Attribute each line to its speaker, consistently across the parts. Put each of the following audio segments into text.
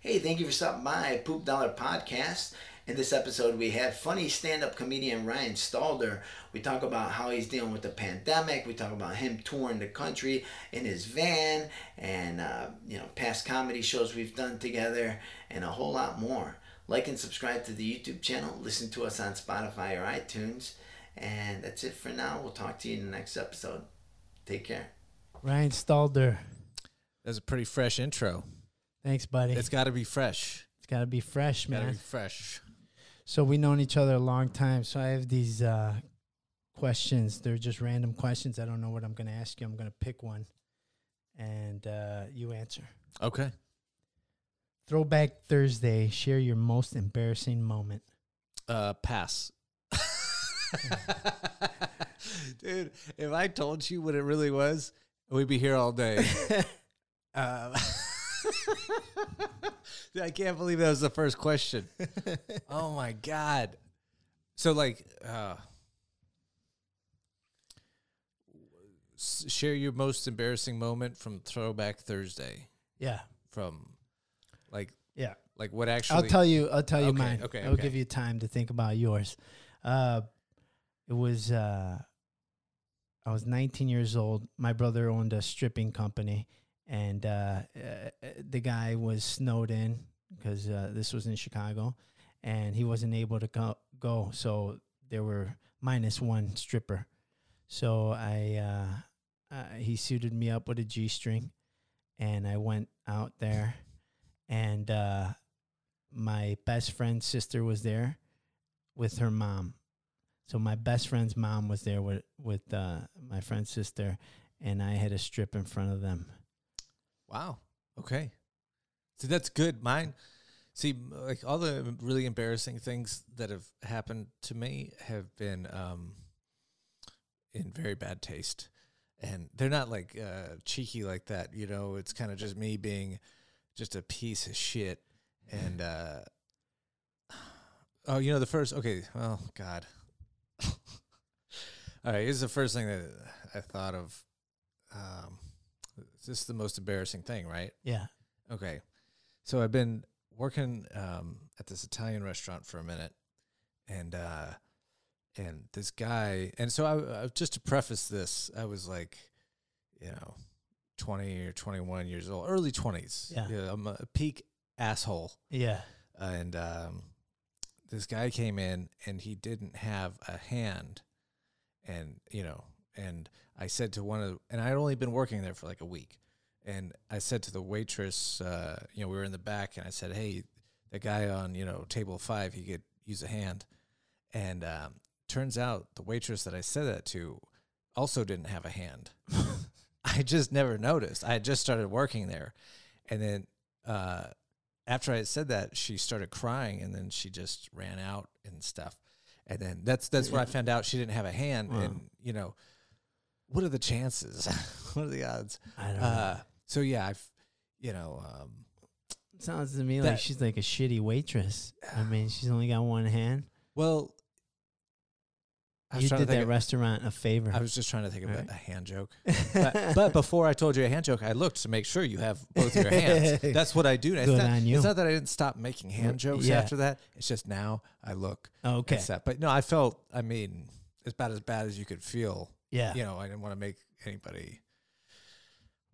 Speaker 1: Hey, thank you for stopping by Poop Dollar Podcast. In this episode, we had funny stand up comedian Ryan Stalder. We talk about how he's dealing with the pandemic. We talk about him touring the country in his van and, uh, you know, past comedy shows we've done together and a whole lot more. Like and subscribe to the YouTube channel. Listen to us on Spotify or iTunes. And that's it for now. We'll talk to you in the next episode. Take care.
Speaker 2: Ryan Stalder.
Speaker 3: That's a pretty fresh intro.
Speaker 2: Thanks, buddy.
Speaker 3: It's got to be fresh.
Speaker 2: it's got to be fresh,
Speaker 3: Got to
Speaker 2: man.
Speaker 3: be fresh.
Speaker 2: So we've known each other a long time. So I have these uh, questions. They're just random questions. I don't know what I'm going to ask you. I'm going to pick one, and uh, you answer.
Speaker 3: Okay.
Speaker 2: Throwback Thursday. Share your most embarrassing moment.
Speaker 3: Uh, pass. Dude, if I told you what it really was, we'd be here all day. um, Dude, I can't believe that was the first question. oh my god. So like, uh, s- share your most embarrassing moment from Throwback Thursday.
Speaker 2: Yeah,
Speaker 3: From like
Speaker 2: yeah.
Speaker 3: like what actually?
Speaker 2: I'll tell you. I'll tell you
Speaker 3: Okay,
Speaker 2: mine.
Speaker 3: okay,
Speaker 2: I'll
Speaker 3: okay.
Speaker 2: give you time to think about yours. Uh, it was uh, I was 19 years old. My brother owned a stripping company, and uh, uh, the guy was snowed in because uh, this was in Chicago, and he wasn't able to go. go so there were minus one stripper. So I uh, uh, he suited me up with a g string, and I went out there, and. Uh, my best friend's sister was there with her mom. So my best friend's mom was there with with uh, my friend's sister, and I had a strip in front of them.
Speaker 3: Wow. Okay. See, that's good. Mine, see, m- like all the really embarrassing things that have happened to me have been um, in very bad taste. And they're not like uh, cheeky like that. You know, it's kind of just me being just a piece of shit. And, uh, oh, you know, the first, okay. Oh, God. all right. Here's the first thing that I thought of. Um, this is the most embarrassing thing, right?
Speaker 2: Yeah,
Speaker 3: Okay. So I've been working um, at this Italian restaurant for a minute, and uh, and this guy, and so I, I just to preface this, I was like, you know, twenty or twenty one years old, early twenties.
Speaker 2: Yeah.
Speaker 3: I'm a peak asshole,
Speaker 2: yeah,
Speaker 3: and um, this guy came in and he didn't have a hand, and you know, and I said to one of, the, and I'd only been working there for like a week, and I said to the waitress, uh, you know, we were in the back, and I said, hey, the guy on you know table five, he could use a hand, and um, turns out the waitress that I said that to also didn't have a hand. I just never noticed. I had just started working there, and then. Uh, after I had said that, she started crying and then she just ran out and stuff. And then that's that's where I found out she didn't have a hand. And you know, what are the chances? what are the odds?
Speaker 2: I don't know.
Speaker 3: Uh, so yeah, I've you know, um,
Speaker 2: Sounds to me like
Speaker 3: that-
Speaker 2: she's like a shitty waitress. I mean, she's only got one hand.
Speaker 3: well, I was
Speaker 2: You
Speaker 3: trying
Speaker 2: did
Speaker 3: to think
Speaker 2: that
Speaker 3: of-
Speaker 2: restaurant a favor.
Speaker 3: I was just trying to think of a-
Speaker 2: Alright.
Speaker 3: a hand joke. but, but before I told you a hand joke, I looked to make sure you have both your hands. That's what I do. now. It's
Speaker 2: Good
Speaker 3: not,
Speaker 2: on you.
Speaker 3: It's not that I didn't stop making hand jokes
Speaker 2: yeah.
Speaker 3: after that. It's just now I look.
Speaker 2: Okay.
Speaker 3: and stuff. But no, I felt. I mean, it's about as bad as you could feel.
Speaker 2: yeah,
Speaker 3: You know, I didn't want to make anybody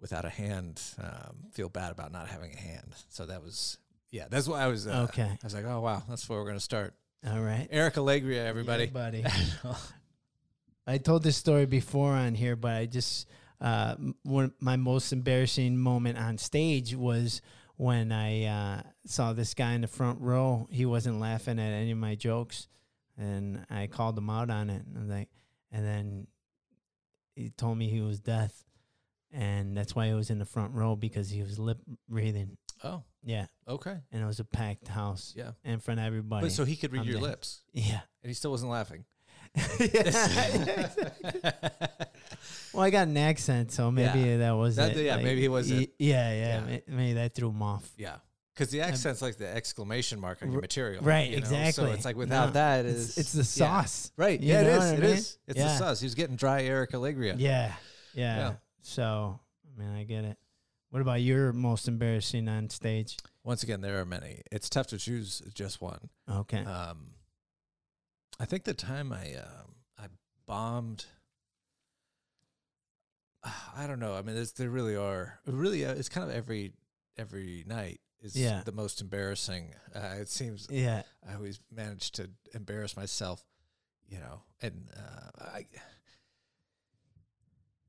Speaker 3: without a hand um, feel bad about not having a hand. So that was. Yeah, that's why I was. Uh,
Speaker 2: Okay.
Speaker 3: I was like, oh wow, that's where we're gonna start.
Speaker 2: all right,
Speaker 3: Eric Allegria, everybody.
Speaker 2: buddy. I told this story before on here, but I just uh, m- one my most embarrassing moment on stage was when I uh, saw this guy in the front row. He wasn't laughing at any of my jokes, and I called him out on it. And I was like, and then he told me he was deaf, and that's why he was in the front row because he was lip breathing.
Speaker 3: oh,
Speaker 2: Yeah,
Speaker 3: okay.
Speaker 2: and it was a packed house.
Speaker 3: Yeah.
Speaker 2: in front of everybody.
Speaker 3: But so he could read
Speaker 2: I'm
Speaker 3: your
Speaker 2: dead.
Speaker 3: lips,
Speaker 2: yeah.
Speaker 3: and he still wasn't laughing.
Speaker 2: Well, I got an accent, so maybe
Speaker 3: Yeah.
Speaker 2: that was
Speaker 3: That-
Speaker 2: it.
Speaker 3: yeah, maybe it was
Speaker 2: y-
Speaker 3: it.
Speaker 2: Yeah, yeah,
Speaker 3: Yeah.
Speaker 2: ma- maybe that threw him off.
Speaker 3: yeah, because the accent's like the exclamation mark on your
Speaker 2: R-
Speaker 3: material,
Speaker 2: right,
Speaker 3: you know?
Speaker 2: exactly.
Speaker 3: So it's like without
Speaker 2: No,
Speaker 3: that,
Speaker 2: it's-
Speaker 3: is
Speaker 2: it's the
Speaker 3: yeah.
Speaker 2: sauce,
Speaker 3: right?
Speaker 2: you
Speaker 3: Yeah, it
Speaker 2: know
Speaker 3: is.
Speaker 2: what I
Speaker 3: It
Speaker 2: mean?
Speaker 3: is. It's the
Speaker 2: Yeah.
Speaker 3: sauce. He was getting dry Eric Allegria.
Speaker 2: Yeah, yeah.
Speaker 3: Yeah.
Speaker 2: So, I mean, I get it. What about your most embarrassing on stage?
Speaker 3: Once again, there are many. It's tough to choose just one.
Speaker 2: Okay.
Speaker 3: Um, I think the time I um, I bombed. I don't know. I mean, there's, there really are. it Really, uh, it's kind of every every night is
Speaker 2: Yeah.
Speaker 3: the most embarrassing. Uh, it seems
Speaker 2: yeah.
Speaker 3: I always manage to embarrass myself, you know. And uh, I,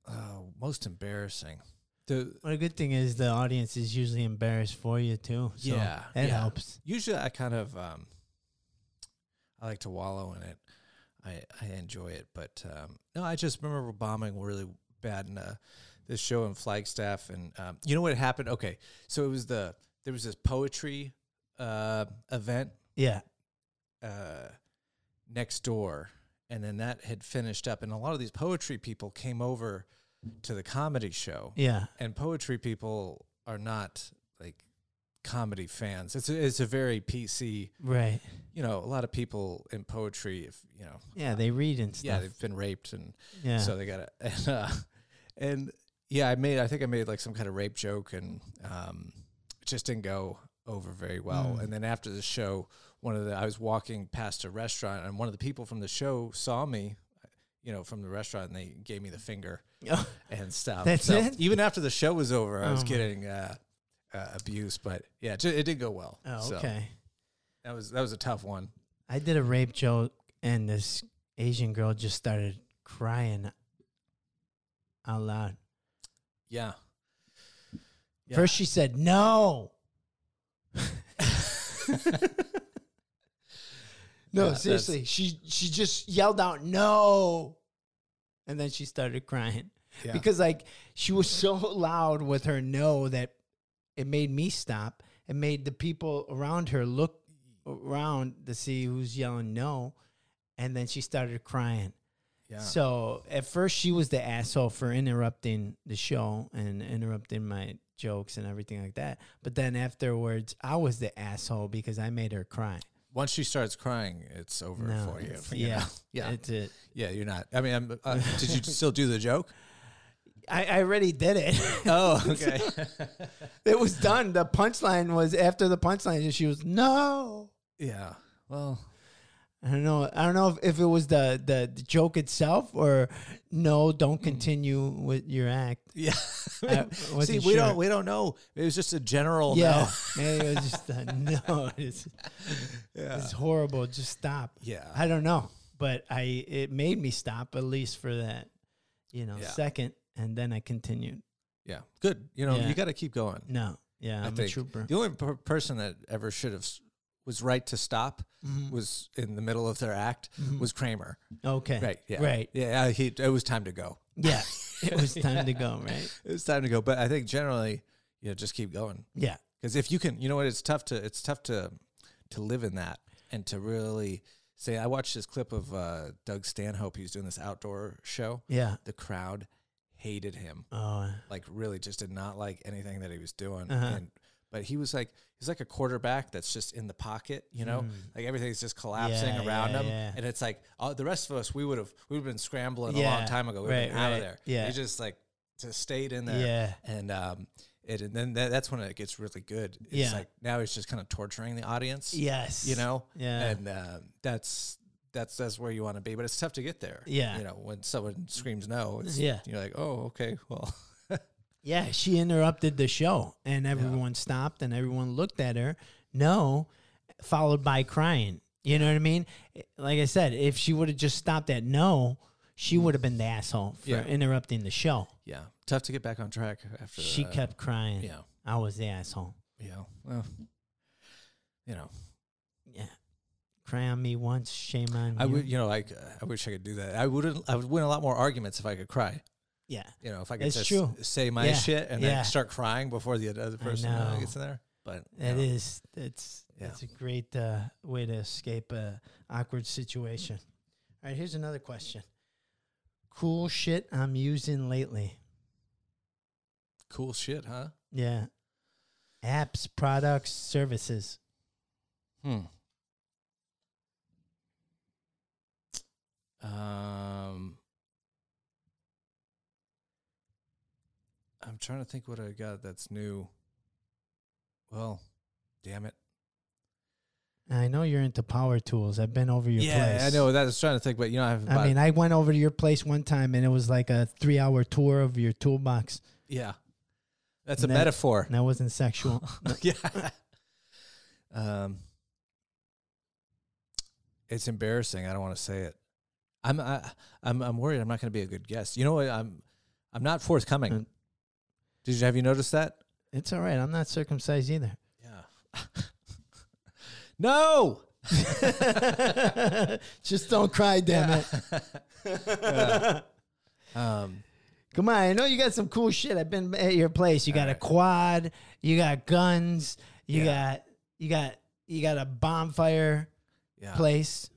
Speaker 3: oh, most embarrassing. The
Speaker 2: Well, the good thing is the audience is usually embarrassed for you too. So
Speaker 3: Yeah,
Speaker 2: That
Speaker 3: yeah.
Speaker 2: helps.
Speaker 3: usually I kind of um, I like to wallow in it. I I enjoy it, but um, no, I just remember bombing really bad in uh, this show in Flagstaff, and um, you know what happened? Okay, so it was the there was this poetry uh, event
Speaker 2: Yeah.
Speaker 3: uh, next door, and then that had finished up, and a lot of these poetry people came over to the comedy show,
Speaker 2: Yeah.
Speaker 3: and poetry people are not like comedy fans. It's a, it's a very PC,
Speaker 2: Right.
Speaker 3: you know, a lot of people in poetry, if you know,
Speaker 2: Yeah. They read and
Speaker 3: yeah,
Speaker 2: stuff.
Speaker 3: they've been raped and
Speaker 2: Yeah. Yeah.
Speaker 3: so they got to and, uh, and yeah, I made I think I made like some kind of rape joke and um, it just didn't go over very well.
Speaker 2: Mm.
Speaker 3: And then after the show, one of the I was walking past a restaurant and one of the people from the show saw me, you know, from the restaurant and they gave me the finger and stuff.
Speaker 2: That's
Speaker 3: so
Speaker 2: it?
Speaker 3: Even after the show was over, I was
Speaker 2: Oh my-
Speaker 3: getting uh, uh, abuse, but yeah, it, it did go well.
Speaker 2: oh,
Speaker 3: So
Speaker 2: okay.
Speaker 3: that was that was a tough one.
Speaker 2: I did a rape joke, and this Asian girl just started crying out loud.
Speaker 3: Yeah. Yeah.
Speaker 2: First, she said no. No,
Speaker 3: Yeah, that's-
Speaker 2: seriously. She she just yelled out no. And then she started crying.
Speaker 3: Yeah.
Speaker 2: Because like she was so loud with her no that it made me stop. It made the people around her look around to see who's yelling no. And then she started crying.
Speaker 3: yeah.
Speaker 2: So at first she was the asshole for interrupting the show and interrupting my jokes and everything like that. But then afterwards I was the asshole because I made her cry.
Speaker 3: Once she starts crying, it's over
Speaker 2: No,
Speaker 3: for you.
Speaker 2: it's-
Speaker 3: you
Speaker 2: yeah.
Speaker 3: know? yeah,
Speaker 2: It's it.
Speaker 3: yeah. You're not. I mean, I'm, uh, did you still do the joke?
Speaker 2: I, I already did it.
Speaker 3: Oh, okay.
Speaker 2: it was done. The punchline was after the punchline, and she was no.
Speaker 3: yeah. Well,
Speaker 2: I don't know. I don't know if, if it was the, the the joke itself or no.
Speaker 3: Hmm.
Speaker 2: Don't continue with your act.
Speaker 3: yeah.
Speaker 2: I
Speaker 3: See,
Speaker 2: wasn't
Speaker 3: we
Speaker 2: sure.
Speaker 3: don't we don't know. It was just a general.
Speaker 2: yeah, maybe it was just a, no. It's,
Speaker 3: No. Yeah.
Speaker 2: it's horrible. Just stop.
Speaker 3: Yeah.
Speaker 2: I don't know, but I it made me stop at least for that, you know,
Speaker 3: Yeah.
Speaker 2: second, and then I continued.
Speaker 3: Yeah. Good. You know,
Speaker 2: Yeah.
Speaker 3: you got to keep going.
Speaker 2: No, yeah,
Speaker 3: I
Speaker 2: I'm a
Speaker 3: think
Speaker 2: trooper.
Speaker 3: the only per- person that ever should have s- was right to stop
Speaker 2: Mm-hmm.
Speaker 3: was in the middle of their act was Kramer.
Speaker 2: Okay,
Speaker 3: Right. Yeah.
Speaker 2: Mm-hmm. right,
Speaker 3: Yeah. He. It was time to go.
Speaker 2: yeah. it was time to go, right?
Speaker 3: It was time to go. But I think generally, you know, just keep going.
Speaker 2: Yeah,
Speaker 3: because if you can you know what it's tough to it's tough to to live in that and to really say i watched this clip of uh, doug stanhope he was doing this outdoor show
Speaker 2: yeah.
Speaker 3: the crowd hated him
Speaker 2: Oh,
Speaker 3: like really just did not like anything that he was doing
Speaker 2: Uh-huh.
Speaker 3: and but he was like he's like a quarterback that's just in the pocket you know like everything's just collapsing
Speaker 2: Hmm. Yeah,
Speaker 3: around
Speaker 2: yeah,
Speaker 3: him
Speaker 2: yeah.
Speaker 3: and it's like all the rest of us we would have we would have been scrambling a long
Speaker 2: Yeah,
Speaker 3: time ago we've been
Speaker 2: right,
Speaker 3: out
Speaker 2: right,
Speaker 3: of there
Speaker 2: yeah.
Speaker 3: he just like just stayed in there
Speaker 2: Yeah.
Speaker 3: and um it, and then that, that's when it gets really good it's
Speaker 2: Yeah.
Speaker 3: like now he's just kind of torturing the audience
Speaker 2: yes.
Speaker 3: you know
Speaker 2: Yeah.
Speaker 3: and um that's that's that's where you want to be but it's tough to get there
Speaker 2: Yeah.
Speaker 3: you know when someone screams no it's,
Speaker 2: Yeah.
Speaker 3: you're like oh okay well
Speaker 2: Yeah, she interrupted the show and everyone stopped and everyone looked at her. No, followed by crying. You know what I mean? Eh, Like I said, if she would have just stopped at no, she would have been the asshole for
Speaker 3: Mm. Yeah.
Speaker 2: interrupting the show.
Speaker 3: Yeah, tough to get back on track after.
Speaker 2: She
Speaker 3: that.
Speaker 2: kept crying.
Speaker 3: Yeah,
Speaker 2: I was the asshole.
Speaker 3: yeah. Well, you know,
Speaker 2: Yeah. Cry on me once, shame on
Speaker 3: I
Speaker 2: you.
Speaker 3: would. You know, like uh, I wish I could do that. I wouldn't. I would win a lot more arguments if I could cry.
Speaker 2: yeah.
Speaker 3: You know, if I could
Speaker 2: It's
Speaker 3: just
Speaker 2: true.
Speaker 3: say my
Speaker 2: Yeah,
Speaker 3: shit and
Speaker 2: yeah.
Speaker 3: then start crying before the other person uh,
Speaker 2: know.
Speaker 3: gets in there. But you
Speaker 2: That
Speaker 3: know,
Speaker 2: is that's
Speaker 3: Yeah.
Speaker 2: that's a great uh, way to escape a awkward situation. All right, here's another question. Cool shit I'm using lately.
Speaker 3: cool shit, huh?
Speaker 2: Yeah. Apps, products, services.
Speaker 3: Hmm. Um. I'm trying to think what I got that's new. Well, damn it.
Speaker 2: I know you're into power tools. I've been over your
Speaker 3: yeah,
Speaker 2: place.
Speaker 3: I know that. I was trying to think, but you know, I've.
Speaker 2: I mean, I went over to your place one time and it was like a three hour tour of your toolbox.
Speaker 3: yeah, that's a
Speaker 2: And that-
Speaker 3: metaphor.
Speaker 2: And that wasn't sexual.
Speaker 3: yeah. um, it's embarrassing. I don't want to say it. I'm I, I'm I'm worried. I'm not going to be a good guest. You know what? I'm I'm not forthcoming.
Speaker 2: Mm.
Speaker 3: Did you have you noticed that?
Speaker 2: it's all right. I'm not circumcised either.
Speaker 3: Yeah. no.
Speaker 2: Just don't cry, damn it.
Speaker 3: Um.
Speaker 2: Come on, I know you got some cool shit. I've been at your place. You got a
Speaker 3: Alright.
Speaker 2: quad. You got guns. You
Speaker 3: Yeah.
Speaker 2: got you got you got a bonfire
Speaker 3: Yeah.
Speaker 2: place.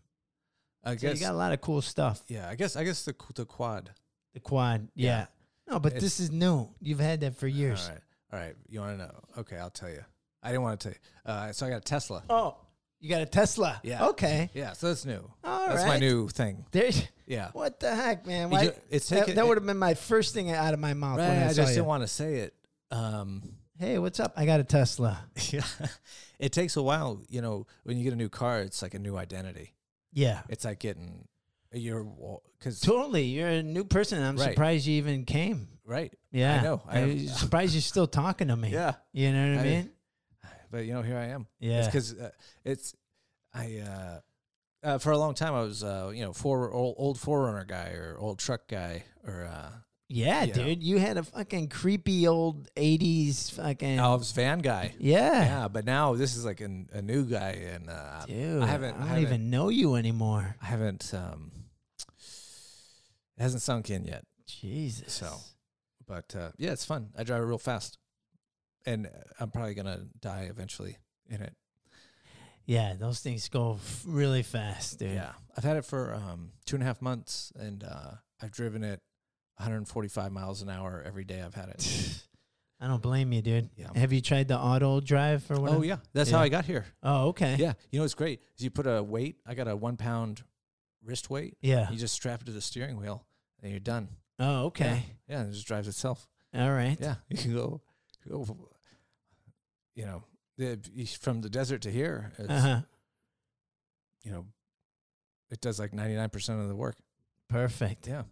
Speaker 3: I
Speaker 2: So
Speaker 3: guess.
Speaker 2: you got a lot of cool stuff.
Speaker 3: yeah. I guess. I guess the qu- the quad.
Speaker 2: The quad, yeah.
Speaker 3: Yeah.
Speaker 2: No, but
Speaker 3: It's-
Speaker 2: this is new. You've had that for years.
Speaker 3: All right. All right. You want to know? Okay, I'll tell you. I didn't want to tell you. Uh, so I got a Tesla.
Speaker 2: Oh, you got a Tesla.
Speaker 3: Yeah.
Speaker 2: Okay.
Speaker 3: Yeah. So that's new.
Speaker 2: All
Speaker 3: that's my
Speaker 2: right.
Speaker 3: new thing.
Speaker 2: There's
Speaker 3: Yeah.
Speaker 2: what the heck, man.
Speaker 3: You
Speaker 2: Why,
Speaker 3: ju- it's
Speaker 2: that
Speaker 3: taken-
Speaker 2: that
Speaker 3: it-
Speaker 2: would have been my first thing out of my mouth when
Speaker 3: Right,
Speaker 2: I,
Speaker 3: I
Speaker 2: saw
Speaker 3: just
Speaker 2: you.
Speaker 3: didn't want to say it. Um,
Speaker 2: hey, what's up? I got a Tesla.
Speaker 3: yeah. It takes a while, you know, when you get a new car, it's like a new identity.
Speaker 2: Yeah.
Speaker 3: It's like getting your because
Speaker 2: Totally. You're a new person. and I'm
Speaker 3: Right.
Speaker 2: surprised you even came.
Speaker 3: right.
Speaker 2: Yeah.
Speaker 3: I know. I
Speaker 2: I'm
Speaker 3: have-
Speaker 2: surprised you're still talking to me.
Speaker 3: Yeah,
Speaker 2: You know what I,
Speaker 3: I-
Speaker 2: mean?
Speaker 3: but you know, here I am.
Speaker 2: Yeah.
Speaker 3: It's because uh, it's I uh, uh, for a long time I was uh, you know for old, old forerunner guy or old truck guy or uh,
Speaker 2: yeah,
Speaker 3: you know.
Speaker 2: dude. You had a fucking creepy old 80s fucking.
Speaker 3: I was van guy.
Speaker 2: yeah.
Speaker 3: Yeah, but now this is like an, a new guy, and uh,
Speaker 2: Dude,
Speaker 3: I haven't.
Speaker 2: I
Speaker 3: I
Speaker 2: don't
Speaker 3: haven't,
Speaker 2: even know you anymore.
Speaker 3: I haven't. Um, it hasn't sunk in yet.
Speaker 2: Jesus.
Speaker 3: but uh, yeah, it's fun. I drive it real fast, and uh, I'm probably gonna die eventually in it.
Speaker 2: Yeah, those things go f- really fast, dude.
Speaker 3: Yeah, I've had it for um, two and a half months, and uh, I've driven it 145 miles an hour every day. I've had it.
Speaker 2: I don't blame you, dude.
Speaker 3: Yeah.
Speaker 2: Have you tried the auto drive or whatever?
Speaker 3: oh yeah, that's how
Speaker 2: Yeah.
Speaker 3: I got here.
Speaker 2: Oh, okay.
Speaker 3: Yeah, you know what's great is you put a weight. I got a one pound wrist weight.
Speaker 2: Yeah.
Speaker 3: You just strap it to the steering wheel, and you're done.
Speaker 2: Oh, okay.
Speaker 3: Yeah, and it just drives itself.
Speaker 2: All right.
Speaker 3: Yeah, you can go, go you know, the, from the desert to here. It's,
Speaker 2: Uh-huh.
Speaker 3: you know, it does like 99% of the work.
Speaker 2: Perfect.
Speaker 3: Yeah.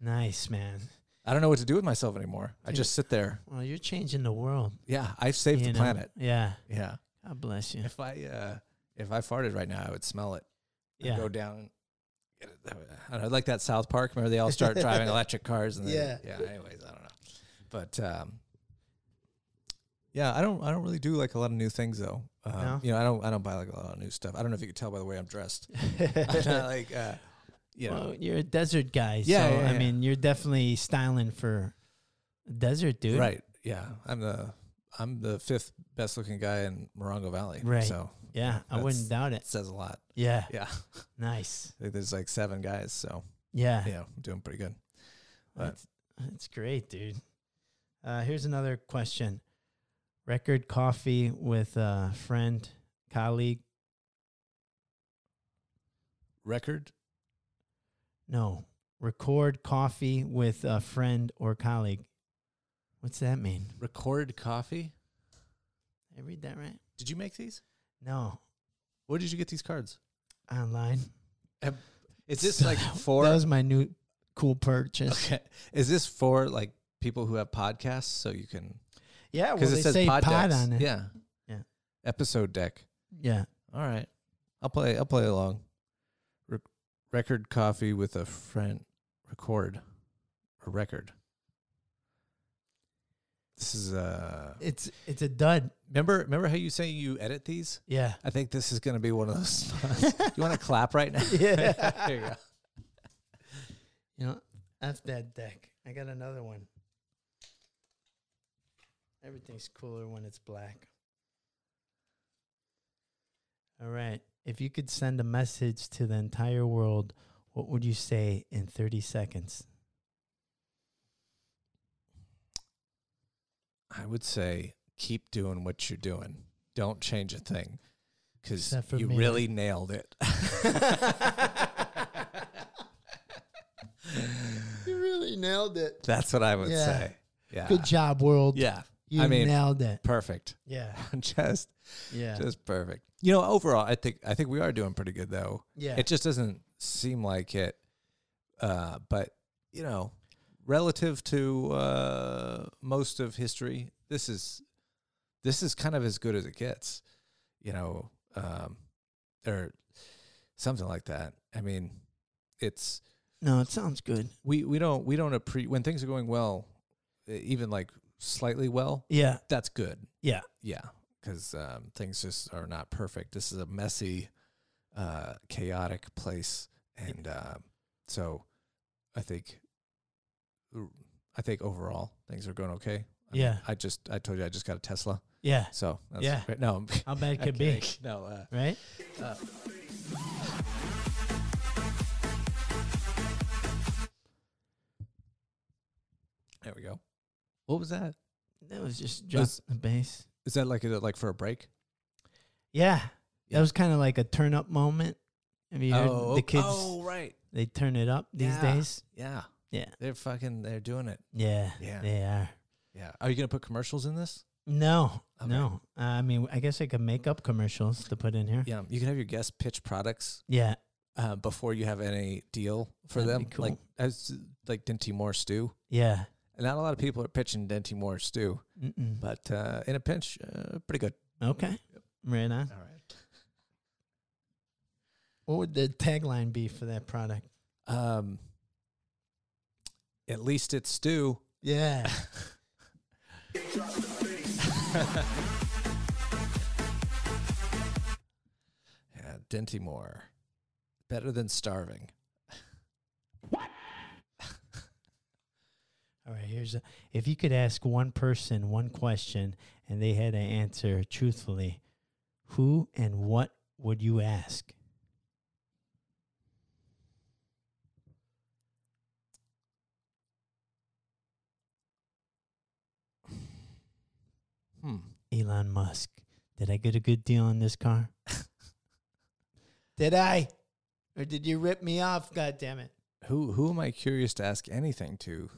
Speaker 2: Nice, man.
Speaker 3: I don't know what to do with myself anymore. I
Speaker 2: Dude.
Speaker 3: just sit there.
Speaker 2: Well, you're changing the world.
Speaker 3: Yeah. I've saved
Speaker 2: you
Speaker 3: the
Speaker 2: know?
Speaker 3: planet.
Speaker 2: Yeah.
Speaker 3: Yeah.
Speaker 2: God bless you.
Speaker 3: If I, uh, if I farted right now, I would smell it. I'd
Speaker 2: Yeah.
Speaker 3: Go down. and get it that way. I don't know, like that South Park. Remember they all start driving electric cars and then, yeah. Yeah. Anyways, I don't know. But, um, yeah, I don't. I don't really do like a lot of new things though. Um,
Speaker 2: No?
Speaker 3: You know, I don't. I don't buy like a lot of new stuff. I don't know if you could tell by the way I'm dressed. I'm not like, uh, you know,
Speaker 2: Well, you're a desert guy,
Speaker 3: Yeah,
Speaker 2: so
Speaker 3: yeah,
Speaker 2: I
Speaker 3: yeah.
Speaker 2: mean, you're definitely styling for desert, dude.
Speaker 3: Right. Yeah. I'm the I'm the fifth best looking guy in Morongo Valley.
Speaker 2: Right.
Speaker 3: So
Speaker 2: Yeah, I wouldn't
Speaker 3: That's-
Speaker 2: doubt
Speaker 3: it
Speaker 2: it.
Speaker 3: says a lot.
Speaker 2: Yeah,
Speaker 3: Yeah.
Speaker 2: nice.
Speaker 3: Like, There's like seven guys. So
Speaker 2: Yeah,
Speaker 3: yeah, I'm doing pretty good. but-
Speaker 2: that's that's great, dude. Uh, here's another question: record coffee with a friend, colleague?
Speaker 3: Record
Speaker 2: No, record coffee with a friend or colleague. What's that mean?
Speaker 3: record coffee.
Speaker 2: Did I read that right?
Speaker 3: Did you make these?
Speaker 2: No,
Speaker 3: Where did you get these cards?
Speaker 2: online.
Speaker 3: Is this like for
Speaker 2: that was my new cool purchase.
Speaker 3: okay. Is this for like people who have podcasts so you can
Speaker 2: Yeah, Oh, well,
Speaker 3: because
Speaker 2: they
Speaker 3: it says
Speaker 2: say
Speaker 3: pod,
Speaker 2: pod
Speaker 3: decks.
Speaker 2: on it.
Speaker 3: Yeah.
Speaker 2: Yeah.
Speaker 3: Episode deck.
Speaker 2: Yeah.
Speaker 3: All right. I'll play I'll play along. Re- record coffee with a friend record a record. This is uh
Speaker 2: It's it's a dud.
Speaker 3: remember remember how you say you edit these?
Speaker 2: Yeah.
Speaker 3: I think this is going to be one of those. spots. you want to clap right now?
Speaker 2: Yeah.
Speaker 3: there you go.
Speaker 2: You know, F that deck. I got another one. Everything's cooler when it's black. All right. If you could send a message to the entire world, what would you say in 30 seconds?
Speaker 3: I would say keep doing what you're doing. Don't change a thing cuz
Speaker 2: Except for
Speaker 3: you
Speaker 2: me.
Speaker 3: really nailed it.
Speaker 2: You really nailed it.
Speaker 3: That's what I would
Speaker 2: Yeah.
Speaker 3: say. Yeah.
Speaker 2: Good job, world.
Speaker 3: Yeah.
Speaker 2: You
Speaker 3: I mean,
Speaker 2: nailed it.
Speaker 3: perfect.
Speaker 2: Yeah.
Speaker 3: just
Speaker 2: Yeah.
Speaker 3: just perfect. You know, overall, I think I think we are doing pretty good though.
Speaker 2: yeah.
Speaker 3: It just doesn't seem like it. Uh, but you know, relative to uh, most of history, this is this is kind of as good as it gets. You know, um, or something like that. I mean, it's
Speaker 2: no, it sounds good.
Speaker 3: we we don't we don't appre- when things are going well, e- even like slightly well.
Speaker 2: Yeah.
Speaker 3: That's good.
Speaker 2: Yeah.
Speaker 3: Yeah, because um, things just are not perfect. This is a messy, uh, chaotic place, and uh, so I think, I think overall things are going okay. I
Speaker 2: Yeah.
Speaker 3: I just I told you I just got a Tesla,
Speaker 2: Yeah.
Speaker 3: so that's
Speaker 2: Yeah.
Speaker 3: great. No,
Speaker 2: How bad could
Speaker 3: okay.
Speaker 2: be,
Speaker 3: no. Uh,
Speaker 2: right?
Speaker 3: there we go. What was that?
Speaker 2: That was just drop
Speaker 3: That's-
Speaker 2: the bass.
Speaker 3: Is that like is it like for a break?
Speaker 2: Yeah.
Speaker 3: Yeah.
Speaker 2: That was kind of like a turn up moment. Have you heard the kids?
Speaker 3: Oh, right.
Speaker 2: They turn it up these
Speaker 3: Yeah.
Speaker 2: days.
Speaker 3: Yeah.
Speaker 2: Yeah.
Speaker 3: They're fucking. They're doing it.
Speaker 2: Yeah.
Speaker 3: Yeah.
Speaker 2: They are.
Speaker 3: Yeah. Are you gonna put commercials in this?
Speaker 2: No,
Speaker 3: Okay.
Speaker 2: no. Uh, I mean, I guess I could make up commercials to put in here.
Speaker 3: Yeah. You can have your guests pitch products
Speaker 2: Yeah.
Speaker 3: uh, before you have any deal for
Speaker 2: That'd
Speaker 3: them.
Speaker 2: be cool.
Speaker 3: Like as like Dinty Moore stew.
Speaker 2: Yeah.
Speaker 3: And not a lot of people are pitching Dinty Moore stew,
Speaker 2: Mm-mm.
Speaker 3: but uh, in a pinch, uh, pretty good.
Speaker 2: Okay. Right on.
Speaker 3: All right.
Speaker 2: What would the tagline be for that product?
Speaker 3: Um, at least it's stew.
Speaker 2: Yeah.
Speaker 3: Yeah, Dinty Moore, better than starving.
Speaker 2: All right. Here's a, if you could ask one person one question and they had to answer truthfully, who and what would you ask?
Speaker 3: Hmm.
Speaker 2: Elon Musk. Did I get a good deal on this car? did I? Or did you rip me off? God damn it.
Speaker 3: Who who am I curious to ask anything to?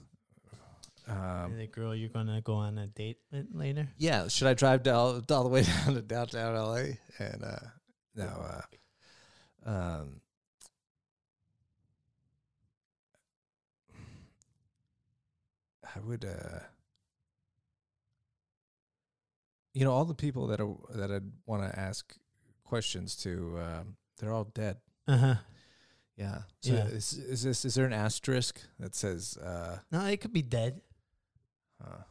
Speaker 3: Um,
Speaker 2: the girl you're going to go on a date with later?
Speaker 3: yeah, should I drive down all the way down to downtown LA? And uh, no, uh, um, I would. Uh, you know, all the people that are that I'd want to ask questions to, um, they're all dead.
Speaker 2: Uh huh.
Speaker 3: Yeah. So
Speaker 2: Yeah.
Speaker 3: Is, is this is there an asterisk that says? Uh,
Speaker 2: No, it could be dead.
Speaker 3: uh,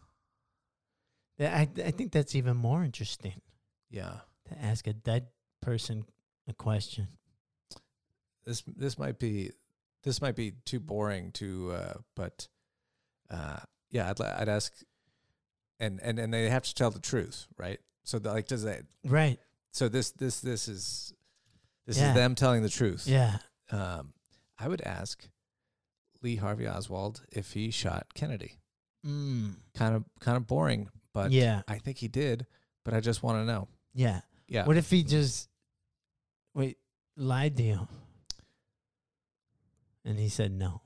Speaker 2: That- I, I think that's even more interesting
Speaker 3: yeah.
Speaker 2: to ask a dead person a question.
Speaker 3: This this might be this might be too boring to. Uh, but uh, yeah, I'd li- I'd ask, and and and they have to tell the truth, right? So the, like, does that?
Speaker 2: Right.
Speaker 3: So this this this is this
Speaker 2: Yeah.
Speaker 3: is them telling the truth.
Speaker 2: Yeah.
Speaker 3: Um, I would ask Lee Harvey Oswald if he shot Kennedy.
Speaker 2: Mm.
Speaker 3: Kind of kind of boring, but
Speaker 2: yeah.
Speaker 3: I think he did. But I just want to know.
Speaker 2: Yeah.
Speaker 3: Yeah.
Speaker 2: What if he just wait lied to you? And he said no.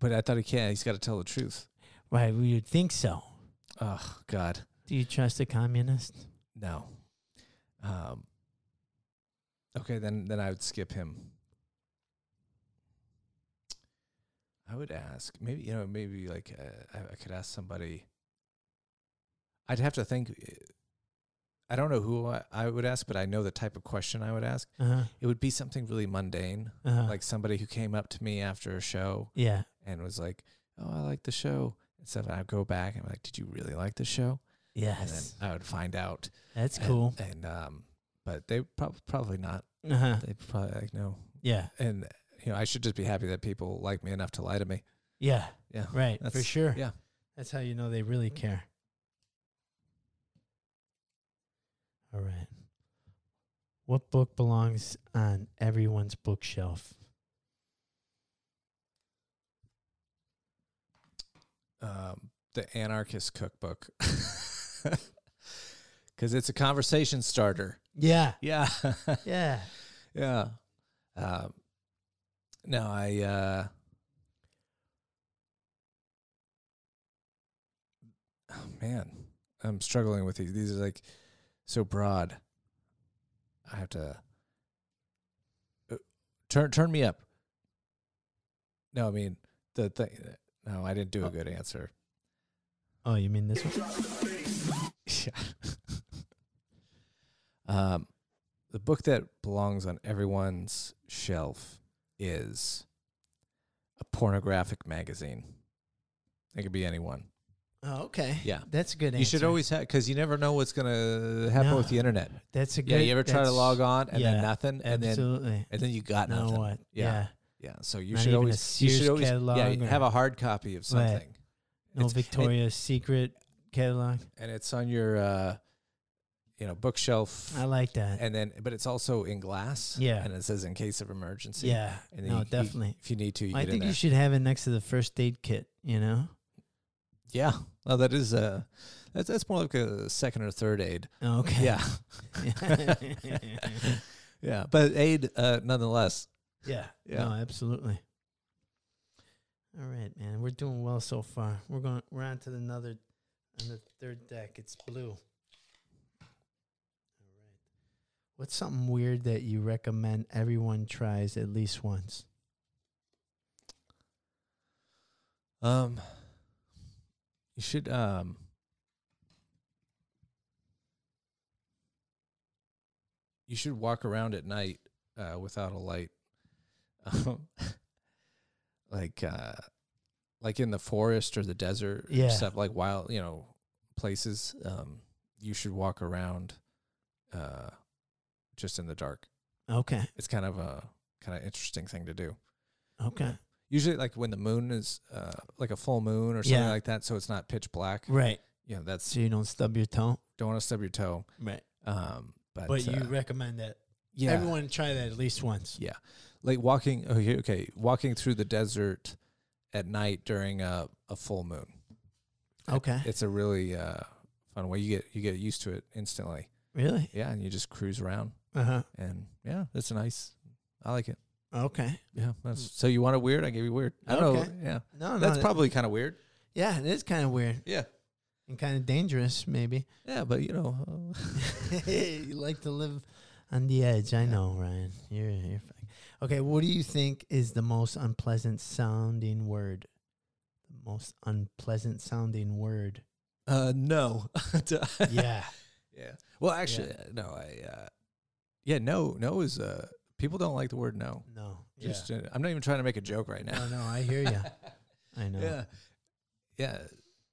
Speaker 3: But I thought he can't. He's got to tell the truth.
Speaker 2: Right, we would think so.
Speaker 3: Oh God,
Speaker 2: Do you trust a communist?
Speaker 3: no. Um. Okay, then then I would skip him. I would ask maybe you know maybe like uh, I, I could ask somebody. I'd have to think. uh, I don't know who I, I would ask, but I know the type of question I would ask.
Speaker 2: Uh-huh.
Speaker 3: It would be something really mundane,
Speaker 2: Uh-huh.
Speaker 3: like somebody who came up to me after a show
Speaker 2: yeah.
Speaker 3: and was like, "Oh, I like the show." And stuff. And I would go back and I'm like, "Did you really like the show?" And then
Speaker 2: Yes.
Speaker 3: I would find out.
Speaker 2: That's
Speaker 3: And-
Speaker 2: cool.
Speaker 3: And, um, but they prob- probably not.
Speaker 2: Uh-huh.
Speaker 3: They probably like no.
Speaker 2: Yeah.
Speaker 3: And you know, I should just be happy that people like me enough to lie to me.
Speaker 2: Yeah.
Speaker 3: Yeah.
Speaker 2: Right. For
Speaker 3: That's-
Speaker 2: sure.
Speaker 3: yeah.
Speaker 2: That's how you know they really care. All right. What book belongs on everyone's bookshelf?
Speaker 3: Um, the Anarchist Cookbook. Because it's a conversation starter.
Speaker 2: Yeah.
Speaker 3: Yeah.
Speaker 2: Yeah.
Speaker 3: yeah. Um, no, I. Uh, oh man, I'm struggling with these. These are like so broad. I have to uh, turn turn me up. No, I mean the thing. No, I didn't do a good answer.
Speaker 2: Oh, you mean this one?
Speaker 3: Yeah. um, the book that belongs on everyone's shelf is a pornographic magazine. It could be anyone.
Speaker 2: Oh, okay.
Speaker 3: Yeah.
Speaker 2: That's a good.
Speaker 3: You should
Speaker 2: answer.
Speaker 3: always have, because you never know what's gonna happen with the
Speaker 2: No.
Speaker 3: internet.
Speaker 2: That's a good.
Speaker 3: Yeah, you ever try to
Speaker 2: that's-
Speaker 3: log on and
Speaker 2: yeah,
Speaker 3: then nothing, and then
Speaker 2: absolutely.
Speaker 3: and then you got
Speaker 2: Now
Speaker 3: nothing.
Speaker 2: what?
Speaker 3: Yeah.
Speaker 2: Yeah.
Speaker 3: Yeah, so you
Speaker 2: Not
Speaker 3: should
Speaker 2: even a
Speaker 3: always you should
Speaker 2: Sears
Speaker 3: always yeah
Speaker 2: catalog
Speaker 3: you
Speaker 2: or-
Speaker 3: have a hard copy of something,
Speaker 2: No
Speaker 3: It's- it-
Speaker 2: Victoria's Secret catalog.
Speaker 3: and it's on your uh, you know bookshelf,
Speaker 2: I like that.
Speaker 3: and then but it's also in glass.
Speaker 2: Yeah.
Speaker 3: and it says in case of emergency.
Speaker 2: yeah.
Speaker 3: and then
Speaker 2: no,
Speaker 3: you- you-
Speaker 2: definitely.
Speaker 3: if you need to, you
Speaker 2: I
Speaker 3: get in
Speaker 2: think
Speaker 3: there.
Speaker 2: you should have it next to the first aid kit. You know.
Speaker 3: yeah, well, that is uh, that's that's more like a second or third aid.
Speaker 2: Oh, Okay.
Speaker 3: Yeah, yeah, but aid uh, nonetheless.
Speaker 2: yeah.
Speaker 3: Yeah.
Speaker 2: No, absolutely. All right, man. We're doing well so far. We're going. We're on to the another, on the third deck. It's blue. All right. What's something weird that you recommend everyone tries at least once?
Speaker 3: Um, you should um. You should walk around at night uh, without a light, um, like uh, like in the forest or the desert, or
Speaker 2: Yeah.
Speaker 3: stuff like wild, you know, places. Um, you should walk around, uh, just in the dark.
Speaker 2: Okay.
Speaker 3: It's kind of a kind of interesting thing to do
Speaker 2: Okay.
Speaker 3: usually like when the moon is uh, like a full moon or something
Speaker 2: Yeah.
Speaker 3: like that, so it's not pitch black.
Speaker 2: Right.
Speaker 3: You know, that's
Speaker 2: So you don't stub your toe.
Speaker 3: don't want to stub your toe.
Speaker 2: Right.
Speaker 3: Um, but,
Speaker 2: But you
Speaker 3: uh,
Speaker 2: recommend that
Speaker 3: yeah,
Speaker 2: everyone try that at least once.
Speaker 3: yeah, like walking. Okay, okay, walking through the desert at night during a, a full moon.
Speaker 2: Okay.
Speaker 3: It's a really uh, fun way. You get you get used to it instantly.
Speaker 2: Really?
Speaker 3: Yeah, and you just cruise around,
Speaker 2: Uh huh.
Speaker 3: and yeah, that's a nice. I like it.
Speaker 2: Okay.
Speaker 3: Yeah. That's, so you want it weird? I give you weird. I don't
Speaker 2: Hmm. Okay.
Speaker 3: know. Yeah,
Speaker 2: No, no.
Speaker 3: that's
Speaker 2: that-
Speaker 3: probably kind of weird.
Speaker 2: Yeah, it is kind of weird
Speaker 3: Yeah.
Speaker 2: and kind of dangerous, maybe.
Speaker 3: Yeah, but you know,
Speaker 2: you like to live on the edge. I know, Ryan. You're you're fine. Okay, what do you think is the most unpleasant sounding word? The most unpleasant sounding word.
Speaker 3: Uh, no.
Speaker 2: Yeah.
Speaker 3: Yeah. Well, actually, uh, no. I. Uh, yeah, no, no is uh, people don't like the word no.
Speaker 2: No.
Speaker 3: Just uh, I'm not even trying to make a joke right
Speaker 2: yeah.
Speaker 3: now.
Speaker 2: No, no, I hear you. I know.
Speaker 3: yeah. Yeah.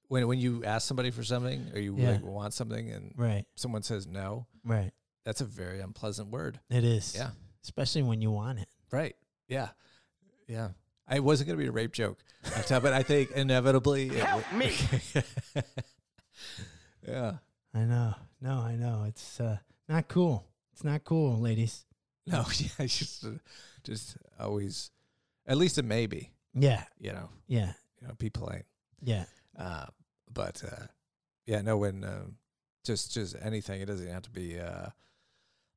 Speaker 3: When when you ask somebody for something or you
Speaker 2: Yeah.
Speaker 3: like want something and
Speaker 2: Right.
Speaker 3: someone says no,
Speaker 2: Right.
Speaker 3: that's a very unpleasant word.
Speaker 2: It is.
Speaker 3: Yeah.
Speaker 2: Especially when you want it.
Speaker 3: Right. Yeah. Yeah. I wasn't gonna be a rape joke, I tell- but I think inevitably. Help me. yeah.
Speaker 2: I know. No, I know. It's uh, not cool. It's not cool, ladies.
Speaker 3: No. Yeah. Just uh, just always, at least it may be.
Speaker 2: Yeah.
Speaker 3: You know.
Speaker 2: Yeah.
Speaker 3: you know, be polite.
Speaker 2: Yeah.
Speaker 3: Uh, but uh, yeah, no, when um, just just anything, it doesn't have to be uh,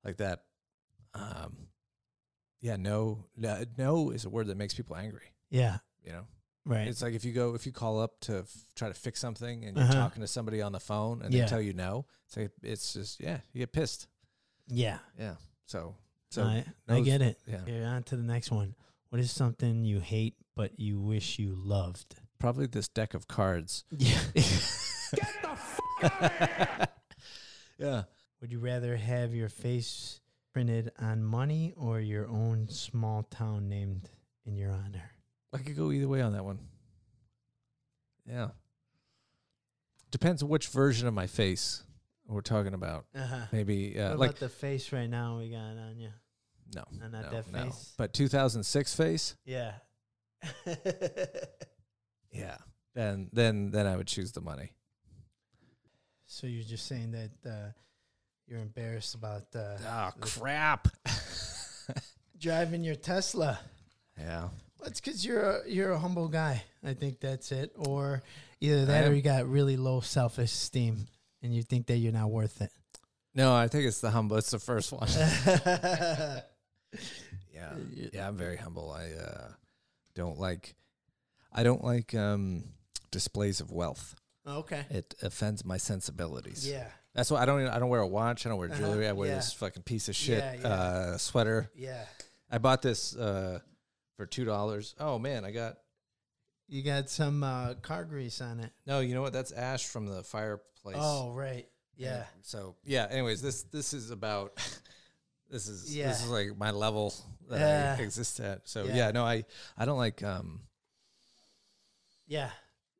Speaker 3: like that. Um, yeah, no, no, no is a word that makes people angry.
Speaker 2: Yeah.
Speaker 3: You know,
Speaker 2: Right.
Speaker 3: it's like if you go if you call up to f- try to fix something and you're
Speaker 2: Uh-huh.
Speaker 3: talking to somebody on the phone and
Speaker 2: Yeah.
Speaker 3: they tell you no, it's like it's just yeah, you get pissed.
Speaker 2: yeah.
Speaker 3: Yeah, so so
Speaker 2: So I, I
Speaker 3: those-
Speaker 2: get it.
Speaker 3: yeah,
Speaker 2: Okay, on to the next one. What is something you hate but you wish you loved?
Speaker 3: probably this deck of cards.
Speaker 2: Yeah.
Speaker 3: Yeah,
Speaker 2: Would you rather have your face printed on money or your own small town named in your honor?
Speaker 3: I could go either way on that one. Yeah. Depends on which version of my face we're talking about.
Speaker 2: Uh-huh.
Speaker 3: Maybe
Speaker 2: what
Speaker 3: uh,
Speaker 2: about
Speaker 3: like
Speaker 2: the face right now we got on you?
Speaker 3: no,
Speaker 2: No, not
Speaker 3: no,
Speaker 2: that
Speaker 3: no.
Speaker 2: face.
Speaker 3: But 2006 face.
Speaker 2: Yeah.
Speaker 3: Yeah. Then then then I would choose the money.
Speaker 2: so you're just saying that uh, you're embarrassed about uh,
Speaker 3: Oh crap.
Speaker 2: driving your Tesla.
Speaker 3: yeah.
Speaker 2: Well, it's because you're a, you're a humble guy. I think that's it. Or either that, or
Speaker 3: am.
Speaker 2: you got really low self esteem, and you think that you're not worth it.
Speaker 3: No, I think it's the humble. It's the first one.
Speaker 2: yeah.
Speaker 3: yeah. Yeah, I'm very humble. I uh, don't like I don't like um, displays of wealth.
Speaker 2: Okay.
Speaker 3: It offends my sensibilities.
Speaker 2: Yeah.
Speaker 3: That's why I don't. Even, I don't wear a watch. I don't wear
Speaker 2: Uh-huh,
Speaker 3: jewelry. I wear
Speaker 2: yeah.
Speaker 3: this fucking piece of shit
Speaker 2: Yeah, yeah.
Speaker 3: Uh, sweater.
Speaker 2: Yeah.
Speaker 3: I bought this uh, for two dollars. Oh man, I got
Speaker 2: You got some uh, car grease on it.
Speaker 3: no. You know what? That's ash from the fireplace.
Speaker 2: Oh, right. Yeah.
Speaker 3: So yeah. Anyways, this this is about this is
Speaker 2: Yeah.
Speaker 3: this is like my level that I
Speaker 2: Yeah.
Speaker 3: exist at. So
Speaker 2: Yeah.
Speaker 3: yeah. no, I I don't like um
Speaker 2: Yeah.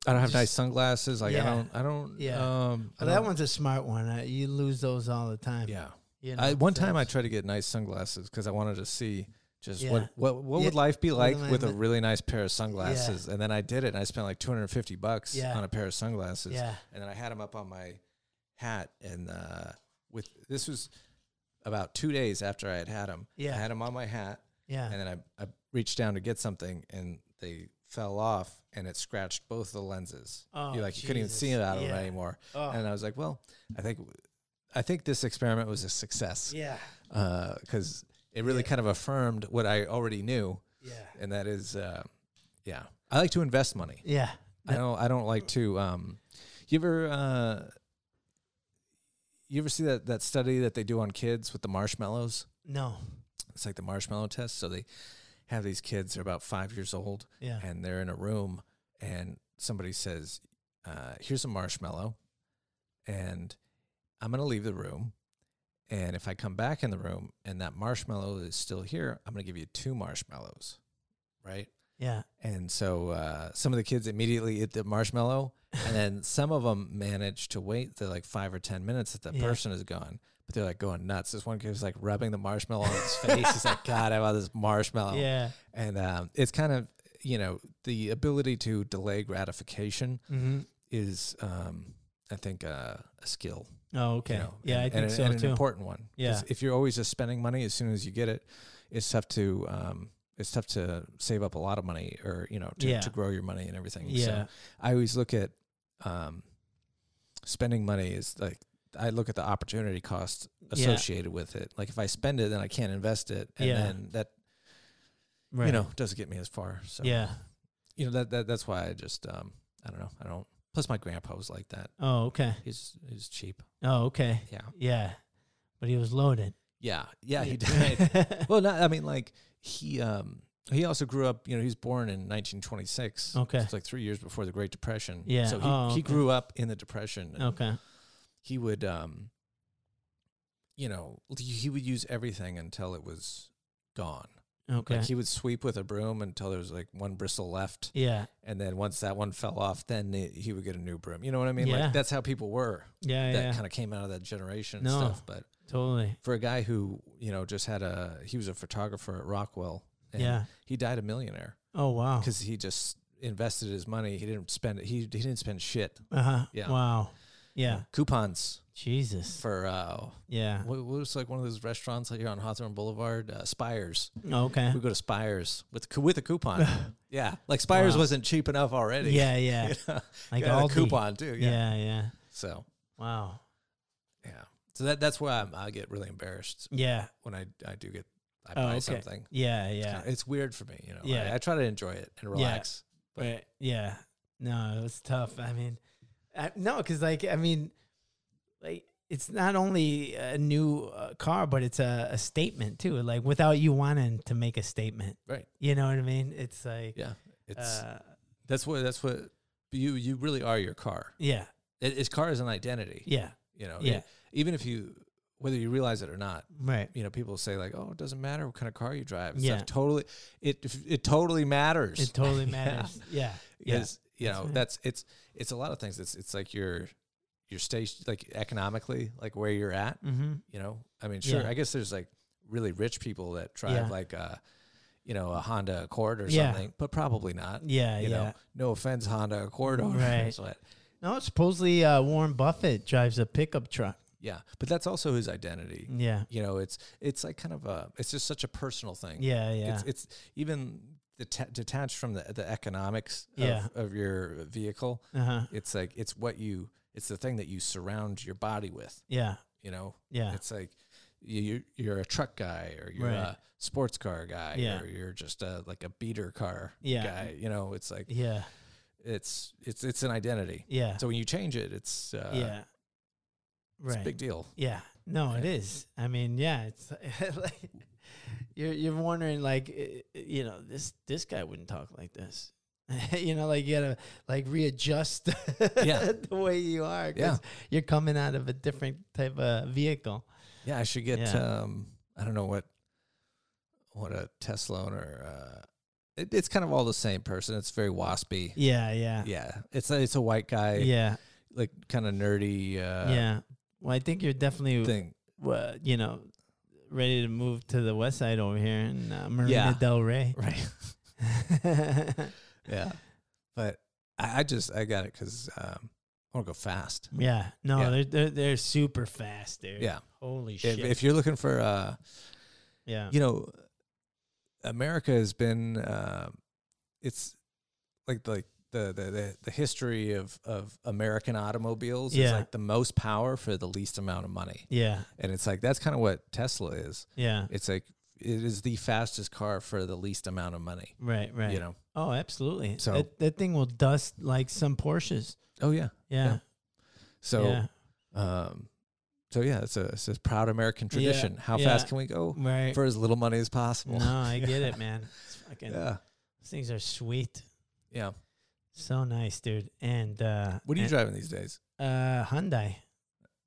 Speaker 3: I don't have
Speaker 2: Just-
Speaker 3: nice sunglasses. Like
Speaker 2: Yeah.
Speaker 3: I don't I don't
Speaker 2: Yeah.
Speaker 3: um I
Speaker 2: Well, that
Speaker 3: don't-
Speaker 2: one's a smart one. Uh, you lose those all the time.
Speaker 3: yeah.
Speaker 2: You
Speaker 3: I, one
Speaker 2: so
Speaker 3: time I
Speaker 2: it's-
Speaker 3: tried to get nice sunglasses because I wanted to see just
Speaker 2: Yeah.
Speaker 3: what what what would
Speaker 2: Yeah.
Speaker 3: life be
Speaker 2: What
Speaker 3: like
Speaker 2: am I
Speaker 3: with a
Speaker 2: mi-
Speaker 3: really nice pair of sunglasses, and then I did it, and I spent like two hundred and fifty bucks
Speaker 2: Yeah.
Speaker 3: on a pair of sunglasses,
Speaker 2: Yeah.
Speaker 3: and then I had them up on my hat, and uh, with this was about two days after I had had them,
Speaker 2: Yeah.
Speaker 3: I had them on my hat,
Speaker 2: Yeah.
Speaker 3: and then I, I reached down to get something, and they fell off, and it scratched both the lenses.
Speaker 2: Oh,
Speaker 3: you like you couldn't even see it
Speaker 2: Jesus.
Speaker 3: out of
Speaker 2: Yeah.
Speaker 3: them anymore,
Speaker 2: Oh.
Speaker 3: and I was like, well, I think. I think this experiment was a success
Speaker 2: yeah.
Speaker 3: because it really
Speaker 2: Yeah.
Speaker 3: kind of affirmed what I already knew,
Speaker 2: Yeah.
Speaker 3: and that is, uh, yeah, I like to invest money.
Speaker 2: Yeah.
Speaker 3: I don't, I don't like to. Um, you ever, uh, you ever see that that study that they do on kids with the marshmallows?
Speaker 2: No.
Speaker 3: It's like the marshmallow test. So they have these kids; they're about five years old,
Speaker 2: Yeah.
Speaker 3: and they're in a room, and somebody says, uh, "Here's a marshmallow," and I'm going to leave the room. And if I come back in the room and that marshmallow is still here, I'm going to give you two marshmallows, right?
Speaker 2: Yeah.
Speaker 3: And so uh, some of the kids immediately eat the marshmallow, and then some of them manage to wait the like five or ten minutes that the
Speaker 2: Yeah.
Speaker 3: person is gone. But they're like going nuts. This one kid was like rubbing the marshmallow on his face. He's like, "God, I want this marshmallow."
Speaker 2: Yeah.
Speaker 3: and um, it's kind of you know the ability to delay gratification
Speaker 2: Mm-hmm.
Speaker 3: is um, i think uh, a skill
Speaker 2: Oh,
Speaker 3: you
Speaker 2: okay.
Speaker 3: know,
Speaker 2: yeah,
Speaker 3: and-
Speaker 2: I think
Speaker 3: and,
Speaker 2: so
Speaker 3: and
Speaker 2: too.
Speaker 3: an important one 'Cause
Speaker 2: Yeah.
Speaker 3: if you're always just spending money as soon as you get it it's tough to um, it's tough to save up a lot of money or you know to,
Speaker 2: Yeah.
Speaker 3: to grow your money and everything
Speaker 2: Yeah.
Speaker 3: so i always look at um, spending money is like I look at the opportunity cost
Speaker 2: Yeah.
Speaker 3: associated with it. Like if I spend it, then I can't invest it, and
Speaker 2: Yeah.
Speaker 3: then that
Speaker 2: right.
Speaker 3: you know doesn't get me as far. So
Speaker 2: Yeah.
Speaker 3: you know that, that that's why I just um I don't know I don't. Plus my grandpa was like that.
Speaker 2: Oh, okay.
Speaker 3: He's he's cheap.
Speaker 2: Oh, okay.
Speaker 3: Yeah.
Speaker 2: Yeah. But he was loaded.
Speaker 3: Yeah. Yeah. He did. well, not I mean like he um he also grew up. You know he was born in 1926.
Speaker 2: Okay.
Speaker 3: So it's like three years before the Great Depression.
Speaker 2: Yeah.
Speaker 3: So he,
Speaker 2: Oh, okay. Oh.
Speaker 3: he grew up in the Depression. and
Speaker 2: okay.
Speaker 3: He would um. You know he would use everything until it was gone.
Speaker 2: Okay.
Speaker 3: Like he would sweep with a broom until there was like one bristle left.
Speaker 2: yeah.
Speaker 3: and then once that one fell off, then the- he would get a new broom. You know what I mean?
Speaker 2: Yeah.
Speaker 3: Like that's how people were.
Speaker 2: Yeah.
Speaker 3: that
Speaker 2: yeah.
Speaker 3: kind of came out of that generation and
Speaker 2: No.
Speaker 3: stuff. But
Speaker 2: totally.
Speaker 3: for a guy who you know just had a he was a photographer at Rockwell. And
Speaker 2: Yeah.
Speaker 3: he died a millionaire
Speaker 2: Oh wow.
Speaker 3: because he just invested his money. He didn't spend it. He he didn't spend shit.
Speaker 2: Uh huh.
Speaker 3: Yeah.
Speaker 2: Wow. Yeah.
Speaker 3: Coupons
Speaker 2: Jesus.
Speaker 3: for uh,
Speaker 2: yeah.
Speaker 3: what, what was like one of those restaurants like here on Hawthorne Boulevard, uh, Spires.
Speaker 2: Oh, Okay.
Speaker 3: We go to Spires with cou- with a coupon. yeah, like Spires
Speaker 2: Wow.
Speaker 3: wasn't cheap enough already.
Speaker 2: Yeah. Yeah. Like
Speaker 3: like a
Speaker 2: Aldi.
Speaker 3: coupon too. yeah.
Speaker 2: yeah. Yeah.
Speaker 3: So
Speaker 2: Wow.
Speaker 3: yeah, so that that's why I'm, I get really embarrassed
Speaker 2: Yeah.
Speaker 3: when I I do get I
Speaker 2: Oh,
Speaker 3: buy
Speaker 2: okay.
Speaker 3: something.
Speaker 2: Yeah.
Speaker 3: Yeah.
Speaker 2: Yeah.
Speaker 3: It's weird for me, you know.
Speaker 2: Yeah.
Speaker 3: I, I try to enjoy it and relax. but-
Speaker 2: Right. Yeah. No, it was tough. I mean, I, no, because like I mean, like it's not only a new uh, car, but it's a, a statement too. Like without you wanting to make a statement,
Speaker 3: Right.
Speaker 2: you know what I mean? It's like
Speaker 3: Yeah. It's
Speaker 2: uh,
Speaker 3: that's what that's what you you really are your car.
Speaker 2: yeah,
Speaker 3: It, it's car is an identity.
Speaker 2: yeah,
Speaker 3: You know.
Speaker 2: Yeah.
Speaker 3: It- even if you whether you realize it or not.
Speaker 2: right.
Speaker 3: You know, people say like, "Oh, it doesn't matter what kind of car you drive." It's
Speaker 2: Yeah.
Speaker 3: not totally, it it totally matters.
Speaker 2: It totally
Speaker 3: Yeah.
Speaker 2: matters. yeah. yeah,
Speaker 3: is you
Speaker 2: that's
Speaker 3: know
Speaker 2: right.
Speaker 3: that's it's it's a lot of things it's it's like your your station like economically like where you're at
Speaker 2: Mm-hmm.
Speaker 3: you know i mean sure
Speaker 2: Yeah.
Speaker 3: i guess there's like really rich people that drive
Speaker 2: Yeah.
Speaker 3: like a you know a honda accord or
Speaker 2: Yeah.
Speaker 3: something but probably not
Speaker 2: Yeah,
Speaker 3: you
Speaker 2: yeah.
Speaker 3: know no offense honda accord owners
Speaker 2: Right.
Speaker 3: but
Speaker 2: No, supposedly uh, Warren Buffett drives a pickup truck.
Speaker 3: yeah but that's also his identity
Speaker 2: Yeah,
Speaker 3: you know it's it's like kind of a it's just such a personal thing
Speaker 2: yeah, yeah,
Speaker 3: it's it's even deta- detached from the the economics
Speaker 2: Yeah.
Speaker 3: of, of your vehicle
Speaker 2: uh huh,
Speaker 3: it's like it's what you it's the thing that you surround your body with
Speaker 2: yeah,
Speaker 3: you know
Speaker 2: yeah,
Speaker 3: it's like you you- you're a truck guy or you're
Speaker 2: Right.
Speaker 3: a sports car guy
Speaker 2: Yeah.
Speaker 3: or you're just a like a beater car
Speaker 2: Yeah.
Speaker 3: guy you know it's like
Speaker 2: yeah,
Speaker 3: it's it's it's an identity.
Speaker 2: Yeah.
Speaker 3: So when you change it, it's uh,
Speaker 2: yeah.
Speaker 3: it's
Speaker 2: Right.
Speaker 3: a big deal.
Speaker 2: Yeah. No, it
Speaker 3: Yeah.
Speaker 2: is. I mean, yeah, it's like you're you're wondering like eh, eh, you know, this this guy wouldn't talk like this. you know, like you gotta like readjust
Speaker 3: Yeah.
Speaker 2: the way you are
Speaker 3: Yeah.
Speaker 2: you're coming out of a different type of vehicle.
Speaker 3: Yeah, I should get.
Speaker 2: Yeah.
Speaker 3: um I don't know what what a Tesla owner. Uh, it, it's kind of all the same person. It's very waspy.
Speaker 2: Yeah, yeah.
Speaker 3: Yeah, it's a, it's a white guy,
Speaker 2: yeah.
Speaker 3: like kind of nerdy. Uh,
Speaker 2: yeah. Well, I think you're definitely
Speaker 3: thing.
Speaker 2: uh, you know, ready to move to the west side over here in uh, Marina
Speaker 3: Yeah.
Speaker 2: Del Rey.
Speaker 3: Right. yeah. But I, I just I got it because um, I want to go fast.
Speaker 2: yeah. No,
Speaker 3: Yeah.
Speaker 2: They're, they're they're super fast, dude.
Speaker 3: Yeah.
Speaker 2: Holy shit.
Speaker 3: If, if you're looking for, uh,
Speaker 2: yeah.
Speaker 3: you know, America has been, uh, it's like like the, the the the history of of American automobiles is
Speaker 2: Yeah.
Speaker 3: like the most power for the least amount of money,
Speaker 2: yeah.
Speaker 3: and it's like that's kind of what Tesla is.
Speaker 2: Yeah.
Speaker 3: It's like it is the fastest car for the least amount of money.
Speaker 2: Right. Right.
Speaker 3: You know.
Speaker 2: Oh, absolutely.
Speaker 3: So-
Speaker 2: that, that thing will dust like some Porsches.
Speaker 3: Oh yeah.
Speaker 2: Yeah.
Speaker 3: So.
Speaker 2: yeah.
Speaker 3: Um, so yeah, it's a, it's a proud American tradition. How
Speaker 2: yeah.
Speaker 3: fast can we go
Speaker 2: Right.
Speaker 3: for as little money as possible?
Speaker 2: no, I get it, man. It's fucking,
Speaker 3: yeah,
Speaker 2: These things are sweet.
Speaker 3: yeah.
Speaker 2: So nice, dude. And uh,
Speaker 3: What are you
Speaker 2: and-
Speaker 3: driving these days?
Speaker 2: Uh, Hyundai.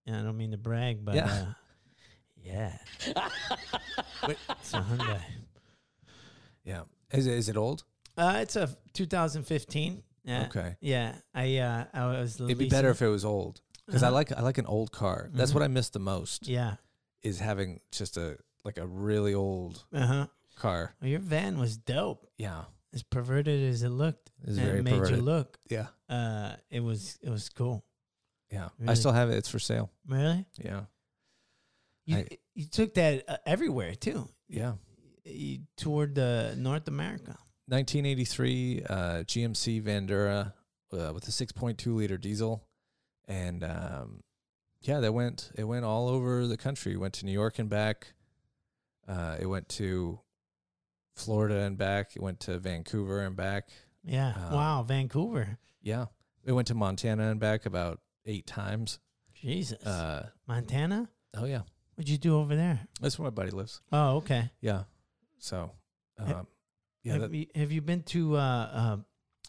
Speaker 2: Yeah, I don't mean to brag, but
Speaker 3: Yeah.
Speaker 2: uh, yeah,
Speaker 3: Wait.
Speaker 2: it's a Hyundai.
Speaker 3: Yeah, is it, is it old?
Speaker 2: Uh, it's a 2015. Yeah.
Speaker 3: Okay,
Speaker 2: Yeah, I uh, I was.
Speaker 3: it'd be better if it was old because I
Speaker 2: Uh-huh. Mm-hmm.
Speaker 3: like I like an old car. That's what I miss the most
Speaker 2: Yeah.
Speaker 3: is having just a like a really old
Speaker 2: Uh huh.
Speaker 3: car.
Speaker 2: Well, your van was dope.
Speaker 3: Yeah,
Speaker 2: As perverted as it looked,
Speaker 3: it's
Speaker 2: and
Speaker 3: very
Speaker 2: it made
Speaker 3: perverted.
Speaker 2: you look.
Speaker 3: Yeah,
Speaker 2: Uh, it was it was cool.
Speaker 3: yeah. I
Speaker 2: Really?
Speaker 3: still have it. It's for sale.
Speaker 2: Really,
Speaker 3: Yeah,
Speaker 2: you
Speaker 3: I-
Speaker 2: you took that uh, everywhere too.
Speaker 3: yeah.
Speaker 2: You toured uh, North America.
Speaker 3: 1983 uh, GMC Vandura uh, with a 6.2 liter diesel, and um, yeah, that went it went all over the country. It Went to New York and back. Uh, it went to Florida and back. It went to Vancouver and back.
Speaker 2: Yeah.
Speaker 3: Uh,
Speaker 2: wow, Vancouver.
Speaker 3: Yeah, it went to Montana and back about eight times.
Speaker 2: Jesus.
Speaker 3: Uh,
Speaker 2: Montana.
Speaker 3: oh yeah,
Speaker 2: What'd you do over there?
Speaker 3: that's where my buddy lives.
Speaker 2: Oh, okay.
Speaker 3: Yeah, so
Speaker 2: Ha-
Speaker 3: um, yeah,
Speaker 2: have,
Speaker 3: that,
Speaker 2: you, have you been to uh, uh,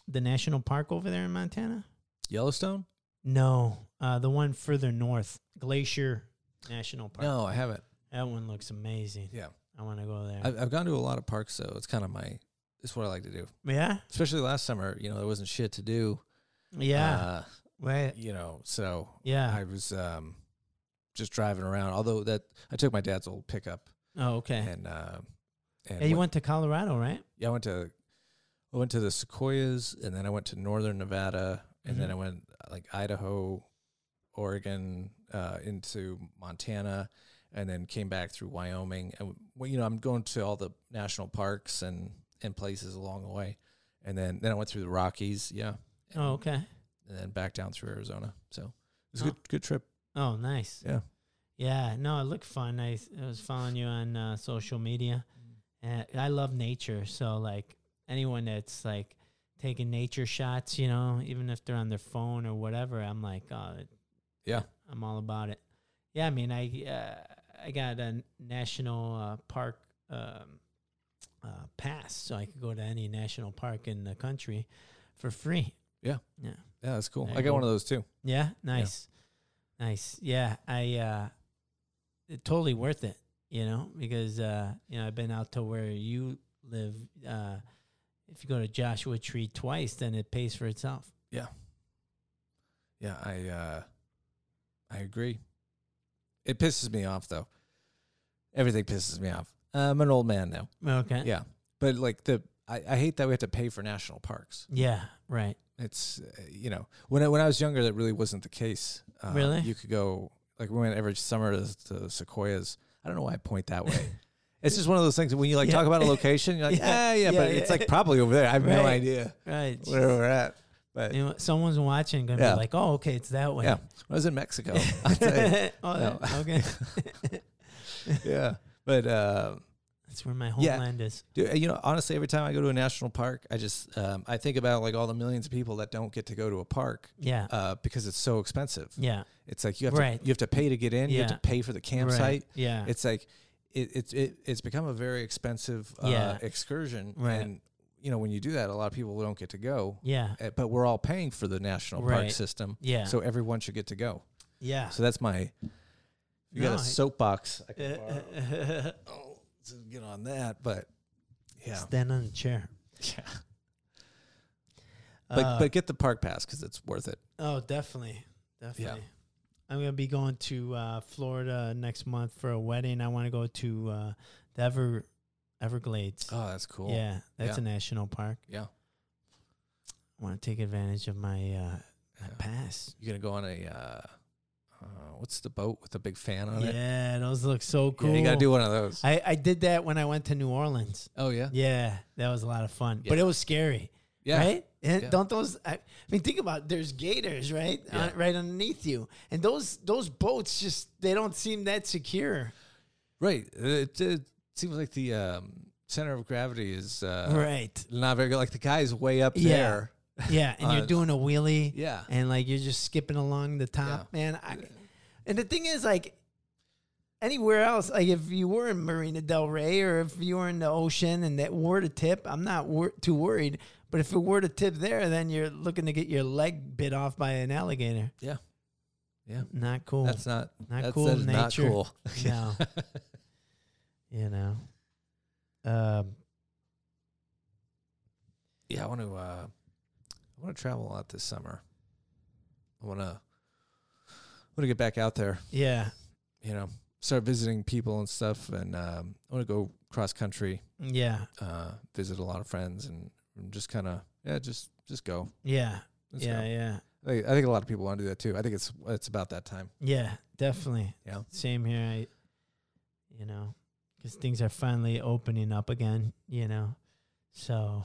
Speaker 2: the national park over there in Montana?
Speaker 3: Yellowstone.
Speaker 2: No, uh, the one further north, Glacier National Park.
Speaker 3: No, I haven't.
Speaker 2: That one looks amazing.
Speaker 3: Yeah.
Speaker 2: I want to go there.
Speaker 3: I've, I've gone to a lot of parks, so it's kind of my. It's what I like to do.
Speaker 2: yeah,
Speaker 3: especially last summer, you know, there wasn't shit to do.
Speaker 2: yeah,
Speaker 3: Uh,
Speaker 2: right.
Speaker 3: you know, so
Speaker 2: Yeah.
Speaker 3: I was um, just driving around. Although that I took my dad's old pickup
Speaker 2: oh, okay.
Speaker 3: and uh, and
Speaker 2: Yeah, you
Speaker 3: went,
Speaker 2: went to Colorado, right?
Speaker 3: yeah, I went to I went to the Sequoias and then I went to northern Nevada and then
Speaker 2: Mhm.
Speaker 3: I went uh, like Idaho, Oregon, uh, into Montana and then came back through Wyoming. And well, you know, I'm going to all the national parks and and places along the way. And then then I went through the Rockies, yeah. And
Speaker 2: Oh, okay.
Speaker 3: and then back down through Arizona. So it was
Speaker 2: Oh.
Speaker 3: a good good trip.
Speaker 2: Oh, nice.
Speaker 3: Yeah.
Speaker 2: Yeah. No, it looked fun. I, s- I was following you on uh, social media,
Speaker 3: Mm.
Speaker 2: and I love nature. So like anyone that's like taking nature shots, you know, even if they're on their phone or whatever, I'm like, oh, it-
Speaker 3: Yeah.
Speaker 2: I'm all about it. Yeah. I mean, I uh, I got a national uh, park um, uh, pass, so I could go to any national park in the country for free.
Speaker 3: Yeah, that's cool.
Speaker 2: There
Speaker 3: I
Speaker 2: you
Speaker 3: got
Speaker 2: go.
Speaker 3: one of those too.
Speaker 2: Yeah, nice. Nice. Yeah, I uh it, totally worth it, you know, because uh you know, I've been out to where you live uh if you go to Joshua Tree twice, then it pays for itself.
Speaker 3: Yeah, I uh I agree. It pisses me off though. Everything pisses me off. I'm an old man now.
Speaker 2: Okay.
Speaker 3: Yeah. But like the I, I hate that we have to pay for national parks.
Speaker 2: Yeah, right.
Speaker 3: It's uh, you know when I, when I was younger that really wasn't the case. Uh,
Speaker 2: Really?
Speaker 3: you could go like we went every summer to, to Sequoias. I don't know why I point that way. it's just one of those things that when you like
Speaker 2: Yeah.
Speaker 3: talk about a location, you're like,
Speaker 2: Yeah.
Speaker 3: yeah, yeah,
Speaker 2: Yeah,
Speaker 3: but
Speaker 2: yeah.
Speaker 3: it's like probably over there. I have no
Speaker 2: Right.
Speaker 3: idea.
Speaker 2: Right.
Speaker 3: where we're at. But
Speaker 2: You know, someone's watching gonna
Speaker 3: Yeah.
Speaker 2: be like, Oh, okay, it's that way.
Speaker 3: yeah, I was in Mexico. I'll tell you.
Speaker 2: oh,
Speaker 3: No.
Speaker 2: okay.
Speaker 3: yeah, but um,
Speaker 2: That's That's where my
Speaker 3: Yeah.
Speaker 2: homeland is.
Speaker 3: Dude, you know, honestly, every time I go to a national park, I just um, I think about like all the millions of people that don't get to go to a park
Speaker 2: Yeah.
Speaker 3: uh, because it's so expensive.
Speaker 2: yeah.
Speaker 3: It's like you have
Speaker 2: Right.
Speaker 3: to you have to pay to get in. You have
Speaker 2: Yeah.
Speaker 3: to pay for the campsite.
Speaker 2: Right. Yeah.
Speaker 3: It's like it, it's it, it's become a very expensive uh,
Speaker 2: Yeah.
Speaker 3: excursion.
Speaker 2: Right.
Speaker 3: And you know, when you do that, a lot of people don't get to go.
Speaker 2: yeah.
Speaker 3: Uh, But we're all paying for the national park
Speaker 2: Right.
Speaker 3: system,
Speaker 2: Yeah.
Speaker 3: so everyone should get to go.
Speaker 2: yeah.
Speaker 3: So that's my. You
Speaker 2: No,
Speaker 3: got
Speaker 2: I-
Speaker 3: a soapbox. I
Speaker 2: Uh,
Speaker 3: can borrow. oh, to get on that, but yeah,
Speaker 2: Stand on a chair.
Speaker 3: yeah. But
Speaker 2: Uh,
Speaker 3: but get the park pass because it's worth it.
Speaker 2: oh, definitely, definitely. I'm gonna be going to uh, Florida next month for a wedding. I want to go to uh, the Ever Everglades.
Speaker 3: Oh, that's cool.
Speaker 2: Yeah, that's a
Speaker 3: Yeah.
Speaker 2: national park.
Speaker 3: Yeah.
Speaker 2: I want to take advantage of my uh, my
Speaker 3: Yeah.
Speaker 2: pass.
Speaker 3: You gonna go on a uh, uh, what's the boat with the big fan on it?
Speaker 2: Yeah, those look so cool.
Speaker 3: Yeah, you gotta do one of those.
Speaker 2: I, I did that when I went to New Orleans.
Speaker 3: oh yeah,
Speaker 2: Yeah, that was a lot of fun, but it was scary,
Speaker 3: yeah,
Speaker 2: right? And
Speaker 3: Yeah.
Speaker 2: don't those? I, I mean, think about it, there's gators right,
Speaker 3: Yeah.
Speaker 2: Uh, right underneath you, and those those boats just they don't seem that secure,
Speaker 3: right. It, it seems like the um, center of gravity is uh,
Speaker 2: right?
Speaker 3: not very good. Like the guy's way up
Speaker 2: Yeah.
Speaker 3: there.
Speaker 2: Yeah, and
Speaker 3: uh,
Speaker 2: you're doing a wheelie,
Speaker 3: Yeah,
Speaker 2: and like you're just skipping along the top, man. I, and the thing is, like anywhere else, like if you were in Marina Del Rey or if you were in the ocean and that were to tip, I'm not wor- too worried. But if it were to tip there, then you're looking to get your leg bit off by an alligator.
Speaker 3: Yeah. Yeah.
Speaker 2: Not cool.
Speaker 3: that's not
Speaker 2: Not
Speaker 3: that's,
Speaker 2: cool,
Speaker 3: That is not
Speaker 2: nature.
Speaker 3: cool.
Speaker 2: no. you know. Um,
Speaker 3: Yeah, I want to. Uh, I want to travel a lot this summer. I want to. Want to get back out there.
Speaker 2: yeah.
Speaker 3: You know, start visiting people and stuff, and um, I want to go cross country,
Speaker 2: Yeah.
Speaker 3: uh, visit a lot of friends, and, and just kind of yeah, just just go.
Speaker 2: Yeah.
Speaker 3: Let's
Speaker 2: yeah.
Speaker 3: go.
Speaker 2: Yeah.
Speaker 3: I think, I think a lot of people want to do that too. I think it's it's about that time.
Speaker 2: Yeah. Definitely.
Speaker 3: Yeah.
Speaker 2: Same here. I, you know, because things are finally opening up again, you know. So,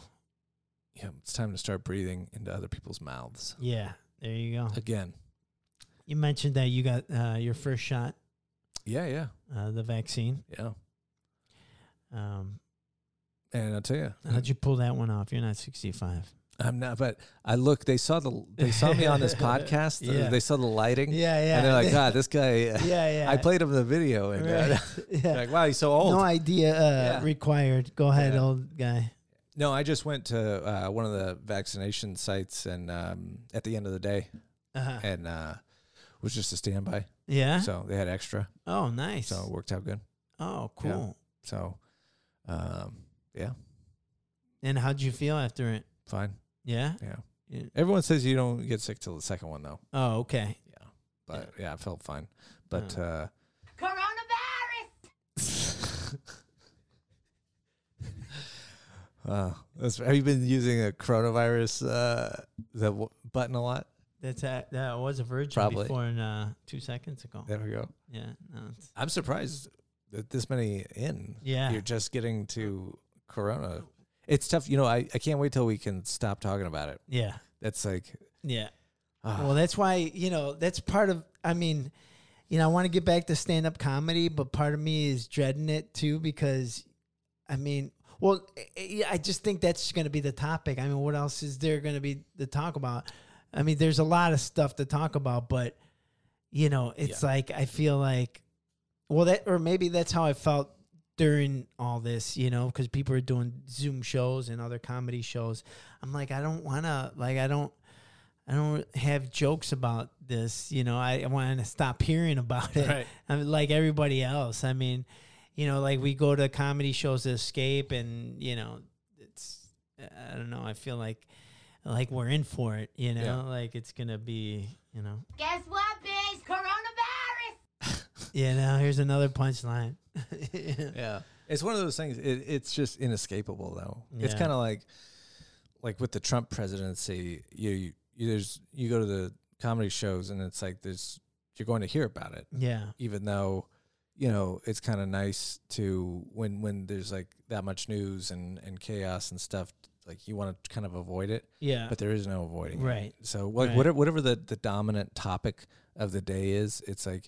Speaker 3: Yeah, it's time to start breathing into other people's mouths
Speaker 2: yeah. There you go.
Speaker 3: again.
Speaker 2: You mentioned that you got uh, your first shot,
Speaker 3: Yeah, yeah,
Speaker 2: uh, the vaccine.
Speaker 3: yeah.
Speaker 2: Um,
Speaker 3: And I'll tell you,
Speaker 2: how'd you pull that one off? You're not 65.
Speaker 3: I'm not. But I look. They saw the. They saw me on this podcast.
Speaker 2: Yeah.
Speaker 3: They saw the lighting.
Speaker 2: Yeah, yeah.
Speaker 3: And they're like, God, this guy. uh,
Speaker 2: yeah, yeah.
Speaker 3: I played him the video, and uh,
Speaker 2: Right.
Speaker 3: they're
Speaker 2: yeah.
Speaker 3: like, wow, he's so old.
Speaker 2: No
Speaker 3: No, I,
Speaker 2: idea uh,
Speaker 3: Yeah.
Speaker 2: required. Go ahead,
Speaker 3: Yeah.
Speaker 2: old guy.
Speaker 3: just went to uh, one of the vaccination sites, and um, at the end of the day,
Speaker 2: Uh-huh.
Speaker 3: and uh, was just a standby,
Speaker 2: Yeah.
Speaker 3: so they had extra,
Speaker 2: oh, Uh-huh. nice.
Speaker 3: so it worked out good.
Speaker 2: oh,
Speaker 3: yeah.
Speaker 2: cool.
Speaker 3: So, um, yeah,
Speaker 2: And how'd you feel after it?
Speaker 3: fine.
Speaker 2: Yeah.
Speaker 3: Everyone says you don't get sick till the second one, though.
Speaker 2: Oh, okay.
Speaker 3: Yeah, but yeah, I felt fine. But uh,
Speaker 4: Coronavirus!
Speaker 3: wow, Uh, that's, have you been using a coronavirus uh, the w- button a lot?
Speaker 2: That's a, that was a virgin
Speaker 3: Probably.
Speaker 2: before and uh, two seconds ago.
Speaker 3: There we go.
Speaker 2: Yeah. No, it's,
Speaker 3: I'm surprised that this many in.
Speaker 2: Yeah.
Speaker 3: You're just getting to Corona. It's tough. You know, I, I can't wait till we can stop talking about it.
Speaker 2: yeah.
Speaker 3: That's like,
Speaker 2: Yeah.
Speaker 3: ah,
Speaker 2: Well, that's why, you know, that's part of, I mean, you know, I want to get back to stand up comedy, but part of me is dreading it too because, I mean, well, I- I I just think that's going to be the topic. I mean, what else is there going to be to talk about? I mean, there's a lot of stuff to talk about, but, you know, it's like, I feel like, well, that, or maybe that's how I felt during all this, you know, because people are doing Zoom shows and other comedy shows. I'm like, I don't want to, like, I don't, I don't have jokes about this. You know, I, I want to stop hearing about it.
Speaker 3: Right.
Speaker 2: I'm like everybody else. I mean, you know, like we go to comedy shows to escape, and you know, it's I don't know. I feel like like we're in for it. You know,
Speaker 3: Yeah.
Speaker 2: like it's gonna be. You know,
Speaker 4: Guess what, bitch? Coronavirus!
Speaker 2: yeah. Now here's another punchline. yeah.
Speaker 3: yeah. It's one of those things. It, it's just inescapable, though. It's
Speaker 2: Yeah.
Speaker 3: kind of like, like with the Trump presidency, you, you, you there's you go to the comedy shows and it's like there's you're going to hear about it.
Speaker 2: yeah,
Speaker 3: even though you know it's kind of nice to when when there's like that much news and and chaos and stuff like you want to kind of avoid it but there is no avoiding it.
Speaker 2: Right.
Speaker 3: so like
Speaker 2: Right.
Speaker 3: whatever whatever the the dominant topic of the day is it's like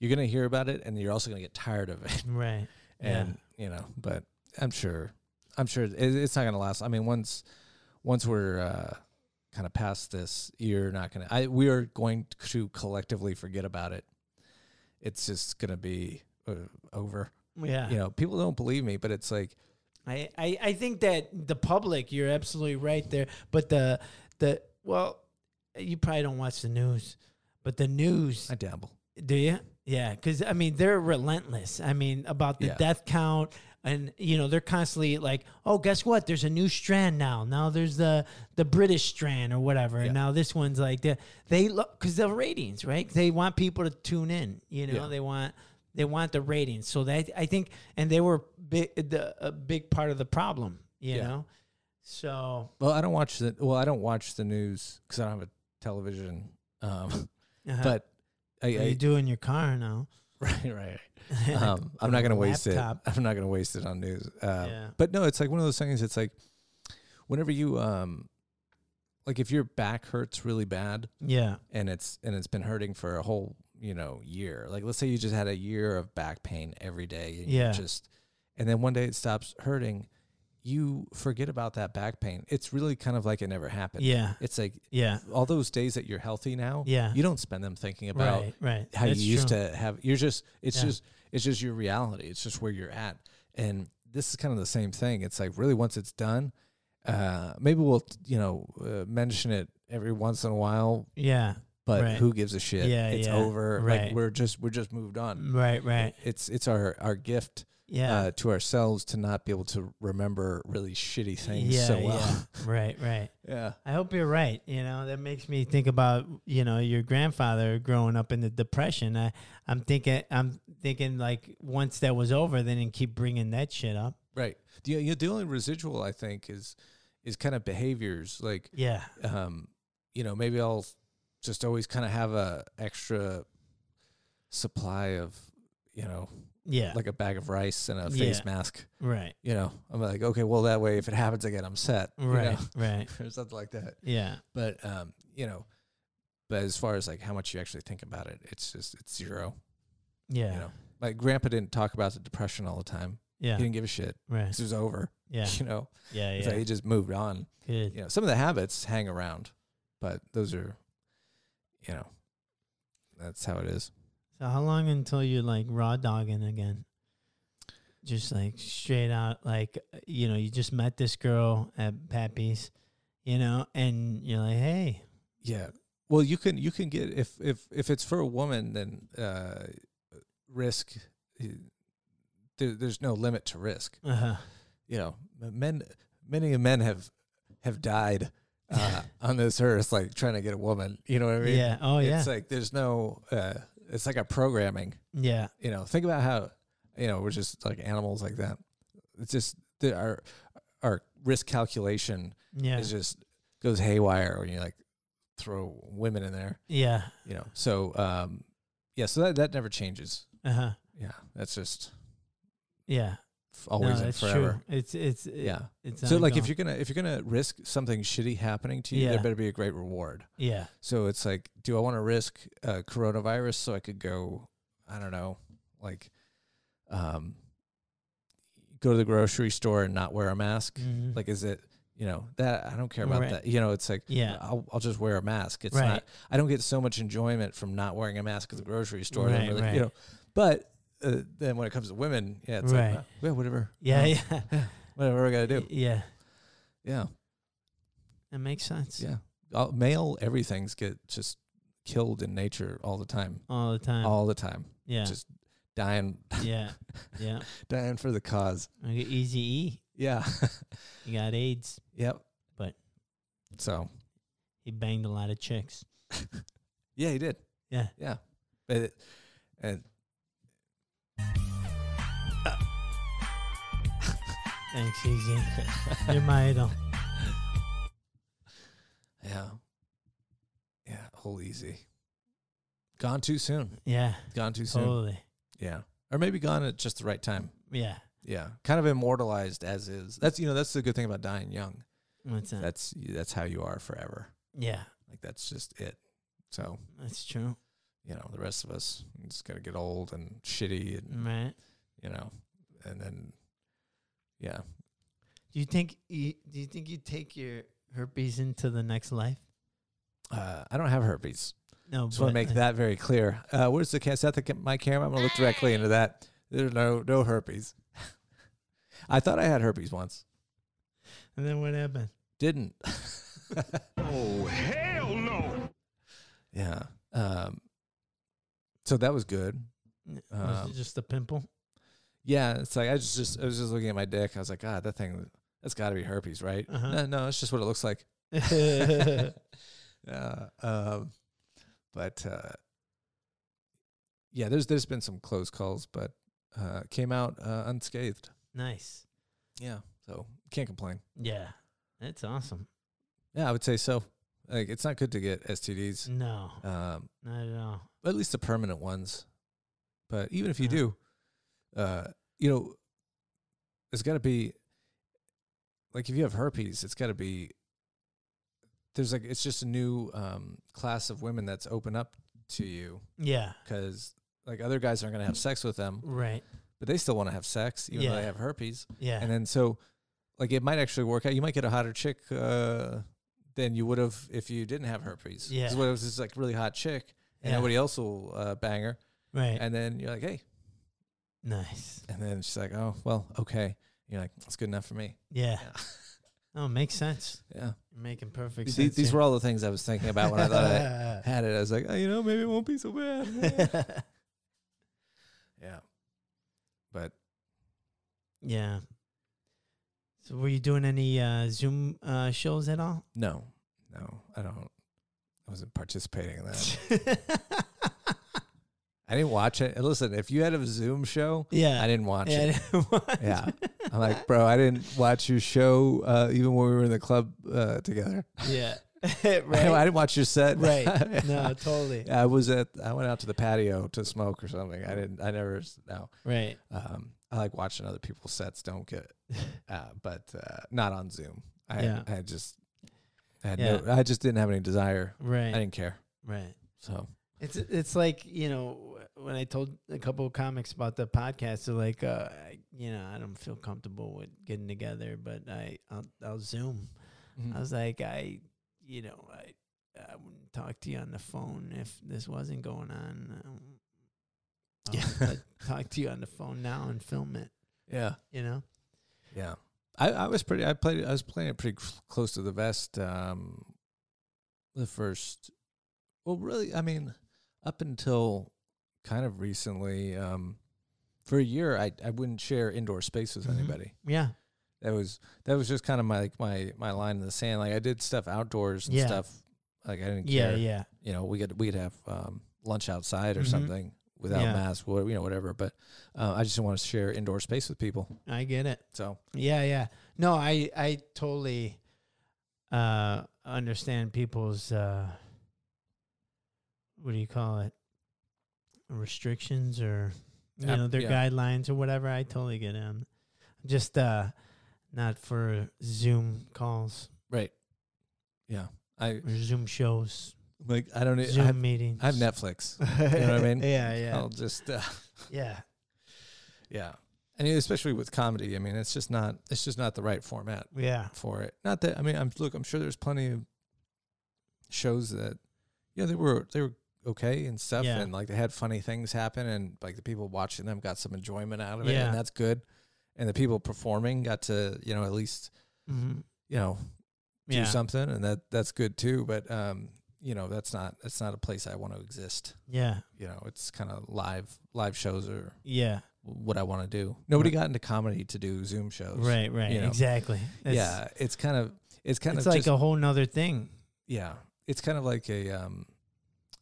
Speaker 3: you're going to hear about it and you're also going to get tired of it
Speaker 2: right.
Speaker 3: and you know but I'm sure. I'm sure it, it's not going to last. I mean, once once we're uh, kind of past this, you're not going to. I we are going to collectively forget about it. It's just going to be uh, over.
Speaker 2: Yeah.
Speaker 3: You know, people don't believe me, but it's like
Speaker 2: I, I, I think that the public, you're absolutely right there. But the the well, you probably don't watch the news, but the news,
Speaker 3: I dabble.
Speaker 2: do you? Yeah, because I mean they're relentless. I mean about the
Speaker 3: Yeah.
Speaker 2: death count, and you know they're constantly like, oh, guess what? There's a new strand now. Now there's the the British strand or whatever. And
Speaker 3: Yeah.
Speaker 2: now this one's like the, they look because the ratings, right? They want people to tune in. You know,
Speaker 3: Yeah.
Speaker 2: they want they want the ratings. So that I think, and they were big the a big part of the problem. You
Speaker 3: Yeah.
Speaker 2: know, so
Speaker 3: Well, I don't watch the well, I don't watch the news because I don't have a television. Um,
Speaker 2: uh,
Speaker 3: but I,
Speaker 2: what do you
Speaker 3: I
Speaker 2: do in your car now.
Speaker 3: right, right, right. um, I'm not going to waste
Speaker 2: Laptop.
Speaker 3: it. I'm not going to waste it on news. Uh,
Speaker 2: Yeah.
Speaker 3: But no, it's like one of those things. It's like whenever you, um, like if your back hurts really bad
Speaker 2: yeah,
Speaker 3: and it's and it's been hurting for a whole you know year. Like let's say you just had a year of back pain every day. And you
Speaker 2: Yeah.
Speaker 3: Just and then one day it stops hurting. You forget about that back pain. It's really kind of like it never happened.
Speaker 2: yeah,
Speaker 3: It's like
Speaker 2: yeah.
Speaker 3: all those days that you're healthy now.
Speaker 2: Yeah.
Speaker 3: You don't spend them thinking about
Speaker 2: right, right.
Speaker 3: how
Speaker 2: That's
Speaker 3: you used
Speaker 2: true.
Speaker 3: to have you're just it's
Speaker 2: Yeah.
Speaker 3: just it's just your reality it's just where you're at and this is kind of the same thing it's like really once it's done uh maybe we'll you know uh, mention it every once in a while
Speaker 2: Yeah.
Speaker 3: but
Speaker 2: Right.
Speaker 3: who gives a shit
Speaker 2: Yeah,
Speaker 3: it's
Speaker 2: yeah,
Speaker 3: over
Speaker 2: right.
Speaker 3: like we're just we're just moved on
Speaker 2: Right, right.
Speaker 3: it's it's our our gift
Speaker 2: Yeah.
Speaker 3: uh, to ourselves to not be able to remember really shitty things
Speaker 2: yeah,
Speaker 3: so well
Speaker 2: yeah. right, right.
Speaker 3: yeah
Speaker 2: I hope you're right. You know, that makes me think about, you know, your grandfather growing up in the depression. I I'm thinking I'm thinking like once that was over, then you keep bringing that shit up.
Speaker 3: right the, you know, the only residual i think is is kind of behaviors like
Speaker 2: Yeah.
Speaker 3: um, you know, maybe I'll just always kind of have a extra supply of, you know,
Speaker 2: Yeah.
Speaker 3: like a bag of rice and a
Speaker 2: Yeah.
Speaker 3: face mask.
Speaker 2: right.
Speaker 3: You know, I'm like, okay, well, that way, if it happens again, I'm set. you
Speaker 2: Right.
Speaker 3: know,
Speaker 2: Right.
Speaker 3: or something like that.
Speaker 2: Yeah.
Speaker 3: But, um, you know, but as far as like how much you actually think about it, it's just it's zero.
Speaker 2: Yeah.
Speaker 3: You know, like Grandpa didn't talk about the depression all the time.
Speaker 2: Yeah.
Speaker 3: He didn't give a shit.
Speaker 2: Right.
Speaker 3: This was over.
Speaker 2: Yeah.
Speaker 3: You know,
Speaker 2: Yeah.
Speaker 3: It's
Speaker 2: Yeah.
Speaker 3: like he just moved on.
Speaker 2: Good.
Speaker 3: you know, some of the habits hang around, but those are, you know, that's how it is.
Speaker 2: So how long until you're like raw dogging again? Just like straight out, like you know, you just met this girl at Pappy's, you know, and you're like, hey,
Speaker 3: Yeah. Well, you can you can get if if if it's for a woman, then uh, risk. eh, There, there's no limit to risk.
Speaker 2: uh,
Speaker 3: You know, m- men many men have have died uh, on this earth like trying to get a woman. You know what I mean?
Speaker 2: yeah, oh yeah,
Speaker 3: It's like there's no. Uh, it's like a programming.
Speaker 2: yeah,
Speaker 3: you know, think about how, you know, we're just like animals like that. It's just that our our risk calculation
Speaker 2: yeah,
Speaker 3: is just goes haywire when you like throw women in there,
Speaker 2: yeah,
Speaker 3: you know. So um yeah, so that that never changes.
Speaker 2: uh huh,
Speaker 3: Yeah, that's just
Speaker 2: yeah.
Speaker 3: f- always and
Speaker 2: that's
Speaker 3: forever.
Speaker 2: True. It's it's
Speaker 3: Yeah.
Speaker 2: It's
Speaker 3: So like
Speaker 2: ongoing.
Speaker 3: if you're going to if you're going to risk something shitty happening to you,
Speaker 2: Yeah.
Speaker 3: there better be a great reward.
Speaker 2: yeah,
Speaker 3: So it's like, do I want to risk uh, coronavirus so I could go, I don't know, like, um, go to the grocery store and not wear a mask?
Speaker 2: mhm,
Speaker 3: Like, is it, you know, that I don't care about
Speaker 2: Right.
Speaker 3: that. You know, it's like,
Speaker 2: Yeah.
Speaker 3: I'll, I'll just wear a mask. It's
Speaker 2: Right.
Speaker 3: not, I don't get so much enjoyment from not wearing a mask at the grocery store.
Speaker 2: Right,
Speaker 3: Right, really,
Speaker 2: right.
Speaker 3: You know, but uh, then when it comes to women, yeah, it's
Speaker 2: Right.
Speaker 3: like, "Oh, yeah, whatever.
Speaker 2: yeah,
Speaker 3: uh,
Speaker 2: yeah,
Speaker 3: Whatever I got to do.
Speaker 2: yeah.
Speaker 3: Yeah.
Speaker 2: That makes sense.
Speaker 3: Yeah. All, male, everything's get just killed in nature all the time.
Speaker 2: all the time.
Speaker 3: all the time,
Speaker 2: yeah,
Speaker 3: just- dying,
Speaker 2: yeah, yeah.
Speaker 3: dying for the cause.
Speaker 2: Like Easy E,
Speaker 3: Yeah,
Speaker 2: he got AIDS.
Speaker 3: yep.
Speaker 2: But-
Speaker 3: so
Speaker 2: He banged a lot of chicks.
Speaker 3: yeah, he did.
Speaker 2: Yeah.
Speaker 3: yeah. But it, and
Speaker 2: Thanks, Easy. You're my idol.
Speaker 3: yeah, yeah, whole easy. Gone too soon.
Speaker 2: Yeah,
Speaker 3: Gone too soon.
Speaker 2: totally.
Speaker 3: Yeah, or maybe gone at just the right time.
Speaker 2: Yeah.
Speaker 3: Yeah, kind of immortalized as is. That's you know that's the good thing about dying young.
Speaker 2: What's that?
Speaker 3: That's that's how you are forever.
Speaker 2: yeah,
Speaker 3: Like that's just it. So
Speaker 2: that's true.
Speaker 3: you know the rest of us just gonna get old and shitty and
Speaker 2: Right.
Speaker 3: you know, and then Yeah.
Speaker 2: Do you think you, do you think you take your herpes into the next life?
Speaker 3: Uh, I don't have herpes.
Speaker 2: No,
Speaker 3: Just want to
Speaker 2: but,
Speaker 3: make
Speaker 2: uh,
Speaker 3: that very clear. Uh, where's the cassette? At my camera. I'm gonna look directly into that. There's no no herpes. I thought I had herpes once.
Speaker 2: And then what happened?
Speaker 3: Didn't. yeah. Um, so that was good.
Speaker 2: Was
Speaker 3: Um,
Speaker 2: it just a pimple?
Speaker 3: Yeah. It's like I was just I was just looking at my dick. I was like, God, that thing. That's got to be herpes, right?
Speaker 2: Uh-huh.
Speaker 3: No, no, it's just what it looks like.
Speaker 2: yeah,
Speaker 3: yeah. Um, but uh, yeah, there's there's been some close calls, but uh, came out uh, unscathed.
Speaker 2: nice.
Speaker 3: Yeah. So can't complain.
Speaker 2: Yeah, that's awesome.
Speaker 3: Yeah, I would say so. Like it's not good to get STDs,
Speaker 2: No,
Speaker 3: um,
Speaker 2: not at all.
Speaker 3: at least the permanent ones. But even if you
Speaker 2: Yeah.
Speaker 3: do, uh, you know, it's got to be like if you have herpes, it's got to be. There's like it's just a new um, class of women that's open up to you.
Speaker 2: Yeah,
Speaker 3: because like other guys aren't going to have sex with them,
Speaker 2: right.
Speaker 3: but they still want to have sex even though
Speaker 2: Yeah.
Speaker 3: they have herpes.
Speaker 2: Yeah,
Speaker 3: And then so like it might actually work out. You might get a hotter chick uh, than you would have if you didn't have herpes. 'Cause
Speaker 2: Yeah.
Speaker 3: what if it's this like really hot chick and
Speaker 2: Yeah.
Speaker 3: nobody else will uh, bang her,
Speaker 2: right.
Speaker 3: and then you're like, hey,
Speaker 2: nice.
Speaker 3: and then she's like, oh well, okay. You're like, that's good enough for me.
Speaker 2: Yeah.
Speaker 3: Yeah.
Speaker 2: Oh, makes sense.
Speaker 3: Yeah.
Speaker 2: You're making perfect
Speaker 3: These,
Speaker 2: sense.
Speaker 3: these
Speaker 2: here.
Speaker 3: were all the things I was thinking about when I thought I had it. I was like, oh, you know, maybe it won't be so bad. yeah. But
Speaker 2: yeah. So, were you doing any uh, Zoom uh, shows at all?
Speaker 3: No, no, I don't. I wasn't participating in that. I didn't watch it. And listen, if you had a Zoom show,
Speaker 2: yeah.
Speaker 3: I didn't watch it.
Speaker 2: Yeah. I didn't watch.
Speaker 3: Yeah. I'm like, bro, I didn't watch your show uh, even when we were in the club uh, together.
Speaker 2: Yeah.
Speaker 3: I,
Speaker 2: right.
Speaker 3: didn't watch your set.
Speaker 2: right. No, totally.
Speaker 3: I was at. I went out to the patio to smoke or something. I didn't. I never. s- No.
Speaker 2: Right.
Speaker 3: Um, I like watching other people's sets. Don't get. It. Uh, but uh, not on Zoom. I.
Speaker 2: Yeah.
Speaker 3: I just. I had
Speaker 2: Yeah.
Speaker 3: no. I just didn't have any desire. I
Speaker 2: Right.
Speaker 3: didn't care.
Speaker 2: Right.
Speaker 3: So.
Speaker 2: It's it's like you know when I told a couple of comics about the podcast, they're like, uh, I- you know, I don't feel comfortable with getting together, but I I'll, I'll Zoom.
Speaker 3: Mm. mm-hmm.
Speaker 2: I was like, I, you know, I I wouldn't talk to you on the phone if this wasn't going on. Um, I'll, I'd talk to you on the phone now and film it.
Speaker 3: Yeah.
Speaker 2: You know.
Speaker 3: Yeah. I, I was pretty I played I was playing it pretty cl- close to the vest um the first well really I mean up until kind of recently um for a year I I wouldn't share indoor space with
Speaker 2: Mhm.
Speaker 3: anybody.
Speaker 2: Yeah.
Speaker 3: That was that was just kind of my like my my line in the sand like I did stuff outdoors and
Speaker 2: Yeah.
Speaker 3: stuff like I didn't
Speaker 2: Yeah.
Speaker 3: care.
Speaker 2: Yeah.
Speaker 3: You know, we could we'd have um lunch outside or
Speaker 2: Mhm.
Speaker 3: something without
Speaker 2: Yeah.
Speaker 3: masks or you know whatever but uh, I just didn't want to share indoor space with people.
Speaker 2: I get it.
Speaker 3: So,
Speaker 2: Yeah, yeah. No, I I totally uh understand people's uh what do you call it? restrictions or you
Speaker 3: Ap-
Speaker 2: know, their
Speaker 3: yeah.
Speaker 2: guidelines or whatever. I totally get them. Just uh not for Zoom calls
Speaker 3: right. Yeah. I
Speaker 2: or Zoom shows,
Speaker 3: Like I don't. e,
Speaker 2: Zoom
Speaker 3: I have,
Speaker 2: meetings.
Speaker 3: I have Netflix. You know what I mean?
Speaker 2: Yeah, yeah.
Speaker 3: I'll just. Uh,
Speaker 2: Yeah.
Speaker 3: yeah. And e, especially with comedy, I mean, it's just not. It's just not the right format
Speaker 2: Yeah.
Speaker 3: for it. Not that I mean, I'm look. I'm sure there's plenty of shows that, yeah, they were they were okay and stuff,
Speaker 2: Yeah.
Speaker 3: and like they had funny things happen, and like the people watching them got some enjoyment out of it,
Speaker 2: Yeah.
Speaker 3: and that's good. And the people performing got to you know at least
Speaker 2: Mm-hmm.
Speaker 3: you know do
Speaker 2: Yeah.
Speaker 3: something, and that that's good too. But um, you know, that's not that's not a place I want to exist.
Speaker 2: Yeah.
Speaker 3: you know, it's kind of live live shows are
Speaker 2: Yeah.
Speaker 3: what I want to do. Nobody got into comedy to do Zoom shows.
Speaker 2: Right, right.
Speaker 3: you know.
Speaker 2: Exactly. That's-
Speaker 3: yeah, it's kind of it's kind
Speaker 2: It's
Speaker 3: of
Speaker 2: like
Speaker 3: just-
Speaker 2: a whole nother thing.
Speaker 3: yeah, it's kind of like a um,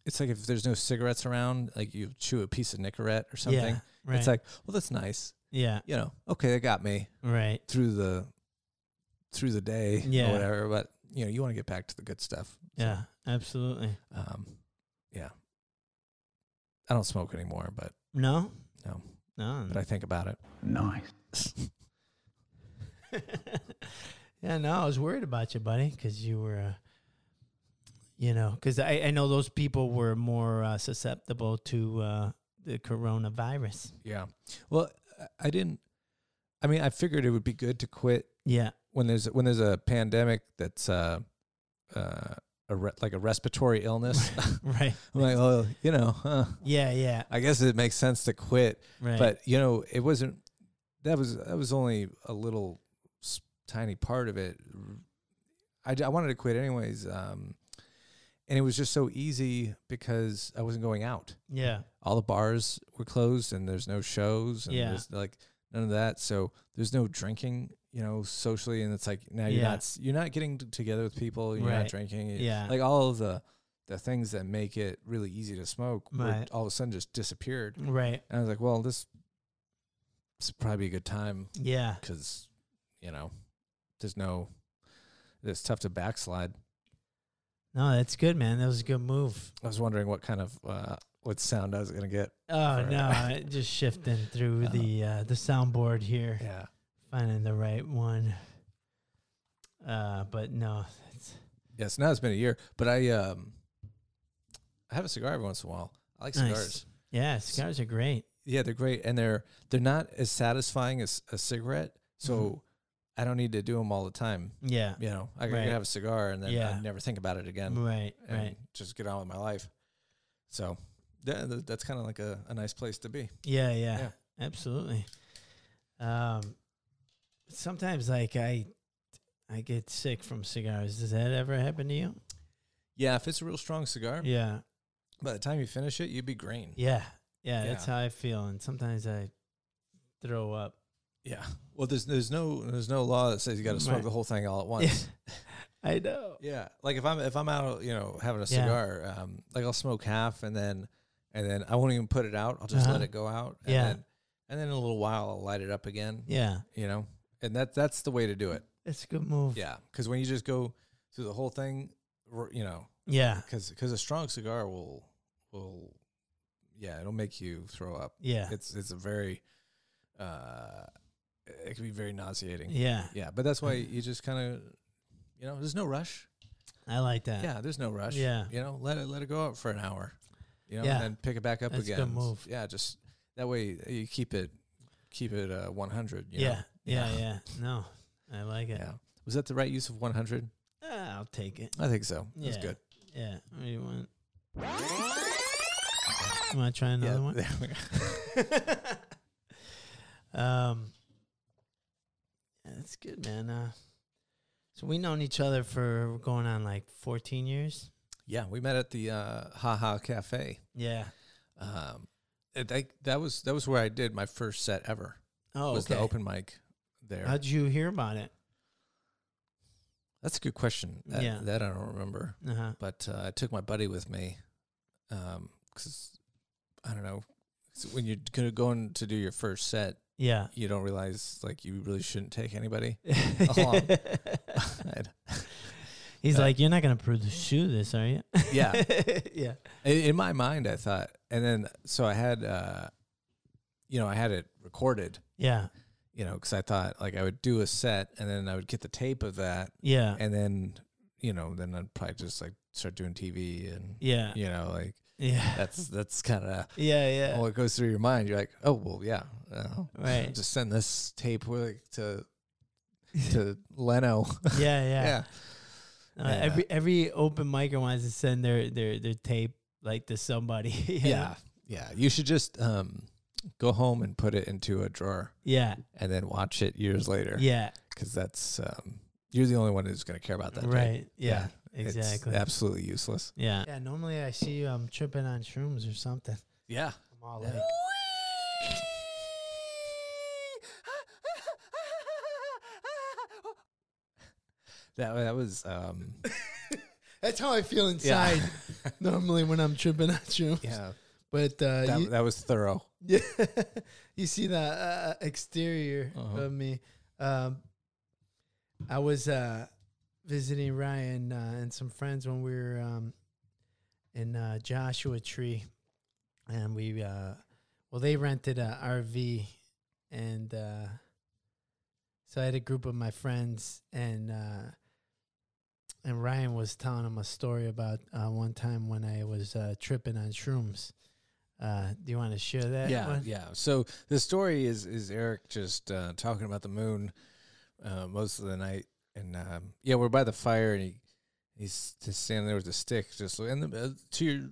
Speaker 3: it's like if there's no cigarettes around, like you chew a piece of Nicorette or something.
Speaker 2: Yeah, right.
Speaker 3: It's like, well, that's nice.
Speaker 2: yeah,
Speaker 3: You know, okay, they got me
Speaker 2: right.
Speaker 3: through the through the day
Speaker 2: Yeah.
Speaker 3: or whatever. But you know, you want to get back to the good stuff.
Speaker 2: Yeah, absolutely.
Speaker 3: Um, yeah. I don't smoke anymore, but
Speaker 2: No,
Speaker 3: no,
Speaker 2: no.
Speaker 3: but I think about it.
Speaker 2: yeah, no. I was worried about you, buddy, because you were, uh, you know, because I I know those people were more uh, susceptible to uh, the coronavirus.
Speaker 3: Yeah. Well, I- I didn't. I mean, I figured it would be good to quit
Speaker 2: Yeah.
Speaker 3: when there's when there's a pandemic that's uh, uh, a re- like a respiratory illness.
Speaker 2: Right.
Speaker 3: I'm like, oh, you know, huh,
Speaker 2: Yeah. Yeah.
Speaker 3: I guess it makes sense to quit.
Speaker 2: Right.
Speaker 3: But you know, it wasn't. That was that was only a little s- tiny part of it. I, j- I wanted to quit anyways, um, and it was just so easy because I wasn't going out.
Speaker 2: yeah.
Speaker 3: All the bars were closed, and there's no shows, and
Speaker 2: Yeah.
Speaker 3: there's like none of that. So there's no drinking, you know, socially, and it's like now you're
Speaker 2: Yeah.
Speaker 3: not s- you're not getting t- together with people, you're
Speaker 2: Right.
Speaker 3: not drinking, y-
Speaker 2: Yeah.
Speaker 3: like all of the the things that make it really easy to smoke were
Speaker 2: Right.
Speaker 3: all of a sudden just disappeared.
Speaker 2: Right.
Speaker 3: And I was like, well, this is probably a good time
Speaker 2: Yeah.
Speaker 3: because, you know, there's no, it's tough to backslide.
Speaker 2: No, that's good, man. That was a good move.
Speaker 3: I was wondering what kind of, uh, what sound I was going to get.
Speaker 2: Oh
Speaker 3: Correct.
Speaker 2: no, I- just shifting through
Speaker 3: Uh,
Speaker 2: the uh, the soundboard here,
Speaker 3: Yeah.
Speaker 2: finding the right one. Uh, but no, it's,
Speaker 3: Yes. Now it's been a year, but I, um, I have a cigar every once in a while. I like
Speaker 2: Nice.
Speaker 3: cigars.
Speaker 2: yeah, cigars are great.
Speaker 3: Yeah, they're great, and they're they're not as satisfying as a cigarette. So
Speaker 2: Mm-hmm.
Speaker 3: I don't need to do them all the time.
Speaker 2: Yeah,
Speaker 3: You know, I can
Speaker 2: Right.
Speaker 3: have a cigar and then
Speaker 2: Yeah.
Speaker 3: I never think about it again.
Speaker 2: right,
Speaker 3: and
Speaker 2: right.
Speaker 3: just get on with my life. So yeah, th- that's kind of like a, a nice place to be.
Speaker 2: Yeah, yeah,
Speaker 3: Yeah.
Speaker 2: absolutely. Um, sometimes like I, I get sick from cigars. Does that ever happen to you?
Speaker 3: Yeah, if it's a real strong cigar,
Speaker 2: Yeah,
Speaker 3: by the time you finish it, you'd be green.
Speaker 2: yeah, yeah. That's
Speaker 3: Yeah.
Speaker 2: how I feel, and sometimes I throw up.
Speaker 3: Yeah. Well, there's there's no there's no law that says you got to smoke
Speaker 2: Right.
Speaker 3: the whole thing all at once.
Speaker 2: I know.
Speaker 3: Yeah. Like if I'm if I'm out, you know, having a
Speaker 2: Yeah.
Speaker 3: cigar, um, like I'll smoke half and then and then I won't even put it out. I'll just let
Speaker 2: Uh-huh.
Speaker 3: it go out. And
Speaker 2: Yeah.
Speaker 3: Then, and then in a little while, I'll light it up again.
Speaker 2: Yeah,
Speaker 3: You know, and that that's the way to do it.
Speaker 2: it's a good move.
Speaker 3: Yeah. Because when you just go through the whole thing, r- you know,
Speaker 2: yeah,
Speaker 3: because because a strong cigar will will yeah it'll make you throw up
Speaker 2: yeah.
Speaker 3: it's it's a very uh it can be very nauseating yeah,
Speaker 2: Yeah,
Speaker 3: but that's why you just kind of you know there's no rush
Speaker 2: I like that.
Speaker 3: yeah there's no rush
Speaker 2: Yeah.
Speaker 3: you know let it let it go out for an hour you know
Speaker 2: Yeah.
Speaker 3: and then pick it back up
Speaker 2: That's a
Speaker 3: again
Speaker 2: good move.
Speaker 3: yeah just that way you keep it keep it uh 100 you know?
Speaker 2: yeah, yeah,
Speaker 3: Yeah.
Speaker 2: yeah. No, I like it.
Speaker 3: yeah was that the right use of 100
Speaker 2: Ah, I'll take it.
Speaker 3: i think so
Speaker 2: Yeah.
Speaker 3: that's good
Speaker 2: Yeah. What do you want? You want to try another one?
Speaker 3: there we go.
Speaker 2: Um, yeah, that's good, man. Uh, so we known each other for going on like 14 years.
Speaker 3: yeah we met at the uh haha cafe
Speaker 2: Yeah.
Speaker 3: Um, it- that that was that was where I did my first set ever.
Speaker 2: Oh,
Speaker 3: was
Speaker 2: okay.
Speaker 3: the open mic there?
Speaker 2: How'd you hear about it?
Speaker 3: That's a good question. That,
Speaker 2: Yeah.
Speaker 3: that I don't remember.
Speaker 2: Uh huh.
Speaker 3: But uh, I took my buddy with me because I don't know. 'cause when you're gonna going to do your first set,
Speaker 2: Yeah.
Speaker 3: you don't realize like you really shouldn't take anybody. Uh-huh. And-
Speaker 2: He's
Speaker 3: Uh,
Speaker 2: like, you're not gonna pursue this, are you?
Speaker 3: yeah,
Speaker 2: yeah.
Speaker 3: I- in my mind, I thought, and then so I had, uh, you know, I had it recorded,
Speaker 2: Yeah.
Speaker 3: you know, because I thought like I would do a set and then I would get the tape of that
Speaker 2: Yeah.
Speaker 3: and then you know then i'd probably just like start doing tv and
Speaker 2: Yeah.
Speaker 3: you know like
Speaker 2: Yeah.
Speaker 3: that's that's kind of
Speaker 2: Yeah. Yeah.
Speaker 3: all it goes through your mind you're like oh well yeah uh,
Speaker 2: Right.
Speaker 3: just send this tape like to to leno
Speaker 2: yeah, yeah.
Speaker 3: yeah
Speaker 2: Uh,
Speaker 3: Yeah.
Speaker 2: Every every open micer wants to send their their their tape like to somebody. you know?
Speaker 3: yeah yeah you should just um go home and put it into a drawer
Speaker 2: yeah,
Speaker 3: and then watch it years later
Speaker 2: yeah,
Speaker 3: because that's um you're the only one who's going to care about that tape.
Speaker 2: right. Yeah,
Speaker 3: It's
Speaker 2: exactly.
Speaker 3: absolutely useless
Speaker 2: Yeah, yeah. Normally I see you um tripping on shrooms or something.
Speaker 3: yeah
Speaker 2: I'm all
Speaker 3: Yeah.
Speaker 2: like,
Speaker 3: that, that was um
Speaker 2: that's how I feel
Speaker 3: yeah
Speaker 2: inside normally when I'm tripping on shrooms.
Speaker 3: yeah
Speaker 2: But uh,
Speaker 3: that,
Speaker 2: you,
Speaker 3: that was thorough
Speaker 2: Yeah, you see the uh, exterior
Speaker 3: Uh-huh.
Speaker 2: of me. Um, I was uh, visiting Ryan uh, and some friends when we were um, in uh, Joshua Tree, and we uh, well they rented a RV, and uh, so I had a group of my friends, and uh, and Ryan was telling them a story about uh, one time when I was uh, tripping on shrooms Uh, do you want to share that?
Speaker 3: yeah,
Speaker 2: one?
Speaker 3: yeah. So the story is is Eric just uh, talking about the moon uh, most of the night, and um, yeah, we're by the fire, and he he's just standing there with a stick, just look- and the, uh, to your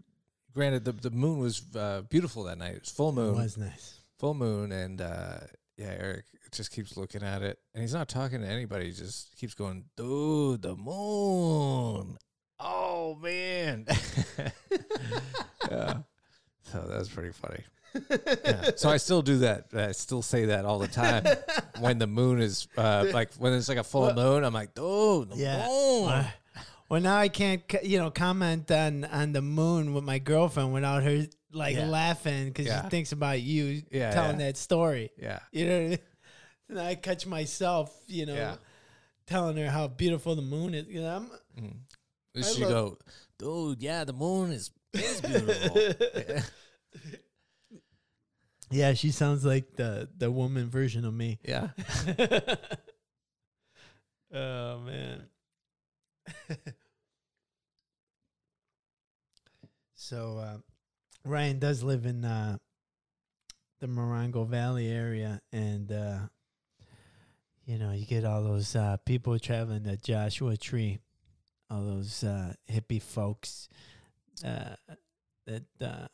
Speaker 3: granted, the the moon was uh, beautiful that night. It was full
Speaker 2: It
Speaker 3: moon,
Speaker 2: was nice.
Speaker 3: full moon, and uh, yeah, Eric just keeps looking at it, and he's not talking to anybody. He just keeps going, dude, the moon. Oh man. yeah. So that was pretty funny. Yeah. So I still do that. I still say that all the time when the moon is uh, like when it's like a full moon. I'm like, dude, the
Speaker 2: Yeah.
Speaker 3: moon.
Speaker 2: Uh, well, now I can't, c- you know, comment on on the moon with my girlfriend without her like
Speaker 3: Yeah.
Speaker 2: laughing because she
Speaker 3: Yeah.
Speaker 2: thinks about you
Speaker 3: Yeah,
Speaker 2: telling
Speaker 3: yeah.
Speaker 2: that story.
Speaker 3: Yeah.
Speaker 2: You know, what I mean? and I catch myself, you know,
Speaker 3: Yeah.
Speaker 2: telling her how beautiful the moon is. You know, I'm,
Speaker 3: And Mm-hmm. she
Speaker 2: love-
Speaker 3: go, dude, yeah, the moon is is beautiful.
Speaker 2: yeah, she sounds like the the woman version of me.
Speaker 3: yeah.
Speaker 2: oh man. so uh, Ryan does live in uh, the Morongo Valley area, and uh, you know you get all those uh, people traveling to Joshua Tree, all those uh, hippie folks uh, that uh,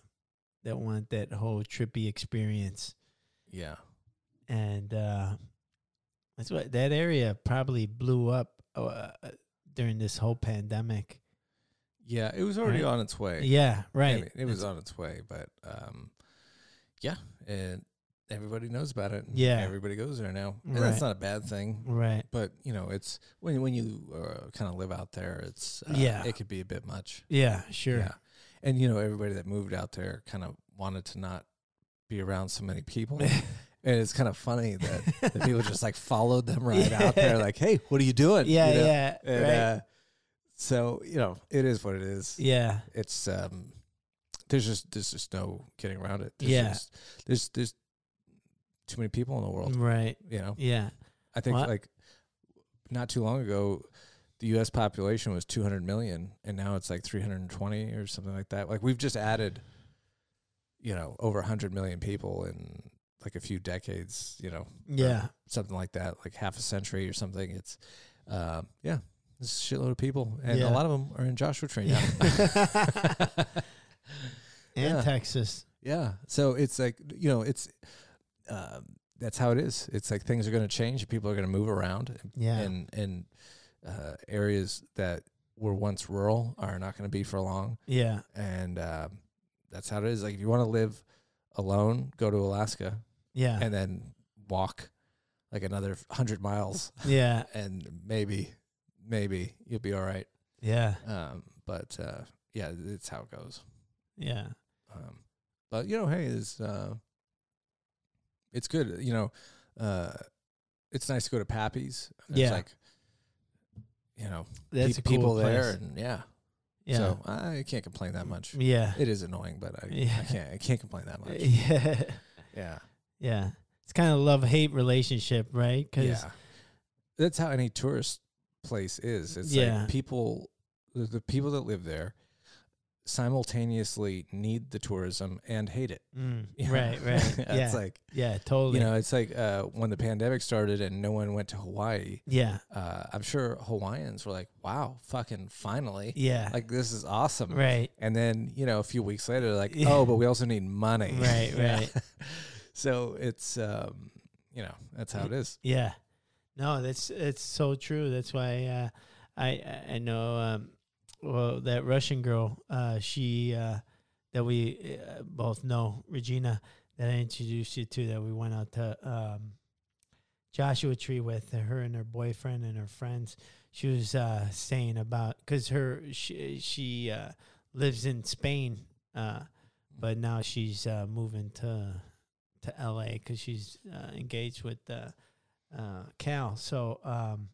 Speaker 2: that want that whole trippy experience
Speaker 3: Yeah.
Speaker 2: and uh, that's what that area probably blew up uh, during this whole pandemic.
Speaker 3: Yeah. It was already
Speaker 2: Right.
Speaker 3: on its way.
Speaker 2: Yeah,
Speaker 3: I
Speaker 2: right.
Speaker 3: mean, it was on its way, but um, yeah, and everybody knows about it. and
Speaker 2: Yeah.
Speaker 3: everybody goes there now, and that's
Speaker 2: Right. Mm.
Speaker 3: not a bad thing.
Speaker 2: right.
Speaker 3: But you know, it's when when you uh, kind of live out there, it's uh,
Speaker 2: Yeah.
Speaker 3: it could be a bit much.
Speaker 2: Yeah, sure.
Speaker 3: Yeah, and you know, everybody that moved out there kind of wanted to not be around so many people. and it's kind of funny that the people just like followed them right out there, like, "Hey, what are you doing?" you
Speaker 2: Yeah,
Speaker 3: know?
Speaker 2: yeah,
Speaker 3: And,
Speaker 2: right.
Speaker 3: uh, so you know, it is what it is
Speaker 2: yeah,
Speaker 3: it's um there's just there's just no getting around it. There's
Speaker 2: Yeah.
Speaker 3: just- there's there's too many people in the world.
Speaker 2: right.
Speaker 3: You know,
Speaker 2: Yeah,
Speaker 3: I think
Speaker 2: Mm. Well, I-
Speaker 3: like not too long ago, the U.S. population was 200 million, and now it's like 320 or something like that. Like we've just added, you know, over 100 million people in like a few decades. You know,
Speaker 2: yeah,
Speaker 3: something like that, like half a century or something. It's, uh, yeah, it's a shitload of people, and
Speaker 2: Yeah.
Speaker 3: a lot of them are in Joshua Tree now.
Speaker 2: and
Speaker 3: Yeah.
Speaker 2: Texas.
Speaker 3: Yeah. So it's like you know, it's um that's how it is. It's like things are going to change. People are going to move around, and
Speaker 2: Yeah.
Speaker 3: and, and uh, areas that were once rural are not going to be for long.
Speaker 2: Yeah,
Speaker 3: And um that's how it is. Like if you want to live alone, go to Alaska
Speaker 2: yeah,
Speaker 3: and then walk like another hundred miles,
Speaker 2: yeah,
Speaker 3: and maybe maybe you'll be all right.
Speaker 2: yeah,
Speaker 3: Um, but uh, yeah, it's how it goes.
Speaker 2: yeah,
Speaker 3: Um, but you know, hey, it's uh, it's good. You know, uh, it's nice to go to Pappy's. There's
Speaker 2: Yeah.
Speaker 3: like you know,
Speaker 2: That's a
Speaker 3: pe-
Speaker 2: cool
Speaker 3: people there,
Speaker 2: place.
Speaker 3: and yeah.
Speaker 2: yeah,
Speaker 3: So I can't complain that much.
Speaker 2: yeah,
Speaker 3: It is annoying, but I,
Speaker 2: Yeah.
Speaker 3: I can't I can't complain that much.
Speaker 2: yeah,
Speaker 3: Yeah,
Speaker 2: yeah. It's kind of love hate relationship, right? Because
Speaker 3: yeah. That's how any tourist place is. It's
Speaker 2: Yeah.
Speaker 3: like people, the, the people that live there, simultaneously need the tourism and hate it. You know?
Speaker 2: Mm, right, right, yeah,
Speaker 3: it's like
Speaker 2: yeah, totally,
Speaker 3: you know it's like uh, when the pandemic started and no one went to hawaii
Speaker 2: yeah,
Speaker 3: uh, i'm sure hawaiians were like wow fucking finally
Speaker 2: yeah,
Speaker 3: like this is awesome
Speaker 2: right.
Speaker 3: and then you know a few weeks later they're like
Speaker 2: Yeah.
Speaker 3: oh but we also need money
Speaker 2: Right,
Speaker 3: Yeah.
Speaker 2: right.
Speaker 3: so it's um you know that's how it is
Speaker 2: Yeah. No, that's it's so true. That's why uh, I I- I know um, well that Russian girl uh, she uh, that we uh, both know Regina that I introduced you to that we went out to um, Joshua Tree with uh, her and her boyfriend and her friends. She was uh, saying about because her she she uh, lives in Spain, uh, but now she's uh, moving to to L.A. because she's uh, engaged with uh, uh, Cal. So um,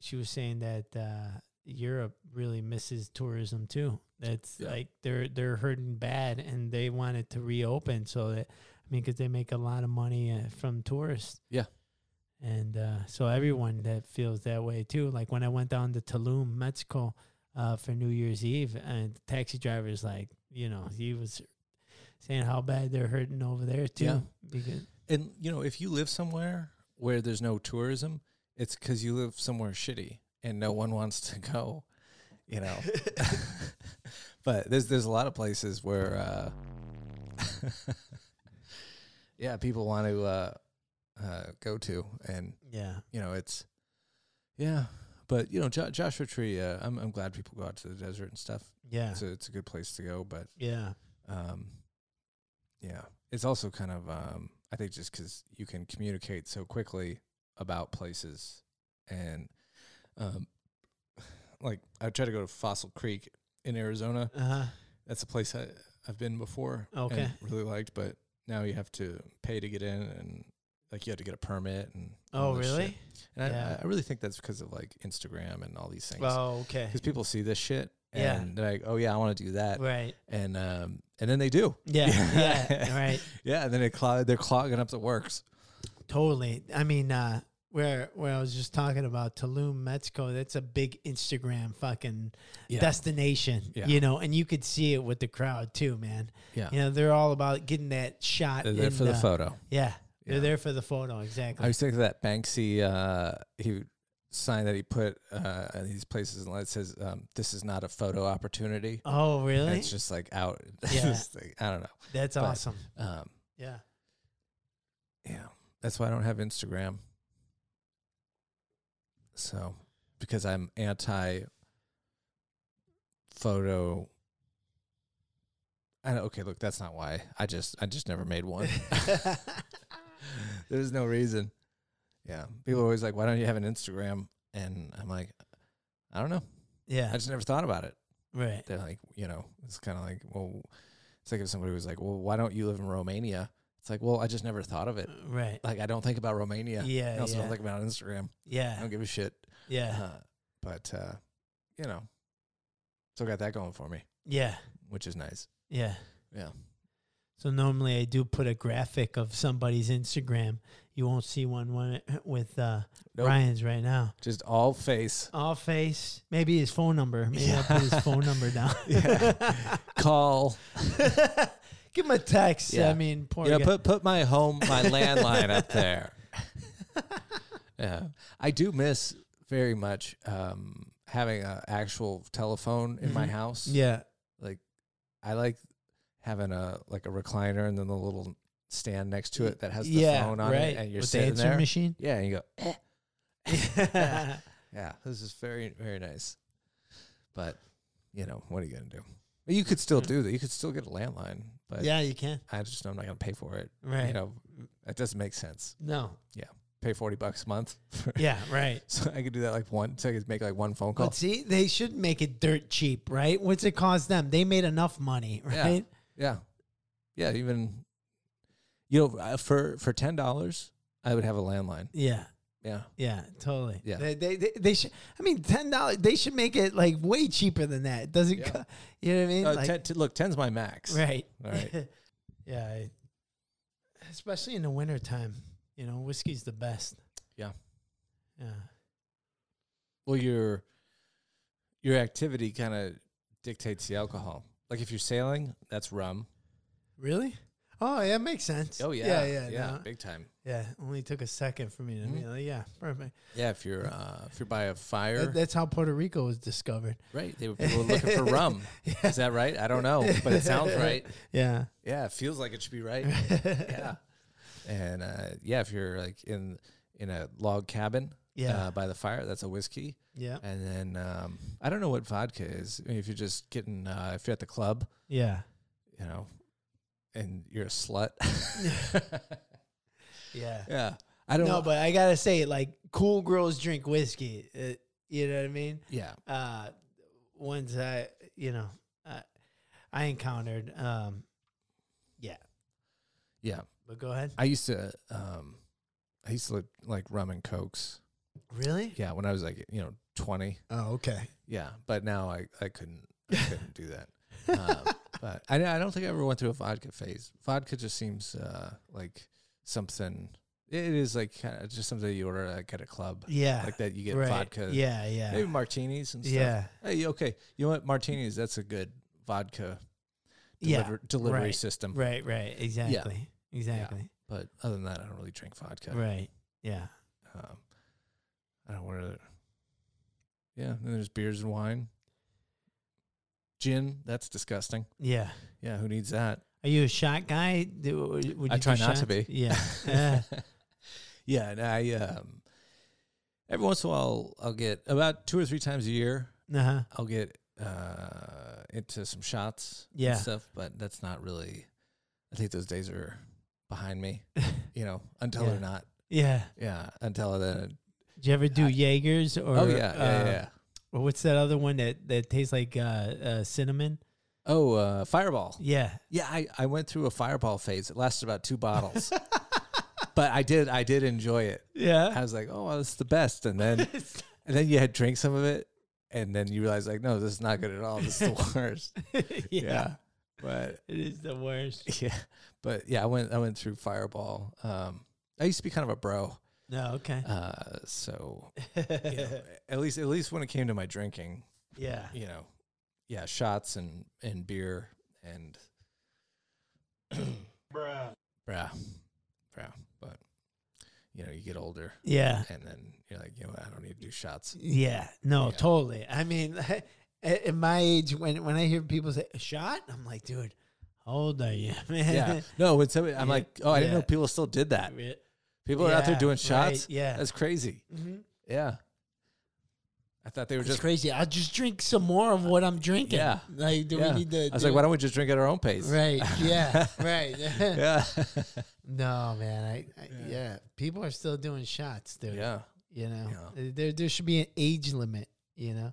Speaker 2: she was saying that uh, Europe really misses tourism too. That's
Speaker 3: Yeah.
Speaker 2: like they're they're hurting bad, and they wanted to reopen so that I mean, because they make a lot of money uh, from tourists.
Speaker 3: Yeah.
Speaker 2: And uh, so everyone that feels that way too. Like when I went down to Tulum, Mexico, uh, for New Year's Eve, and the taxi driver's like, you know, he was
Speaker 5: saying how bad they're hurting over there too.
Speaker 3: Yeah.
Speaker 5: Because
Speaker 3: And you know, if you live somewhere where there's no tourism, it's because you live somewhere shitty and no one wants to go. You know, but there's there's a lot of places where, uh, yeah, people want to uh, uh, go to, and
Speaker 2: Yeah.
Speaker 3: you know, it's yeah. But you know, jo- Joshua Tree, uh, I'm I'm glad people go out to the desert and stuff.
Speaker 2: Yeah.
Speaker 3: It's a, it's a good place to go, but
Speaker 2: Yeah.
Speaker 3: um, yeah, it's also kind of um, I think just because you can communicate so quickly about places, and um, like I try to go to Fossil Creek in Arizona.
Speaker 2: Uh huh.
Speaker 3: That's a place I, I've been before.
Speaker 2: Okay.
Speaker 3: and really liked, but now you have to pay to get in, and like you have to get a permit and all
Speaker 2: Oh,
Speaker 3: this shit.
Speaker 2: really?
Speaker 3: And
Speaker 2: Yeah.
Speaker 3: I, I really think that's because of like Instagram and all these things.
Speaker 2: Oh, okay.
Speaker 3: because people see this shit and
Speaker 2: Yeah.
Speaker 3: they're like, "Oh yeah, I want to do that,"
Speaker 2: Right.
Speaker 3: and um, and then they do.
Speaker 2: Yeah. Yeah. right.
Speaker 3: Yeah, and then it clog, they're clogging up the works.
Speaker 2: Totally. I mean, uh, where where I was just talking about Tulum, Mexico, that's a big Instagram fucking
Speaker 3: Yeah.
Speaker 2: destination,
Speaker 3: Yeah.
Speaker 2: you know, and you could see it with the crowd too, man.
Speaker 3: Yeah.
Speaker 2: You know, they're all about getting that shot.
Speaker 3: They're there
Speaker 2: in
Speaker 3: for the photo.
Speaker 2: Yeah. They're
Speaker 3: Yeah.
Speaker 2: there for the photo,
Speaker 3: I
Speaker 2: exactly.
Speaker 3: was thinking of that Banksy uh, he sign that he put uh, at these places and it says, um, "This is not a photo opportunity."
Speaker 2: oh,
Speaker 3: And
Speaker 2: really?
Speaker 3: It's just like out.
Speaker 2: Yeah.
Speaker 3: It's like, I don't know.
Speaker 2: That's
Speaker 3: but-
Speaker 2: awesome.
Speaker 3: Um,
Speaker 2: Yeah.
Speaker 3: yeah, that's why I don't have Instagram. So, because I'm anti photo. I don't, okay, look, that's not why. I just I just never made one. There's no reason. Yeah. People are always like, why don't you have an Instagram? And I'm like, I don't know. I
Speaker 2: yeah.
Speaker 3: just never thought about it.
Speaker 2: Right.
Speaker 3: They're like, you know, it's kind of like, well, it's like if somebody was like, well, why don't you live in Romania? It's like, well, I just never thought of it.
Speaker 2: Right.
Speaker 3: Like, I don't think about Romania.
Speaker 2: Yeah,
Speaker 3: I also
Speaker 2: yeah. Uh-huh.
Speaker 3: don't think about Instagram. I
Speaker 2: Yeah.
Speaker 3: don't give a shit.
Speaker 2: Yeah.
Speaker 3: Uh, but, uh, you know, still got that going for me,
Speaker 2: Yeah.
Speaker 3: which is nice.
Speaker 2: Yeah.
Speaker 3: Yeah.
Speaker 2: So normally I do put a graphic of somebody's Instagram. You won't see one when with uh,
Speaker 3: Nope.
Speaker 2: Ryan's right now.
Speaker 3: Just all face.
Speaker 2: All face. Maybe his phone number. Maybe I'll
Speaker 3: Yeah.
Speaker 2: put his phone number down.
Speaker 3: Yeah. Call.
Speaker 2: Give him a text. I
Speaker 3: Yeah.
Speaker 2: mean, poor
Speaker 3: yeah,
Speaker 2: guy.
Speaker 3: put put my home, my landline up there. yeah, I do miss very much um, having an actual telephone in my
Speaker 2: Mhm.
Speaker 3: house.
Speaker 2: yeah.
Speaker 3: like I like having a like a recliner and then the little stand next to it that has the
Speaker 2: yeah,
Speaker 3: phone on
Speaker 2: right.
Speaker 3: it, and you're
Speaker 2: With the
Speaker 3: sitting
Speaker 2: answer
Speaker 3: there.
Speaker 2: machine.
Speaker 3: Yeah, and you go. "Eh."
Speaker 2: yeah.
Speaker 3: Yeah, this is very very nice, but you know what are you gonna do? You could still
Speaker 2: Mm-hmm.
Speaker 3: do that. You could still get a landline, but
Speaker 2: you can.
Speaker 3: I just know I'm not gonna pay for it.
Speaker 2: Right.
Speaker 3: You know, that doesn't make sense.
Speaker 2: No.
Speaker 3: Pay forty bucks a month. for-
Speaker 2: Yeah, right.
Speaker 3: so I could do that like one. So I could make like one phone call.
Speaker 2: But see, they should make it dirt cheap, right? What's it cost them? They made enough money,
Speaker 3: Yeah.
Speaker 2: right?
Speaker 3: yeah, yeah. Even you know, uh, for for ten dollars, I would have a landline.
Speaker 2: Yeah.
Speaker 3: Yeah,
Speaker 2: Yeah, totally.
Speaker 3: Yeah.
Speaker 2: they they, they, they should. I mean, ten dollars. They should make it like way cheaper than that. It Doesn't
Speaker 3: Yeah.
Speaker 2: co- you know what I mean?
Speaker 3: uh,
Speaker 2: like,
Speaker 3: 10 t- look, ten's my max.
Speaker 2: right.
Speaker 3: All right.
Speaker 2: yeah, I, especially in the wintertime. You know, whiskey's the best.
Speaker 3: Yeah.
Speaker 2: Yeah.
Speaker 3: Well, your your activity kind of dictates the alcohol. Like if you're sailing, that's rum.
Speaker 2: Really? Oh, yeah, makes sense.
Speaker 3: Oh yeah,
Speaker 2: yeah, yeah, no.
Speaker 3: big time.
Speaker 2: yeah. Only took a second for me to
Speaker 3: Mhm.
Speaker 2: be like, yeah, perfect.
Speaker 3: Yeah, if you're uh, if you're by a fire,
Speaker 2: That, that's how Puerto Rico was discovered.
Speaker 3: right? They were, people were looking for rum. Is that right? I don't know, but it sounds right.
Speaker 2: Yeah,
Speaker 3: Yeah, it feels like it should be right. yeah. And uh, yeah, if you're like in in a log cabin
Speaker 2: Yeah.
Speaker 3: uh, by the fire, that's a whiskey.
Speaker 2: yeah,
Speaker 3: And then um, I don't know what vodka is. I mean, if you're just getting, uh, if you're at the club,
Speaker 2: yeah,
Speaker 3: you know, and you're a slut.
Speaker 2: yeah.
Speaker 3: yeah. I don't
Speaker 2: No,
Speaker 3: know.
Speaker 2: but I gotta say, like, cool girls drink whiskey. Uh, you know what I mean?
Speaker 3: Yeah.
Speaker 2: Uh, ones I, you know, I, I encountered. Um, yeah,
Speaker 3: Yeah.
Speaker 2: but go ahead.
Speaker 3: I used to, um, I used to like rum and cokes.
Speaker 2: Really?
Speaker 3: Yeah. When I was like, you know, 20.
Speaker 2: Oh, okay.
Speaker 3: Yeah, but now I, I couldn't I couldn't do that. Um, but I I don't think I ever went through a vodka phase. Vodka just seems uh, like something. It is like kind of just something you order like at a club,
Speaker 2: Yeah,
Speaker 3: like that. You get
Speaker 2: right.
Speaker 3: vodka,
Speaker 2: Yeah, yeah,
Speaker 3: maybe martinis and stuff.
Speaker 2: yeah,
Speaker 3: Hey, okay, you know what? Martinis, that's a good vodka
Speaker 6: Yeah,
Speaker 3: deliver, delivery
Speaker 6: right,
Speaker 3: system.
Speaker 2: Right, right. Exactly. Exactly.
Speaker 3: But other than that, I don't really drink vodka.
Speaker 2: Right. Yeah.
Speaker 3: Um, I don't want to. Yeah, then there's beers and wine. Gin, that's disgusting.
Speaker 2: Yeah.
Speaker 3: Yeah, who needs that?
Speaker 2: Are you a shot guy? Do, would you
Speaker 3: I
Speaker 2: do
Speaker 3: try not to
Speaker 2: shots?
Speaker 3: be.
Speaker 2: Yeah. Uh,
Speaker 3: yeah, and I um, every once in a while I'll get about two or three times a year
Speaker 2: uh-huh.
Speaker 3: I'll get uh into some shots
Speaker 2: Yeah.
Speaker 3: and stuff, but that's not really. I think those days are behind me. you know, until
Speaker 2: Yeah.
Speaker 3: they're not.
Speaker 2: Yeah.
Speaker 3: Yeah, until then.
Speaker 2: Do you ever do
Speaker 3: I-
Speaker 2: Jaegers or?
Speaker 3: oh yeah, yeah,
Speaker 2: uh,
Speaker 3: yeah.
Speaker 2: Or what's that other one that that tastes like uh, uh cinnamon?
Speaker 3: Oh, uh, Fireball.
Speaker 2: Yeah.
Speaker 3: Yeah, I, I went through a Fireball phase. It lasted about two bottles, but I did I did enjoy it. I
Speaker 2: Yeah.
Speaker 3: was like, oh, well, this is the best. And then and then you had drink some of it, and then you realize like, no, this is not good at all. This is the worst.
Speaker 2: yeah.
Speaker 3: yeah, but
Speaker 2: It is the worst.
Speaker 3: yeah, but yeah, I went I went through Fireball. Um, I used to be kind of a bro,
Speaker 2: No. Okay.
Speaker 3: uh, so you know, at least at least when it came to my drinking,
Speaker 2: yeah.
Speaker 3: you know, yeah, shots and and beer and bruh, bruh. But you know, you get older,
Speaker 2: Yeah.
Speaker 3: and then you're like, you know, I don't need to do shots.
Speaker 2: Yeah. No.
Speaker 3: Yeah.
Speaker 2: Totally. I mean, at, at my age, when when I hear people say a shot, I'm like, dude, how old are you,
Speaker 3: Yeah,
Speaker 2: man?
Speaker 3: no. When somebody, I'm
Speaker 2: Yeah,
Speaker 3: like, oh, I didn't
Speaker 2: yeah.
Speaker 3: know people still did that. People are out there
Speaker 2: Yeah,
Speaker 3: doing
Speaker 2: right,
Speaker 3: shots.
Speaker 2: yeah.
Speaker 3: that's crazy.
Speaker 2: hmm
Speaker 3: Yeah, I thought they were
Speaker 2: It's
Speaker 3: just
Speaker 2: crazy. I'll just drink some more of what I'm drinking.
Speaker 3: Yeah.
Speaker 2: Like, do
Speaker 3: Yeah.
Speaker 2: we need to?
Speaker 3: I was
Speaker 2: do-
Speaker 3: like, why don't we just drink at our own pace?
Speaker 2: Right. Yeah. right.
Speaker 3: Yeah.
Speaker 2: No, man. I, I yeah. People are still doing shots, dude.
Speaker 3: yeah.
Speaker 2: You know,
Speaker 3: Yeah.
Speaker 2: There- there there should be an age limit. You know,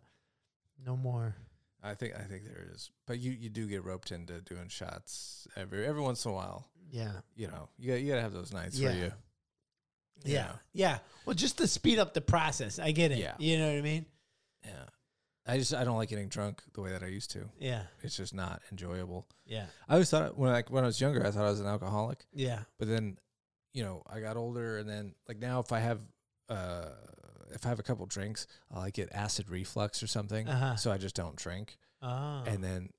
Speaker 2: no more.
Speaker 3: I think I think there is, but you you do get roped into doing shots every every once in a while.
Speaker 2: Yeah.
Speaker 3: You know, you got you gotta have those nights
Speaker 2: Yeah.
Speaker 3: where you. you
Speaker 2: Yeah.
Speaker 3: know,
Speaker 2: Yeah. Well, just to speed up the process. I get it.
Speaker 3: Yeah.
Speaker 2: You know what I mean?
Speaker 3: yeah. I just I don't like getting drunk the way that I used to.
Speaker 2: Yeah.
Speaker 3: It's just not enjoyable.
Speaker 2: Yeah.
Speaker 3: I always thought when like when I was younger, I thought I was an alcoholic,
Speaker 2: Yeah.
Speaker 3: but then, you know, I got older, and then like now, if I have uh if I have a couple drinks, I like get acid reflux or something,
Speaker 2: Uh-huh.
Speaker 3: so I just don't drink.
Speaker 2: Oh.
Speaker 3: and then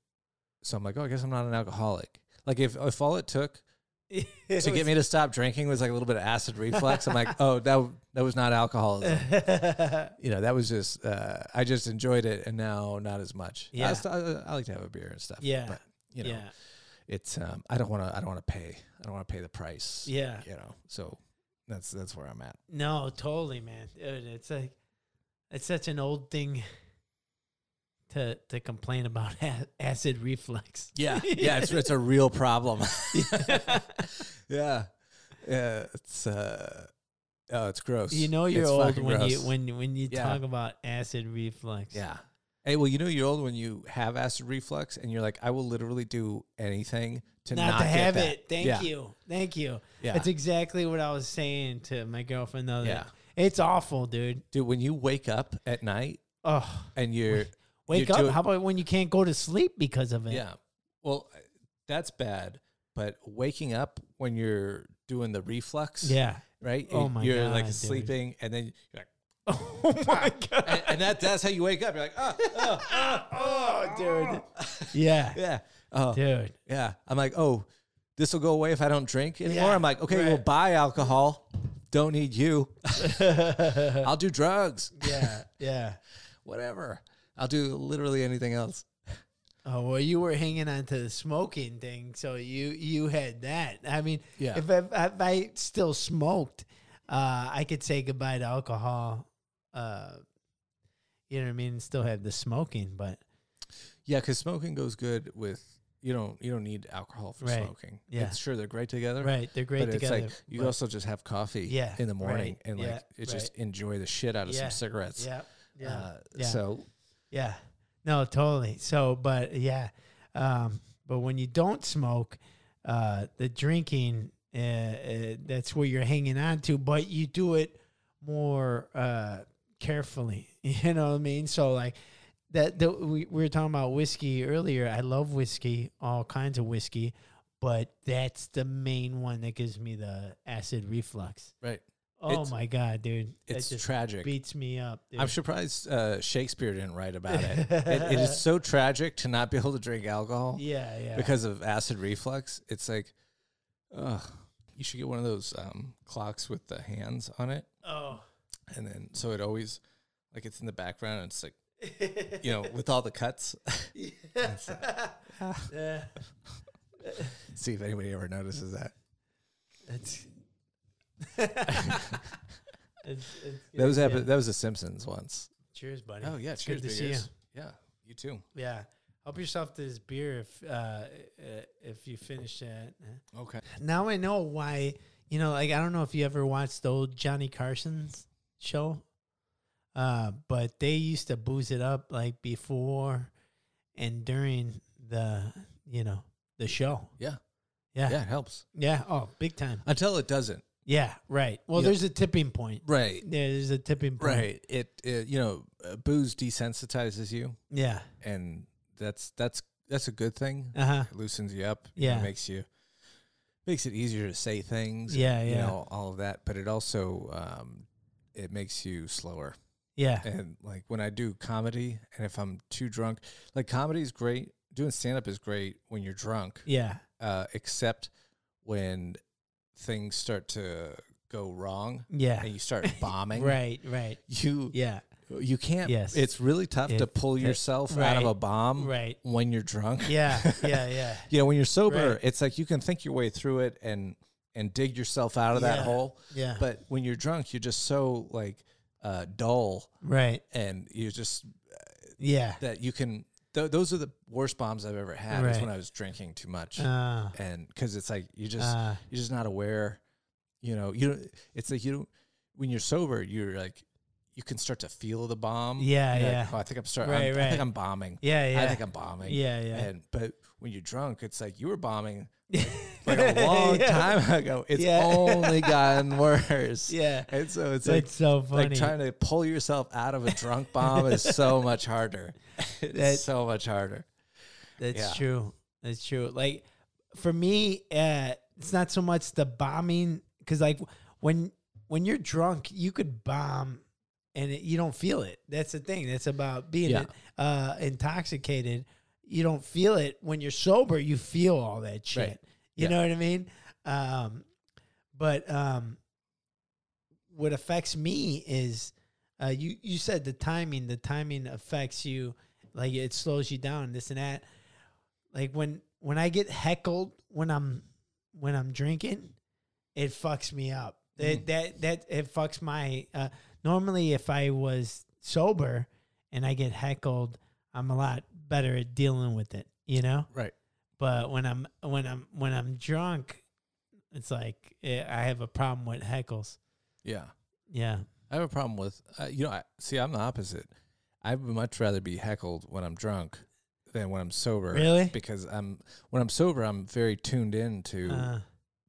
Speaker 3: so I'm like, oh, I guess I'm not an alcoholic. Like if if all it took
Speaker 2: to
Speaker 3: to get me to stop drinking was like a little bit of acid reflux, I'm like, oh, that that was not alcoholism. You know, that was just uh, I just enjoyed it, and now not as much. I
Speaker 2: Yeah.
Speaker 3: st- I, I like to have a beer and stuff.
Speaker 2: Yeah.
Speaker 3: but you know,
Speaker 2: yeah.
Speaker 3: it's um, I don't want to I don't want to pay I don't want to pay the price.
Speaker 2: Yeah.
Speaker 3: you know, so that's that's where I'm at.
Speaker 2: No, totally, man. Dude, it's like it's such an old thing to to complain about a- acid reflux.
Speaker 3: Yeah, yeah, it's it's a real problem. yeah, yeah, it's uh, oh, it's gross.
Speaker 2: You know you're
Speaker 3: It's
Speaker 2: old
Speaker 3: fucking
Speaker 2: when you
Speaker 3: gross.
Speaker 2: when when you
Speaker 3: Yeah.
Speaker 2: talk about acid reflux.
Speaker 3: Yeah. Hey, well, you know you're old when you have acid reflux, and you're like, I will literally do anything to
Speaker 2: Not,
Speaker 3: not,
Speaker 2: to
Speaker 3: get
Speaker 2: have
Speaker 3: that.
Speaker 2: it. Thank
Speaker 3: Yeah.
Speaker 2: you. Thank you.
Speaker 3: Yeah.
Speaker 2: That's exactly what I was saying to my girlfriend the other
Speaker 3: Yeah.
Speaker 2: day. It's awful, dude.
Speaker 3: dude. When you wake up at night
Speaker 2: Oh,
Speaker 3: and you're
Speaker 2: wake
Speaker 3: you're
Speaker 2: up.
Speaker 3: doing-
Speaker 2: How about when you can't go to sleep because of it?
Speaker 3: yeah, well, that's bad. But waking up when you're doing the reflux,
Speaker 2: Yeah.
Speaker 3: right?
Speaker 2: Oh my
Speaker 3: you're like
Speaker 2: God, dude.
Speaker 3: sleeping, and then you're like,
Speaker 2: Oh my god.
Speaker 3: and, and that that's how you wake up. You're like, oh, oh, oh,
Speaker 2: oh, dude. Yeah.
Speaker 3: yeah, oh,
Speaker 2: Dude.
Speaker 3: yeah. I'm like, oh, this will go away if I don't drink anymore.
Speaker 2: Yeah,
Speaker 3: I'm like, okay,
Speaker 2: right.
Speaker 3: well, buy alcohol. Don't need you. I'll do drugs,
Speaker 2: Yeah. Yeah.
Speaker 3: whatever. I'll do literally anything else.
Speaker 2: Oh well, you were hanging on to the smoking thing, so you you had that. I mean,
Speaker 3: Yeah.
Speaker 2: if I, if I still smoked, uh, I could say goodbye to alcohol. Uh, you know what I mean? and Still have the smoking, but
Speaker 3: Yeah, because smoking goes good with you don't you don't need alcohol for
Speaker 2: Right.
Speaker 3: smoking.
Speaker 2: Yeah.
Speaker 3: it's sure they're great together.
Speaker 2: right, they're great
Speaker 3: But it's
Speaker 2: together.
Speaker 3: like you
Speaker 2: but-
Speaker 3: also just have coffee
Speaker 2: Yeah,
Speaker 3: in the morning
Speaker 2: right,
Speaker 3: and like
Speaker 2: yeah,
Speaker 3: it just enjoy the shit out of
Speaker 2: Yeah,
Speaker 3: some cigarettes.
Speaker 2: yeah, yeah,
Speaker 3: Uh,
Speaker 2: yeah.
Speaker 3: So
Speaker 2: yeah. No, totally. So, but yeah, um, but when you don't smoke, uh, the drinking uh, uh, that's where you're hanging on to, but you do it more uh, carefully. You know what I mean? So like that, the, we, we were talking about whiskey earlier. I love whiskey, all kinds of whiskey, but that's the main one that gives me the acid reflux.
Speaker 3: right,
Speaker 2: Oh
Speaker 3: It's-
Speaker 2: my god, dude! That
Speaker 3: It's
Speaker 2: just
Speaker 3: tragic.
Speaker 2: beats me up. Dude.
Speaker 3: I'm surprised uh, Shakespeare didn't write about it. it. It is so tragic to not be able to drink alcohol
Speaker 2: Yeah, yeah.
Speaker 3: because of acid reflux. It's like, ugh, you should get one of those um, clocks with the hands on it.
Speaker 2: oh,
Speaker 3: And then, so it always, like, it's in the background. And it's like, you know, with all the cuts. It's like, ah.
Speaker 2: yeah.
Speaker 3: See if anybody ever notices that.
Speaker 2: That's. it's, it's
Speaker 3: That was
Speaker 2: good,
Speaker 3: epi-
Speaker 2: yeah.
Speaker 3: that was the Simpsons once.
Speaker 2: Cheers, buddy.
Speaker 3: Oh yeah,
Speaker 2: It's
Speaker 3: cheers,
Speaker 2: Good to
Speaker 3: big
Speaker 2: see you.
Speaker 3: ears. Yeah, you too.
Speaker 2: Yeah. Help yourself to this beer if uh, uh, if you finish that.
Speaker 3: Okay.
Speaker 2: Now I know why. You know, like I don't know if you ever watched the old Johnny Carson's show, uh, but they used to booze it up like before and during the you know the show.
Speaker 3: Yeah.
Speaker 2: Yeah,
Speaker 3: Yeah,
Speaker 2: yeah.
Speaker 3: it helps
Speaker 2: Oh, big time.
Speaker 3: until it doesn't.
Speaker 2: Yeah, right. Well,
Speaker 3: Yeah.
Speaker 2: there's a tipping point.
Speaker 3: Right.
Speaker 2: Yeah, there's a tipping point.
Speaker 3: Right. It, it you know uh, booze desensitizes you,
Speaker 2: Yeah.
Speaker 3: and that's that's that's a good thing.
Speaker 2: Uh huh.
Speaker 3: It loosens you up. you know,
Speaker 2: Yeah.
Speaker 3: makes you makes it easier to say things. and,
Speaker 2: Yeah,
Speaker 3: You
Speaker 2: yeah.
Speaker 3: know all of that, but it also um, it makes you slower.
Speaker 2: Yeah.
Speaker 3: and like when I do comedy and if I'm too drunk, like comedy is great. Doing stand up is great when you're drunk,
Speaker 2: Yeah.
Speaker 3: uh, except when things start to go wrong
Speaker 2: Yeah.
Speaker 3: and you start bombing.
Speaker 2: Right. Right.
Speaker 3: You
Speaker 2: Yeah.
Speaker 3: you can't.
Speaker 2: Yes.
Speaker 3: It's really tough to
Speaker 2: It-
Speaker 3: pull
Speaker 2: it-
Speaker 3: yourself out of
Speaker 2: right,
Speaker 3: a bomb
Speaker 2: right.
Speaker 3: when you're drunk.
Speaker 2: Yeah. Yeah. Yeah.
Speaker 3: You know, when you're sober,
Speaker 2: Right.
Speaker 3: it's like you can think your way through it and and dig yourself out of
Speaker 2: Yeah,
Speaker 3: that hole.
Speaker 2: yeah.
Speaker 3: But when you're drunk, you're just so like uh, dull
Speaker 2: Right.
Speaker 3: and you're just
Speaker 2: Yeah.
Speaker 3: that you can. Th- those are the worst bombs I've ever had. Is
Speaker 2: Right.
Speaker 3: when I was drinking too much,
Speaker 2: Uh,
Speaker 3: and because it's like you just
Speaker 2: uh,
Speaker 3: you're just not aware. You know, you don't. It's like you don't. When you're sober, you're like you can start to feel the bomb.
Speaker 2: Yeah,
Speaker 3: You're like,
Speaker 2: yeah.
Speaker 3: oh, I think I'm starting.
Speaker 2: Right,
Speaker 3: I
Speaker 2: right.
Speaker 3: think I'm bombing.
Speaker 2: yeah. Yeah.
Speaker 3: I think I'm bombing.
Speaker 2: Yeah, yeah.
Speaker 3: And but when you're drunk, it's like you were bombing like, like a long time ago. It's
Speaker 2: Yeah.
Speaker 3: only gotten worse.
Speaker 2: Yeah.
Speaker 3: And so it's like
Speaker 2: That's so funny.
Speaker 3: like trying to pull yourself out of a drunk bomb is so much harder. It's
Speaker 2: That-
Speaker 3: so much harder.
Speaker 2: That's
Speaker 3: yeah.
Speaker 2: true. That's true. Like for me, uh, it's not so much the bombing because like when when you're drunk, you could bomb and it, you don't feel it. That's the thing. That's about being
Speaker 3: Yeah.
Speaker 2: uh, intoxicated. You don't feel it when you're sober. You feel all that shit.
Speaker 3: Right.
Speaker 2: You
Speaker 3: Yeah.
Speaker 2: know what I mean? Um, but um, what affects me is uh, you you said the timing the timing affects you like it slows you down this and that like when when i get heckled when i'm when i'm drinking it fucks me up
Speaker 3: Mm.
Speaker 2: it, that that it fucks my uh, normally if i was sober and i get heckled i'm a lot better at dealing with it you know
Speaker 3: Right.
Speaker 2: but when i'm when i'm when i'm drunk it's like eh, i have a problem with heckles
Speaker 3: Yeah.
Speaker 2: yeah
Speaker 3: I have a problem with uh, you know. I, see, I'm the opposite. I would much rather be heckled when I'm drunk than when I'm sober.
Speaker 2: Really?
Speaker 3: Because I'm when I'm sober, I'm very tuned in to
Speaker 2: uh,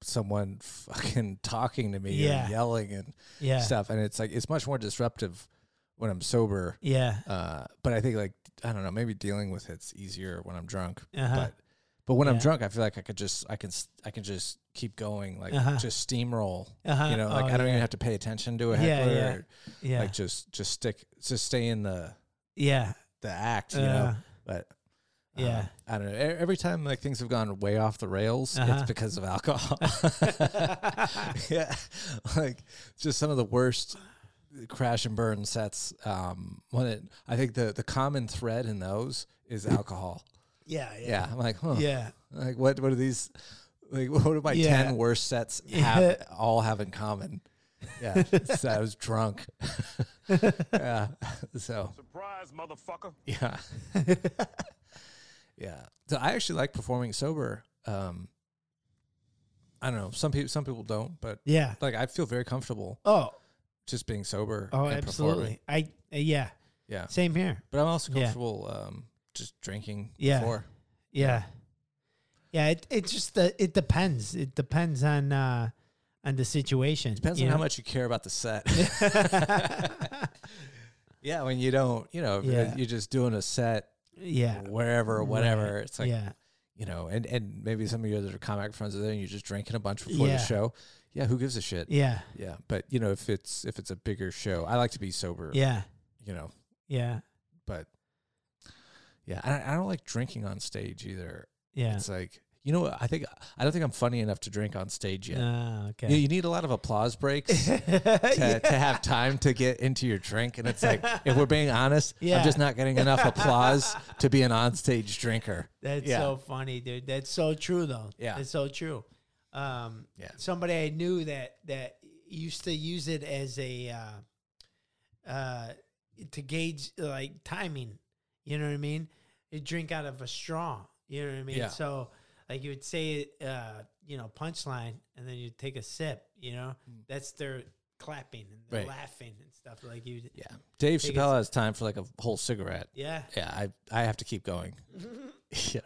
Speaker 3: someone fucking talking to me
Speaker 2: Yeah.
Speaker 3: and yelling and
Speaker 2: yeah
Speaker 3: stuff, and it's like it's much more disruptive when I'm sober.
Speaker 2: yeah
Speaker 3: Uh, but I think like I don't know, maybe dealing with it's easier when I'm drunk.
Speaker 2: Uh-huh.
Speaker 3: But but when I'm
Speaker 2: Yeah.
Speaker 3: drunk, I feel like I could just I can s- I can just keep going, like
Speaker 2: Uh-huh.
Speaker 3: just steamroll.
Speaker 2: Uh-huh.
Speaker 3: You know, like
Speaker 2: Oh,
Speaker 3: I don't
Speaker 2: yeah.
Speaker 3: even have to pay attention to a
Speaker 2: Yeah,
Speaker 3: heckler.
Speaker 2: yeah.
Speaker 3: Or,
Speaker 2: yeah
Speaker 3: Like just just stick just stay in the
Speaker 2: yeah
Speaker 3: the act. You know,
Speaker 2: Uh,
Speaker 3: but. uh,
Speaker 2: yeah.
Speaker 3: I don't know. E- Every time like things have gone way off the rails,
Speaker 2: Uh-huh.
Speaker 3: it's because of alcohol. yeah, like just some of the worst crash and burn sets. Um, when it, I think the the common thread in those is alcohol.
Speaker 2: yeah yeah
Speaker 3: Yeah, I'm like, huh.
Speaker 2: Yeah.
Speaker 3: Like what? What are these? Like what do my
Speaker 2: Yeah.
Speaker 3: ten worst sets have
Speaker 2: Yeah.
Speaker 3: all have in common? Yeah, so I was drunk. yeah, so
Speaker 7: Surprise, motherfucker.
Speaker 3: yeah, yeah. So I actually like performing sober. Um, I don't know. Some people, some people don't, but
Speaker 2: Yeah.
Speaker 3: like I feel very comfortable
Speaker 2: Oh,
Speaker 3: just being sober.
Speaker 2: oh,
Speaker 3: and performing.
Speaker 2: absolutely. I uh, yeah,
Speaker 3: Yeah,
Speaker 2: same here.
Speaker 3: but I'm also
Speaker 2: Yeah.
Speaker 3: comfortable um, just drinking.
Speaker 2: Yeah.
Speaker 3: before.
Speaker 2: Yeah. Yeah, it it just uh, it depends. It depends on uh on the situation.
Speaker 3: Depends
Speaker 2: you
Speaker 3: on how
Speaker 2: know?
Speaker 3: much you care about the set. yeah, when you don't, you know, if
Speaker 2: Yeah.
Speaker 3: you're just doing a set
Speaker 2: Yeah.
Speaker 3: wherever, whatever.
Speaker 2: Right.
Speaker 3: It's like,
Speaker 2: yeah.
Speaker 3: you know, and and maybe some of your other comic friends are there, and you're just drinking a bunch before
Speaker 2: Yeah.
Speaker 3: the show. Yeah, who gives a shit?
Speaker 2: Yeah.
Speaker 3: Yeah, but you know, if it's if it's a bigger show, I like to be sober.
Speaker 2: Yeah.
Speaker 3: you know,
Speaker 2: Yeah.
Speaker 3: but yeah, I, I don't like drinking on stage either.
Speaker 2: Yeah.
Speaker 3: It's like you know, what, I think I don't think I'm funny enough to drink on stage yet.
Speaker 2: Ah,
Speaker 3: You,
Speaker 2: okay.
Speaker 3: you need a lot of applause breaks to, to have time to get into your drink. And it's like, if we're being honest,
Speaker 2: Yeah.
Speaker 3: I'm just not getting enough applause to be an onstage drinker.
Speaker 2: That's
Speaker 3: Yeah.
Speaker 2: so funny, dude. That's so true, though.
Speaker 3: Yeah.
Speaker 2: That's so true. Um,
Speaker 3: Yeah.
Speaker 2: Somebody I knew that that used to use it as a uh, uh, to gauge like timing. You know what I mean? You drink out of a straw. You know what I mean?
Speaker 3: Yeah.
Speaker 2: So like you would say, uh, you know, punchline, and then you would take a sip. You know, that's their clapping and they're
Speaker 3: Mm. Right.
Speaker 2: laughing and stuff like you.
Speaker 3: Yeah. Dave
Speaker 2: Think
Speaker 3: Chappelle has time for like a whole cigarette.
Speaker 2: Yeah.
Speaker 3: Yeah. I, I have to keep going. yeah.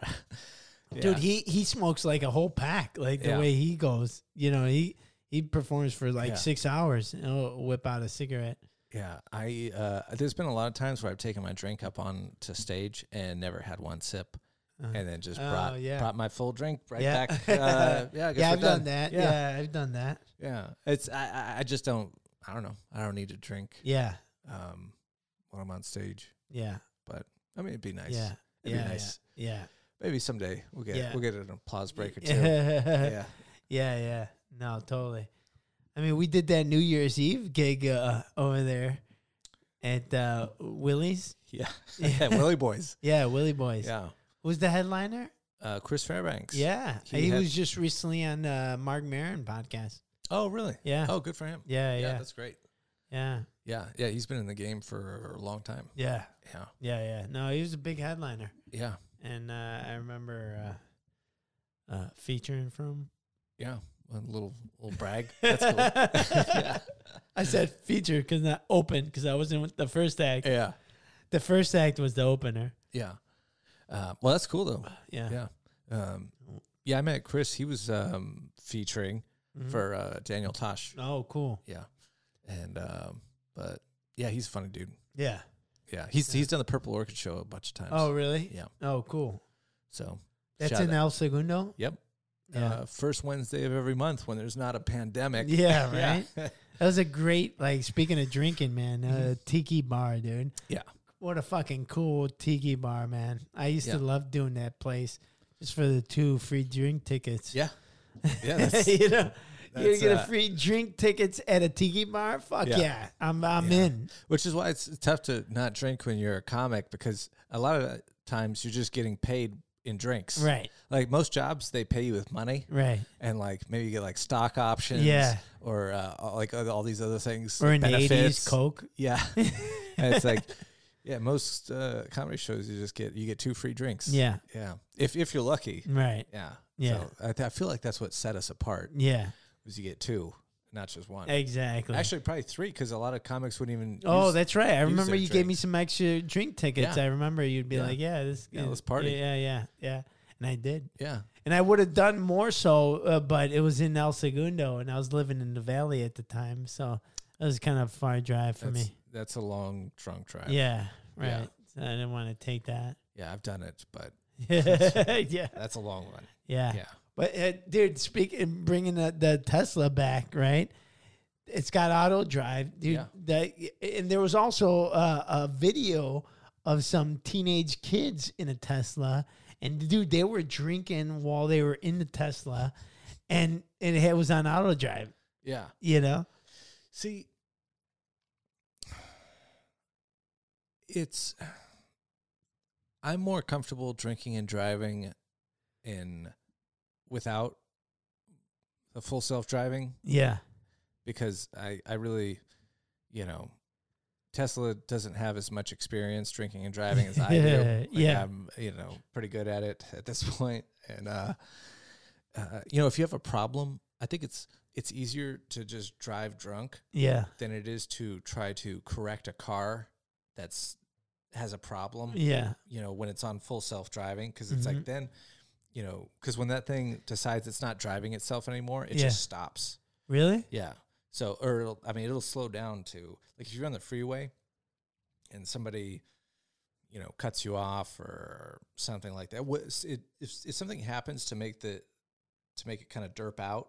Speaker 2: Dude, he he smokes like a whole pack. Like the
Speaker 3: Yeah.
Speaker 2: way he goes, you know, he he performs for like
Speaker 3: Yeah.
Speaker 2: six hours and he'll whip out a cigarette.
Speaker 3: Yeah, I uh, there's been a lot of times where I've taken my drink up on to stage and never had one sip, and then just
Speaker 2: Oh,
Speaker 3: brought
Speaker 2: yeah.
Speaker 3: brought my full drink right
Speaker 2: Yeah.
Speaker 3: back. Uh, yeah, I guess
Speaker 2: yeah,
Speaker 3: we're
Speaker 2: I've done, that.
Speaker 3: Yeah,
Speaker 2: Yeah. I've done that.
Speaker 3: yeah. It's I, I I just don't I don't know I don't need to drink
Speaker 2: Yeah,
Speaker 3: um when I'm on stage,
Speaker 2: yeah,
Speaker 3: but I mean it'd be nice.
Speaker 2: yeah,
Speaker 3: it'd
Speaker 2: yeah,
Speaker 3: be nice.
Speaker 2: yeah,
Speaker 3: Maybe someday we'll get
Speaker 2: Yeah.
Speaker 3: we'll get an applause break or two. Yeah,
Speaker 2: yeah.
Speaker 3: yeah,
Speaker 2: yeah, yeah. No, totally. I mean, we did that New Year's Eve gig uh, over there at uh, Willie's.
Speaker 3: yeah.
Speaker 2: Yeah.
Speaker 3: Willie Boys.
Speaker 2: Yeah, Willie Boys.
Speaker 3: Yeah,
Speaker 2: Who's the headliner?
Speaker 3: uh, Chris Fairbanks.
Speaker 2: Yeah, he,
Speaker 3: He had-
Speaker 2: was just recently on uh, Mark Maron podcast.
Speaker 3: Oh, really?
Speaker 2: Yeah.
Speaker 3: Oh, good for him.
Speaker 2: Yeah,
Speaker 3: yeah,
Speaker 2: yeah,
Speaker 3: that's great.
Speaker 2: yeah,
Speaker 3: Yeah, yeah. He's been in the game for a long time.
Speaker 2: yeah,
Speaker 3: Yeah.
Speaker 2: yeah, yeah. No, he was a big headliner,
Speaker 3: Yeah,
Speaker 2: and uh, I remember uh, uh, featuring from.
Speaker 3: yeah. A little little brag. That's cool. yeah.
Speaker 2: I said feature because not open because I wasn't with the first act.
Speaker 3: yeah,
Speaker 2: The first act was the opener.
Speaker 3: yeah. Uh, well, that's cool though.
Speaker 2: Yeah,
Speaker 3: Yeah, um, yeah. I met Chris. He was um, featuring
Speaker 2: Mm-hmm.
Speaker 3: for uh, Daniel Tosh.
Speaker 2: Oh, cool.
Speaker 3: Yeah, and um, but yeah, he's a funny dude.
Speaker 2: Yeah.
Speaker 3: Yeah, he's he's done the Purple Orchid show a bunch of times.
Speaker 2: Oh, really?
Speaker 3: yeah.
Speaker 2: Oh, cool.
Speaker 3: So
Speaker 2: That's
Speaker 3: shout
Speaker 2: in
Speaker 3: out-
Speaker 2: El Segundo.
Speaker 3: Yep.
Speaker 2: Yeah.
Speaker 3: Uh, first Wednesday of every month when there's not a pandemic.
Speaker 2: Yeah, right. That was a great like. Speaking of drinking, man, uh, tiki bar, dude.
Speaker 3: Mm-hmm. yeah.
Speaker 2: What a fucking cool tiki bar, man. I used to
Speaker 3: Yeah.
Speaker 2: love doing that place just for the two free drink tickets.
Speaker 3: Yeah. Yeah. That's,
Speaker 2: you know, you
Speaker 3: that's,
Speaker 2: get a
Speaker 3: uh,
Speaker 2: free drink tickets at a tiki bar. Fuck yeah,
Speaker 3: Yeah.
Speaker 2: I'm I'm
Speaker 3: Yeah.
Speaker 2: in.
Speaker 3: Which is why it's tough to not drink when you're a comic because a lot of times you're just getting paid in drinks.
Speaker 2: Right,
Speaker 3: Like most jobs, they pay you with money.
Speaker 2: right.
Speaker 3: And like maybe you get like stock options.
Speaker 2: Yeah.
Speaker 3: Or uh, like other- all these other things.
Speaker 2: Or
Speaker 3: like
Speaker 2: in the eighties,
Speaker 3: benefits.
Speaker 2: Coke.
Speaker 3: Yeah. and it's like, yeah, most uh, comedy shows you just get you get two free drinks.
Speaker 2: Yeah,
Speaker 3: Yeah. If if you're lucky.
Speaker 2: right.
Speaker 3: Yeah.
Speaker 2: Yeah.
Speaker 3: So I, th- I feel like that's what set us apart
Speaker 2: Yeah,
Speaker 3: was you get two, not just one.
Speaker 2: exactly.
Speaker 3: Actually, probably three because a lot of comics wouldn't even.
Speaker 2: oh,
Speaker 3: use-
Speaker 2: that's right. I remember
Speaker 3: their
Speaker 2: you gave me
Speaker 3: drinks.
Speaker 2: some extra drink tickets.
Speaker 3: Yeah.
Speaker 2: I remember you'd be
Speaker 3: Yeah.
Speaker 2: like, "Yeah, this,
Speaker 3: Yeah, let's party.
Speaker 2: Yeah, yeah, yeah. And I did.
Speaker 3: yeah.
Speaker 2: And I would have done more so, uh, but it was in El Segundo, and I was living in the valley at the time, so it was kind of a far drive for
Speaker 3: that's,
Speaker 2: me.
Speaker 3: That's a long drunk drive.
Speaker 2: Yeah, right.
Speaker 3: uh, Yeah.
Speaker 2: So I didn't want to take that.
Speaker 3: Yeah, I've done it, but
Speaker 2: yeah,
Speaker 3: that's a long one.
Speaker 2: yeah,
Speaker 3: Yeah.
Speaker 2: But uh, dude, speaking bringing the, the Tesla back, right? It's got auto drive, dude.
Speaker 3: Yeah.
Speaker 2: That and there was also uh, a video of some teenage kids in a Tesla, and dude, they were drinking while they were in the Tesla, and and it was on auto drive.
Speaker 3: Yeah.
Speaker 2: You know?
Speaker 3: See, it's. I'm more comfortable drinking and driving in without the full self driving
Speaker 2: Yeah.
Speaker 3: because I, I really, you know, Tesla doesn't have as much experience drinking and driving as I do. Like,
Speaker 2: Yeah.
Speaker 3: I'm, you know, pretty good at it at this point. And, uh, uh, you know, if you have a problem, I think it's, it's easier to just drive drunk
Speaker 2: Yeah.
Speaker 3: than it is to try to correct a car that's has a problem,
Speaker 2: Yeah. Mm-hmm.
Speaker 3: you know, when it's on full self driving. Cause it's like then, you know, cause when that thing decides it's not driving itself anymore, it
Speaker 2: Yeah.
Speaker 3: just stops.
Speaker 2: Really?
Speaker 3: Yeah. So, or it'll- I mean, it'll slow down to like if you're on the freeway and somebody, you know cuts you off or something like that what it, if, if something happens to make the to make it kind of derp out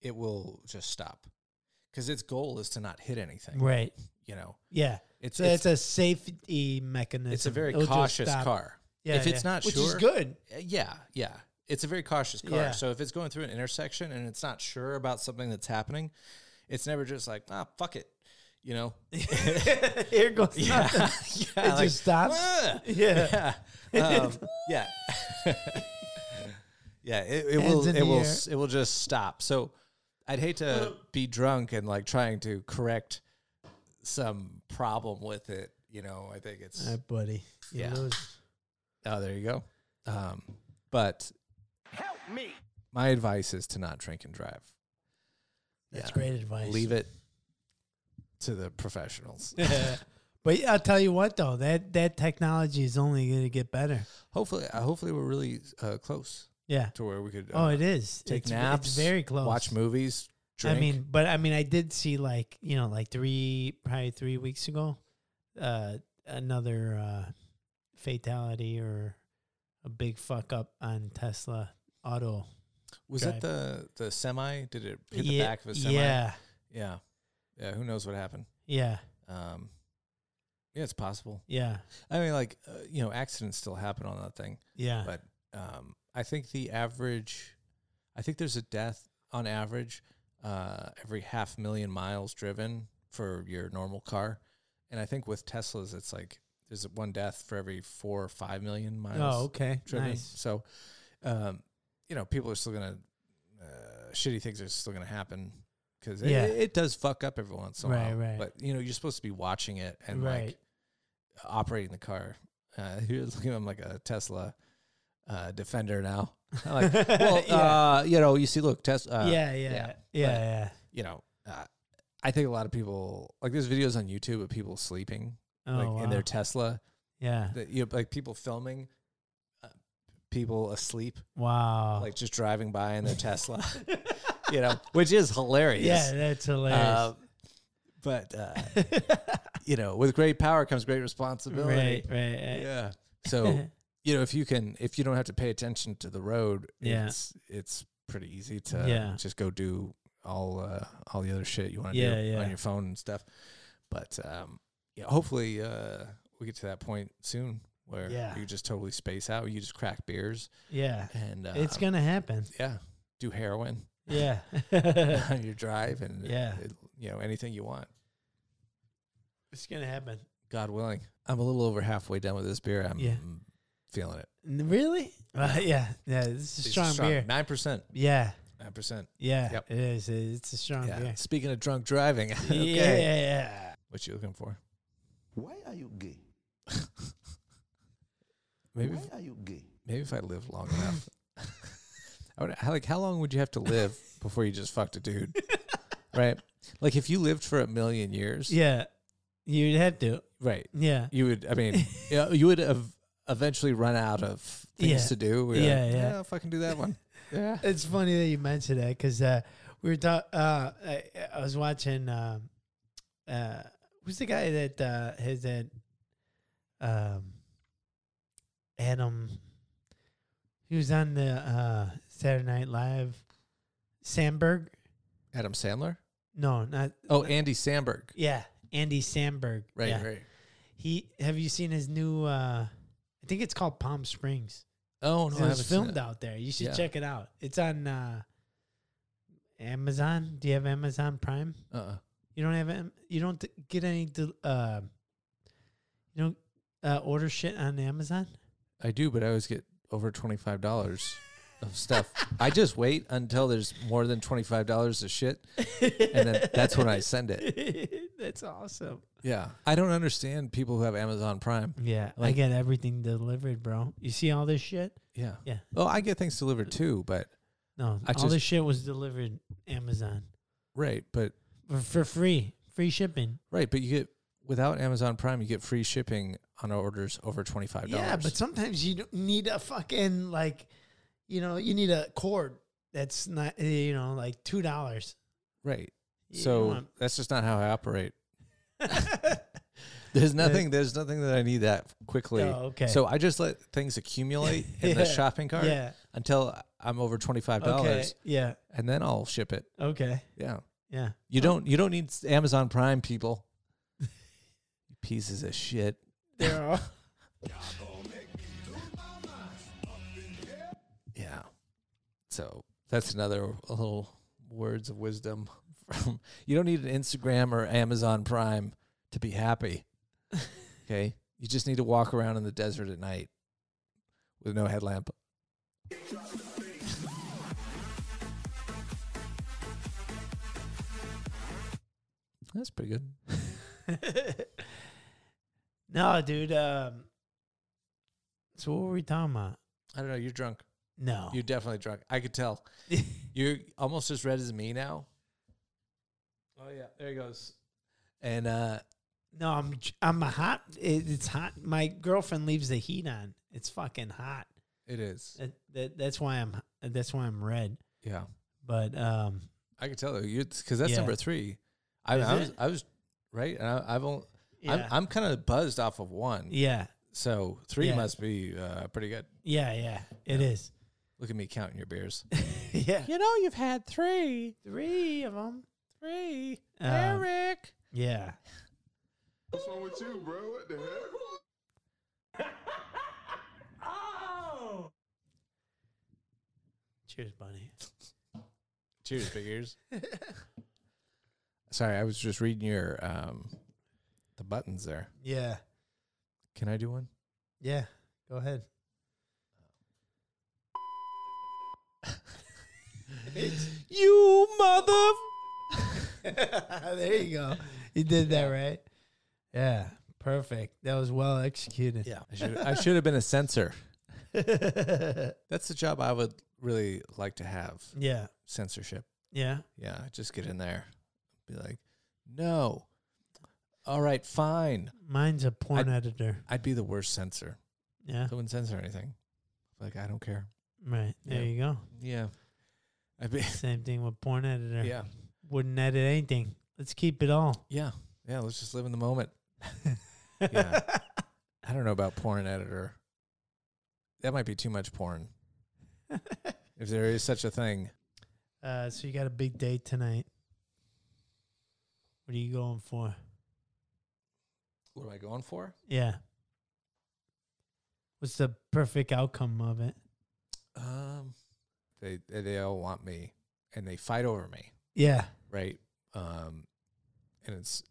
Speaker 3: it will just stop because its goal is to not hit anything
Speaker 2: Right.
Speaker 3: you know
Speaker 2: Yeah.
Speaker 3: it's
Speaker 2: So it's,
Speaker 3: it's,
Speaker 2: a safety mechanism.
Speaker 3: it's a very
Speaker 2: It'll just
Speaker 3: cautious
Speaker 2: stop.
Speaker 3: car
Speaker 2: Yeah,
Speaker 3: if it's
Speaker 2: yeah.
Speaker 3: not
Speaker 2: Which
Speaker 3: sure
Speaker 2: is good.
Speaker 3: uh, yeah yeah it's a very cautious car
Speaker 2: Yeah.
Speaker 3: so if it's going through an intersection and it's not sure about something that's happening it's never just like ah fuck it you know
Speaker 2: Here goes
Speaker 3: yeah,
Speaker 2: nothing.
Speaker 3: yeah,
Speaker 2: It just stops.
Speaker 3: "Ah!"
Speaker 2: Yeah.
Speaker 3: yeah, um, yeah, yeah. It, it
Speaker 2: Hands
Speaker 3: will,
Speaker 2: in
Speaker 3: it
Speaker 2: the
Speaker 3: will,
Speaker 2: air.
Speaker 3: s- it will just stop. So, I'd hate to be drunk and like trying to correct some problem with it. You know, I think it's.
Speaker 2: All right, buddy. You
Speaker 3: Yeah.
Speaker 2: lose.
Speaker 3: oh, there you go. Um, but help me. My advice is to not drink and drive.
Speaker 2: That's
Speaker 3: Yeah.
Speaker 2: great advice.
Speaker 3: Leave it to the professionals.
Speaker 2: But I'll tell you what though, that that technology is only going to get better.
Speaker 3: hopefully, uh, hopefully, we're really uh, close
Speaker 2: Yeah.
Speaker 3: to where we could.
Speaker 2: Oh,
Speaker 3: uh,
Speaker 2: it is.
Speaker 3: take
Speaker 2: it's,
Speaker 3: naps,
Speaker 2: It's very close.
Speaker 3: watch movies. Drink.
Speaker 2: I mean, but I mean, I did see like you know, like three, probably three weeks ago, uh, another uh, fatality or a big fuck up on Tesla auto.
Speaker 3: was
Speaker 2: drive.
Speaker 3: it the the semi? Did it hit the
Speaker 2: Ye-
Speaker 3: back of a semi?
Speaker 2: Yeah,
Speaker 3: yeah, yeah. Who knows what happened?
Speaker 2: yeah,
Speaker 3: Um, yeah, it's possible.
Speaker 2: yeah,
Speaker 3: I mean, like uh, you know, accidents still happen on that thing,
Speaker 2: yeah.
Speaker 3: but um, I think the average, I think there's a death on average uh, every half million miles driven for your normal car, and I think with Teslas, it's like there's one death for every four or five million miles.
Speaker 2: oh, okay,
Speaker 3: driven.
Speaker 2: nice.
Speaker 3: So, um, you know, people are still gonna uh, shitty things are still gonna happen because
Speaker 2: Yeah.
Speaker 3: it, it does fuck up every once in a
Speaker 2: Right,
Speaker 3: while.
Speaker 2: right.
Speaker 3: But you know, you're supposed to be watching it and like
Speaker 2: Right.
Speaker 3: operating the car. Uh, you're looking at him like a Tesla uh, Defender now. I'm like, well,
Speaker 2: Yeah.
Speaker 3: uh, you know, you see, look, Tesla. Uh,
Speaker 2: yeah, yeah, yeah, yeah,
Speaker 3: You know, uh, I think a lot of people like there's videos on YouTube of people sleeping
Speaker 2: Oh,
Speaker 3: like in their
Speaker 2: wow.
Speaker 3: Tesla.
Speaker 2: yeah.
Speaker 3: That you know, like people filming. uh, People asleep
Speaker 2: Wow.
Speaker 3: like just driving by in their Tesla, you know, which is hilarious.
Speaker 2: yeah, that's hilarious.
Speaker 3: Uh, but uh, you know, with great power comes great responsibility.
Speaker 2: right, right. Yeah.
Speaker 3: Yeah. So you know, if you can, if you don't have to pay attention to the road,
Speaker 2: Yeah.
Speaker 3: it's it's pretty easy to
Speaker 2: Yeah.
Speaker 3: just go do all uh, all the other shit you want to
Speaker 2: Yeah,
Speaker 3: do
Speaker 2: yeah.
Speaker 3: on your phone and stuff. But um, yeah, hopefully uh, we get to that point soon where
Speaker 2: Yeah.
Speaker 3: you just totally space out. You just crack beers
Speaker 2: yeah.
Speaker 3: and uh,
Speaker 2: it's gonna happen.
Speaker 3: yeah, do heroin.
Speaker 2: Yeah.
Speaker 3: on your drive and
Speaker 2: Yeah.
Speaker 3: it- you know anything you want
Speaker 2: it's gonna happen.
Speaker 3: god willing i'm a little over halfway done with this beer i'm
Speaker 2: Yeah.
Speaker 3: feeling it
Speaker 2: N- Really? Uh, yeah. Yeah. This is a strong, beer.
Speaker 3: nine percent
Speaker 2: Yeah.
Speaker 3: nine percent
Speaker 2: Yeah.
Speaker 3: Yep.
Speaker 2: It is. It's a strong
Speaker 3: yeah
Speaker 2: beer.
Speaker 3: speaking of drunk driving okay
Speaker 2: Yeah.
Speaker 3: what you looking for
Speaker 7: Why are you gay?
Speaker 3: maybe
Speaker 7: Why
Speaker 3: if,
Speaker 7: are you gay?
Speaker 3: maybe if i live long enough I would, how, like how long would you have to live before you just fucked a dude right like if you lived for a million years
Speaker 2: Yeah. You'd have to.
Speaker 3: right
Speaker 2: Yeah.
Speaker 3: you would i mean you, know, you would have eventually run out of things
Speaker 2: Yeah.
Speaker 3: to do We're
Speaker 2: Yeah,
Speaker 3: like,
Speaker 2: yeah.
Speaker 3: i'll fucking do that one yeah
Speaker 2: It's funny that you mentioned that because uh, we were talking. Uh, I, I was watching. Um, uh, who's the guy that uh, has that? Um, Adam. He was on the uh, Saturday Night Live. Sandberg.
Speaker 3: adam sandler
Speaker 2: No, not
Speaker 3: Oh, Andy Samberg.
Speaker 2: yeah. Andy Sandberg.
Speaker 3: Right,
Speaker 2: yeah.
Speaker 3: right.
Speaker 2: He have you seen his new? uh I think it's called Palm Springs.
Speaker 3: Oh no,
Speaker 2: It was
Speaker 3: I haven't seen
Speaker 2: filmed
Speaker 3: it.
Speaker 2: out there. You should
Speaker 3: Yeah.
Speaker 2: check it out. It's on uh Amazon. Do you have Amazon Prime?
Speaker 3: Uh-uh.
Speaker 2: You don't have Am- you don't th- get any del- uh, you don't uh, order shit on Amazon.
Speaker 3: I do, but I always get over twenty five dollars of stuff. I just wait until there's more than twenty five dollars of shit, and then that's when I send it.
Speaker 2: That's awesome.
Speaker 3: Yeah, I don't understand people who have Amazon Prime.
Speaker 2: Yeah, I
Speaker 3: Like-
Speaker 2: get everything delivered, bro. You see all this shit?
Speaker 3: Yeah,
Speaker 2: Yeah.
Speaker 3: Oh, I get things delivered too, but
Speaker 2: No,
Speaker 3: I
Speaker 2: all
Speaker 3: just-
Speaker 2: this shit was delivered Amazon.
Speaker 3: right, but
Speaker 2: for, for free, free shipping.
Speaker 3: right, but you get without Amazon Prime, you get free shipping on orders over twenty five dollars.
Speaker 2: Yeah, but sometimes you don't need a fucking like, you know, you need a cord that's not eh, you know like two dollars.
Speaker 3: right.
Speaker 2: You
Speaker 3: So
Speaker 2: want-
Speaker 3: that's just not how I operate. There's nothing. There's nothing that I need that quickly.
Speaker 2: Oh, okay.
Speaker 3: So I just let things accumulate in
Speaker 2: Yeah,
Speaker 3: the shopping cart
Speaker 2: yeah.
Speaker 3: until I'm over twenty five
Speaker 2: Okay.
Speaker 3: dollars,
Speaker 2: Yeah.
Speaker 3: and then I'll ship it.
Speaker 2: Okay.
Speaker 3: Yeah.
Speaker 2: Yeah.
Speaker 3: You don't. You don't need s- Amazon Prime, people. You Pieces of shit.
Speaker 2: There are.
Speaker 3: Yeah. So that's another little words of wisdom from. You don't need an Instagram or Amazon Prime to be happy. Okay. You just need to walk around in the desert at night with no headlamp. That's pretty good.
Speaker 2: no, dude. Um, so what were we talking about?
Speaker 3: I don't know. You're drunk.
Speaker 2: No.
Speaker 3: You're definitely drunk. I could tell. You're almost as red as me now. Oh yeah, there he goes. And uh
Speaker 2: no, I'm j- I'm a hot. It, it's hot. My girlfriend leaves the heat on. It's fucking hot.
Speaker 3: it is.
Speaker 2: That, that, that's why I'm that's why I'm red.
Speaker 3: Yeah.
Speaker 2: But um,
Speaker 3: I could tell you because that's
Speaker 2: Yeah.
Speaker 3: number three. I,
Speaker 2: Is
Speaker 3: I was
Speaker 2: it?
Speaker 3: I was right, and I, I've only I'm
Speaker 2: yeah,
Speaker 3: I'm kind of buzzed off of one,
Speaker 2: yeah,
Speaker 3: so three
Speaker 2: Yeah.
Speaker 3: must be uh, pretty good.
Speaker 2: yeah, yeah. It is.
Speaker 3: Look at me counting your beers.
Speaker 2: yeah,
Speaker 3: you know you've had three,
Speaker 2: three of them.
Speaker 3: three.
Speaker 2: Um,
Speaker 3: Eric,
Speaker 2: Yeah.
Speaker 8: What's wrong with you, bro? What the hell?
Speaker 2: Cheers, buddy.
Speaker 3: cheers, big ears. Sorry, I was just reading your um the buttons there.
Speaker 2: Yeah.
Speaker 3: Can I do one?
Speaker 2: Yeah. Go ahead.
Speaker 3: You mother.
Speaker 2: there you go. You did that right. Yeah. Perfect. That was well executed.
Speaker 3: Yeah, I should, I should have been a censor. That's the job I would really like to have.
Speaker 2: Yeah.
Speaker 3: Censorship.
Speaker 2: Yeah.
Speaker 3: Yeah, just get in there. Be like, no. All right, fine.
Speaker 2: Mine's a porn
Speaker 3: I-
Speaker 2: editor.
Speaker 3: I'd be the worst censor.
Speaker 2: Yeah.
Speaker 3: I wouldn't censor anything. Like I don't care.
Speaker 2: Right. There
Speaker 3: Yeah.
Speaker 2: you go.
Speaker 3: Yeah. I'd be.
Speaker 2: Same thing with porn editor.
Speaker 3: Yeah.
Speaker 2: Wouldn't edit anything. Let's keep it all.
Speaker 3: Yeah. Yeah. Let's just live in the moment. yeah. I don't know about porn editor. That might be too much porn. if there is such a thing.
Speaker 2: Uh, so you got a big date tonight. What are you going for?
Speaker 3: What am I going for?
Speaker 2: Yeah. What's the perfect outcome of it?
Speaker 3: Um, they they- they all want me, and they fight over me,
Speaker 2: Yeah.
Speaker 3: right? Um, and it's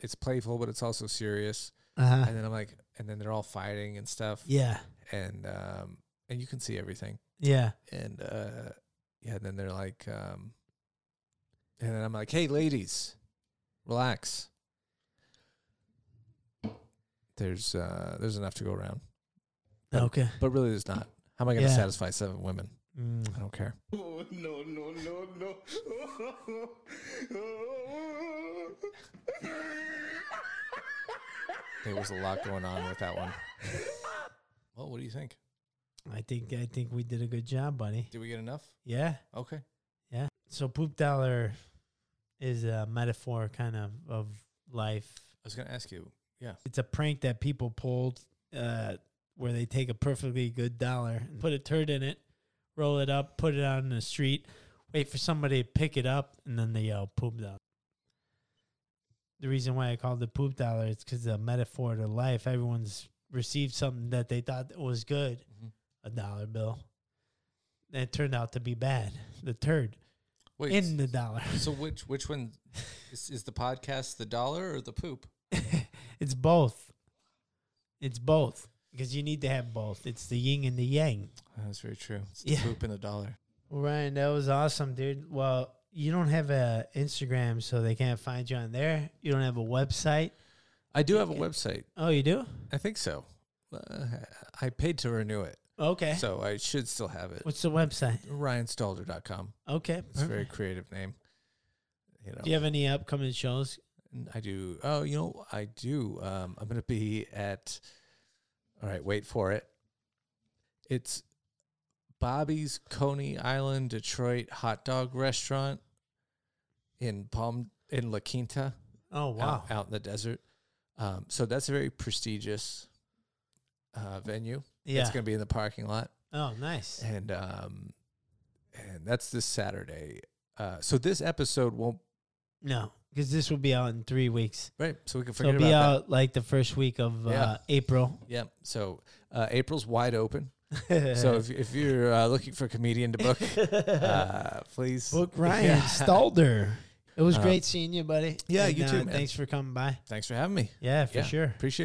Speaker 3: it's playful, but it's also serious.
Speaker 2: Uh-huh.
Speaker 3: And then I'm like, and then they're all fighting and stuff,
Speaker 2: Yeah.
Speaker 3: and um, and you can see everything,
Speaker 2: Yeah.
Speaker 3: and uh, yeah. And then they're like, um, and then I'm like, hey, ladies, relax. There's uh, there's enough to go around, But-
Speaker 2: Okay.
Speaker 3: but really there's not. How am I going to
Speaker 2: Yeah.
Speaker 3: satisfy seven women?
Speaker 2: Mm.
Speaker 3: I don't care.
Speaker 8: Oh, no, no, no, no.
Speaker 3: There was a lot going on with that one. Well, what do you think?
Speaker 2: I think I think we did a good job, buddy.
Speaker 3: Did we get enough?
Speaker 2: Yeah.
Speaker 3: Okay.
Speaker 2: Yeah. So poop dollar is a metaphor kind of of life.
Speaker 3: I was going to ask you.
Speaker 2: It's a prank that people pulled uh, where they take a perfectly good dollar and put a turd in it, roll it up, put it out in the street, wait for somebody to pick it up, and then they yell poop dollar. The reason why I called it poop dollar is because a metaphor to life. Everyone's received something that they thought was good,
Speaker 3: Mhm.
Speaker 2: a dollar bill. And it turned out to be bad, the turd
Speaker 3: Wait.
Speaker 2: in the dollar.
Speaker 3: so which which one is, is the podcast? The dollar or the poop?
Speaker 2: it's both. It's both because you need to have both. It's the yin and the yang.
Speaker 3: That's very true. It's
Speaker 2: Yeah.
Speaker 3: poop and the dollar.
Speaker 2: Well, Ryan, that was awesome, dude. Well, you don't have a Instagram, so they can't find you on there. You don't have a website.
Speaker 3: I do have a website.
Speaker 2: Oh, you do?
Speaker 3: I think so. Uh, I paid to renew it,
Speaker 2: Okay.
Speaker 3: so I should still have it.
Speaker 2: What's the website?
Speaker 3: RyanStalder.com.
Speaker 2: Okay.
Speaker 3: It's a very
Speaker 2: perfect.
Speaker 3: creative name. You know,
Speaker 2: Do you have any upcoming shows?
Speaker 3: And I do. Oh, you know, I do. Um, I'm going to be at. All right, wait for it. It's Bobby's Coney Island, Detroit hot dog restaurant in Palm in La Quinta,
Speaker 2: Oh,
Speaker 3: out-
Speaker 2: wow.
Speaker 3: out, in the desert. Um, so that's a very prestigious uh, venue.
Speaker 2: Yeah.
Speaker 3: It's going to be in the parking lot,
Speaker 2: Oh, nice.
Speaker 3: and um, and that's this Saturday. Uh, so this episode won't
Speaker 2: No, because this will be out in three weeks.
Speaker 3: right. So we can
Speaker 2: So
Speaker 3: forget
Speaker 2: it'll be
Speaker 3: about
Speaker 2: out like the first week of uh,
Speaker 3: Yeah.
Speaker 2: April.
Speaker 3: that. Yeah. So uh, April's wide open. so if if you're uh, looking for a comedian to book, uh, please
Speaker 2: Book Ryan
Speaker 3: Yeah.
Speaker 2: Stalder. It was
Speaker 3: Um,
Speaker 2: great seeing you, buddy.
Speaker 3: yeah,
Speaker 2: And, uh,
Speaker 3: you too, man.
Speaker 2: Thanks for coming by.
Speaker 3: Thanks for having me.
Speaker 2: Yeah, for
Speaker 3: Yeah,
Speaker 2: sure.
Speaker 3: Appreciate it.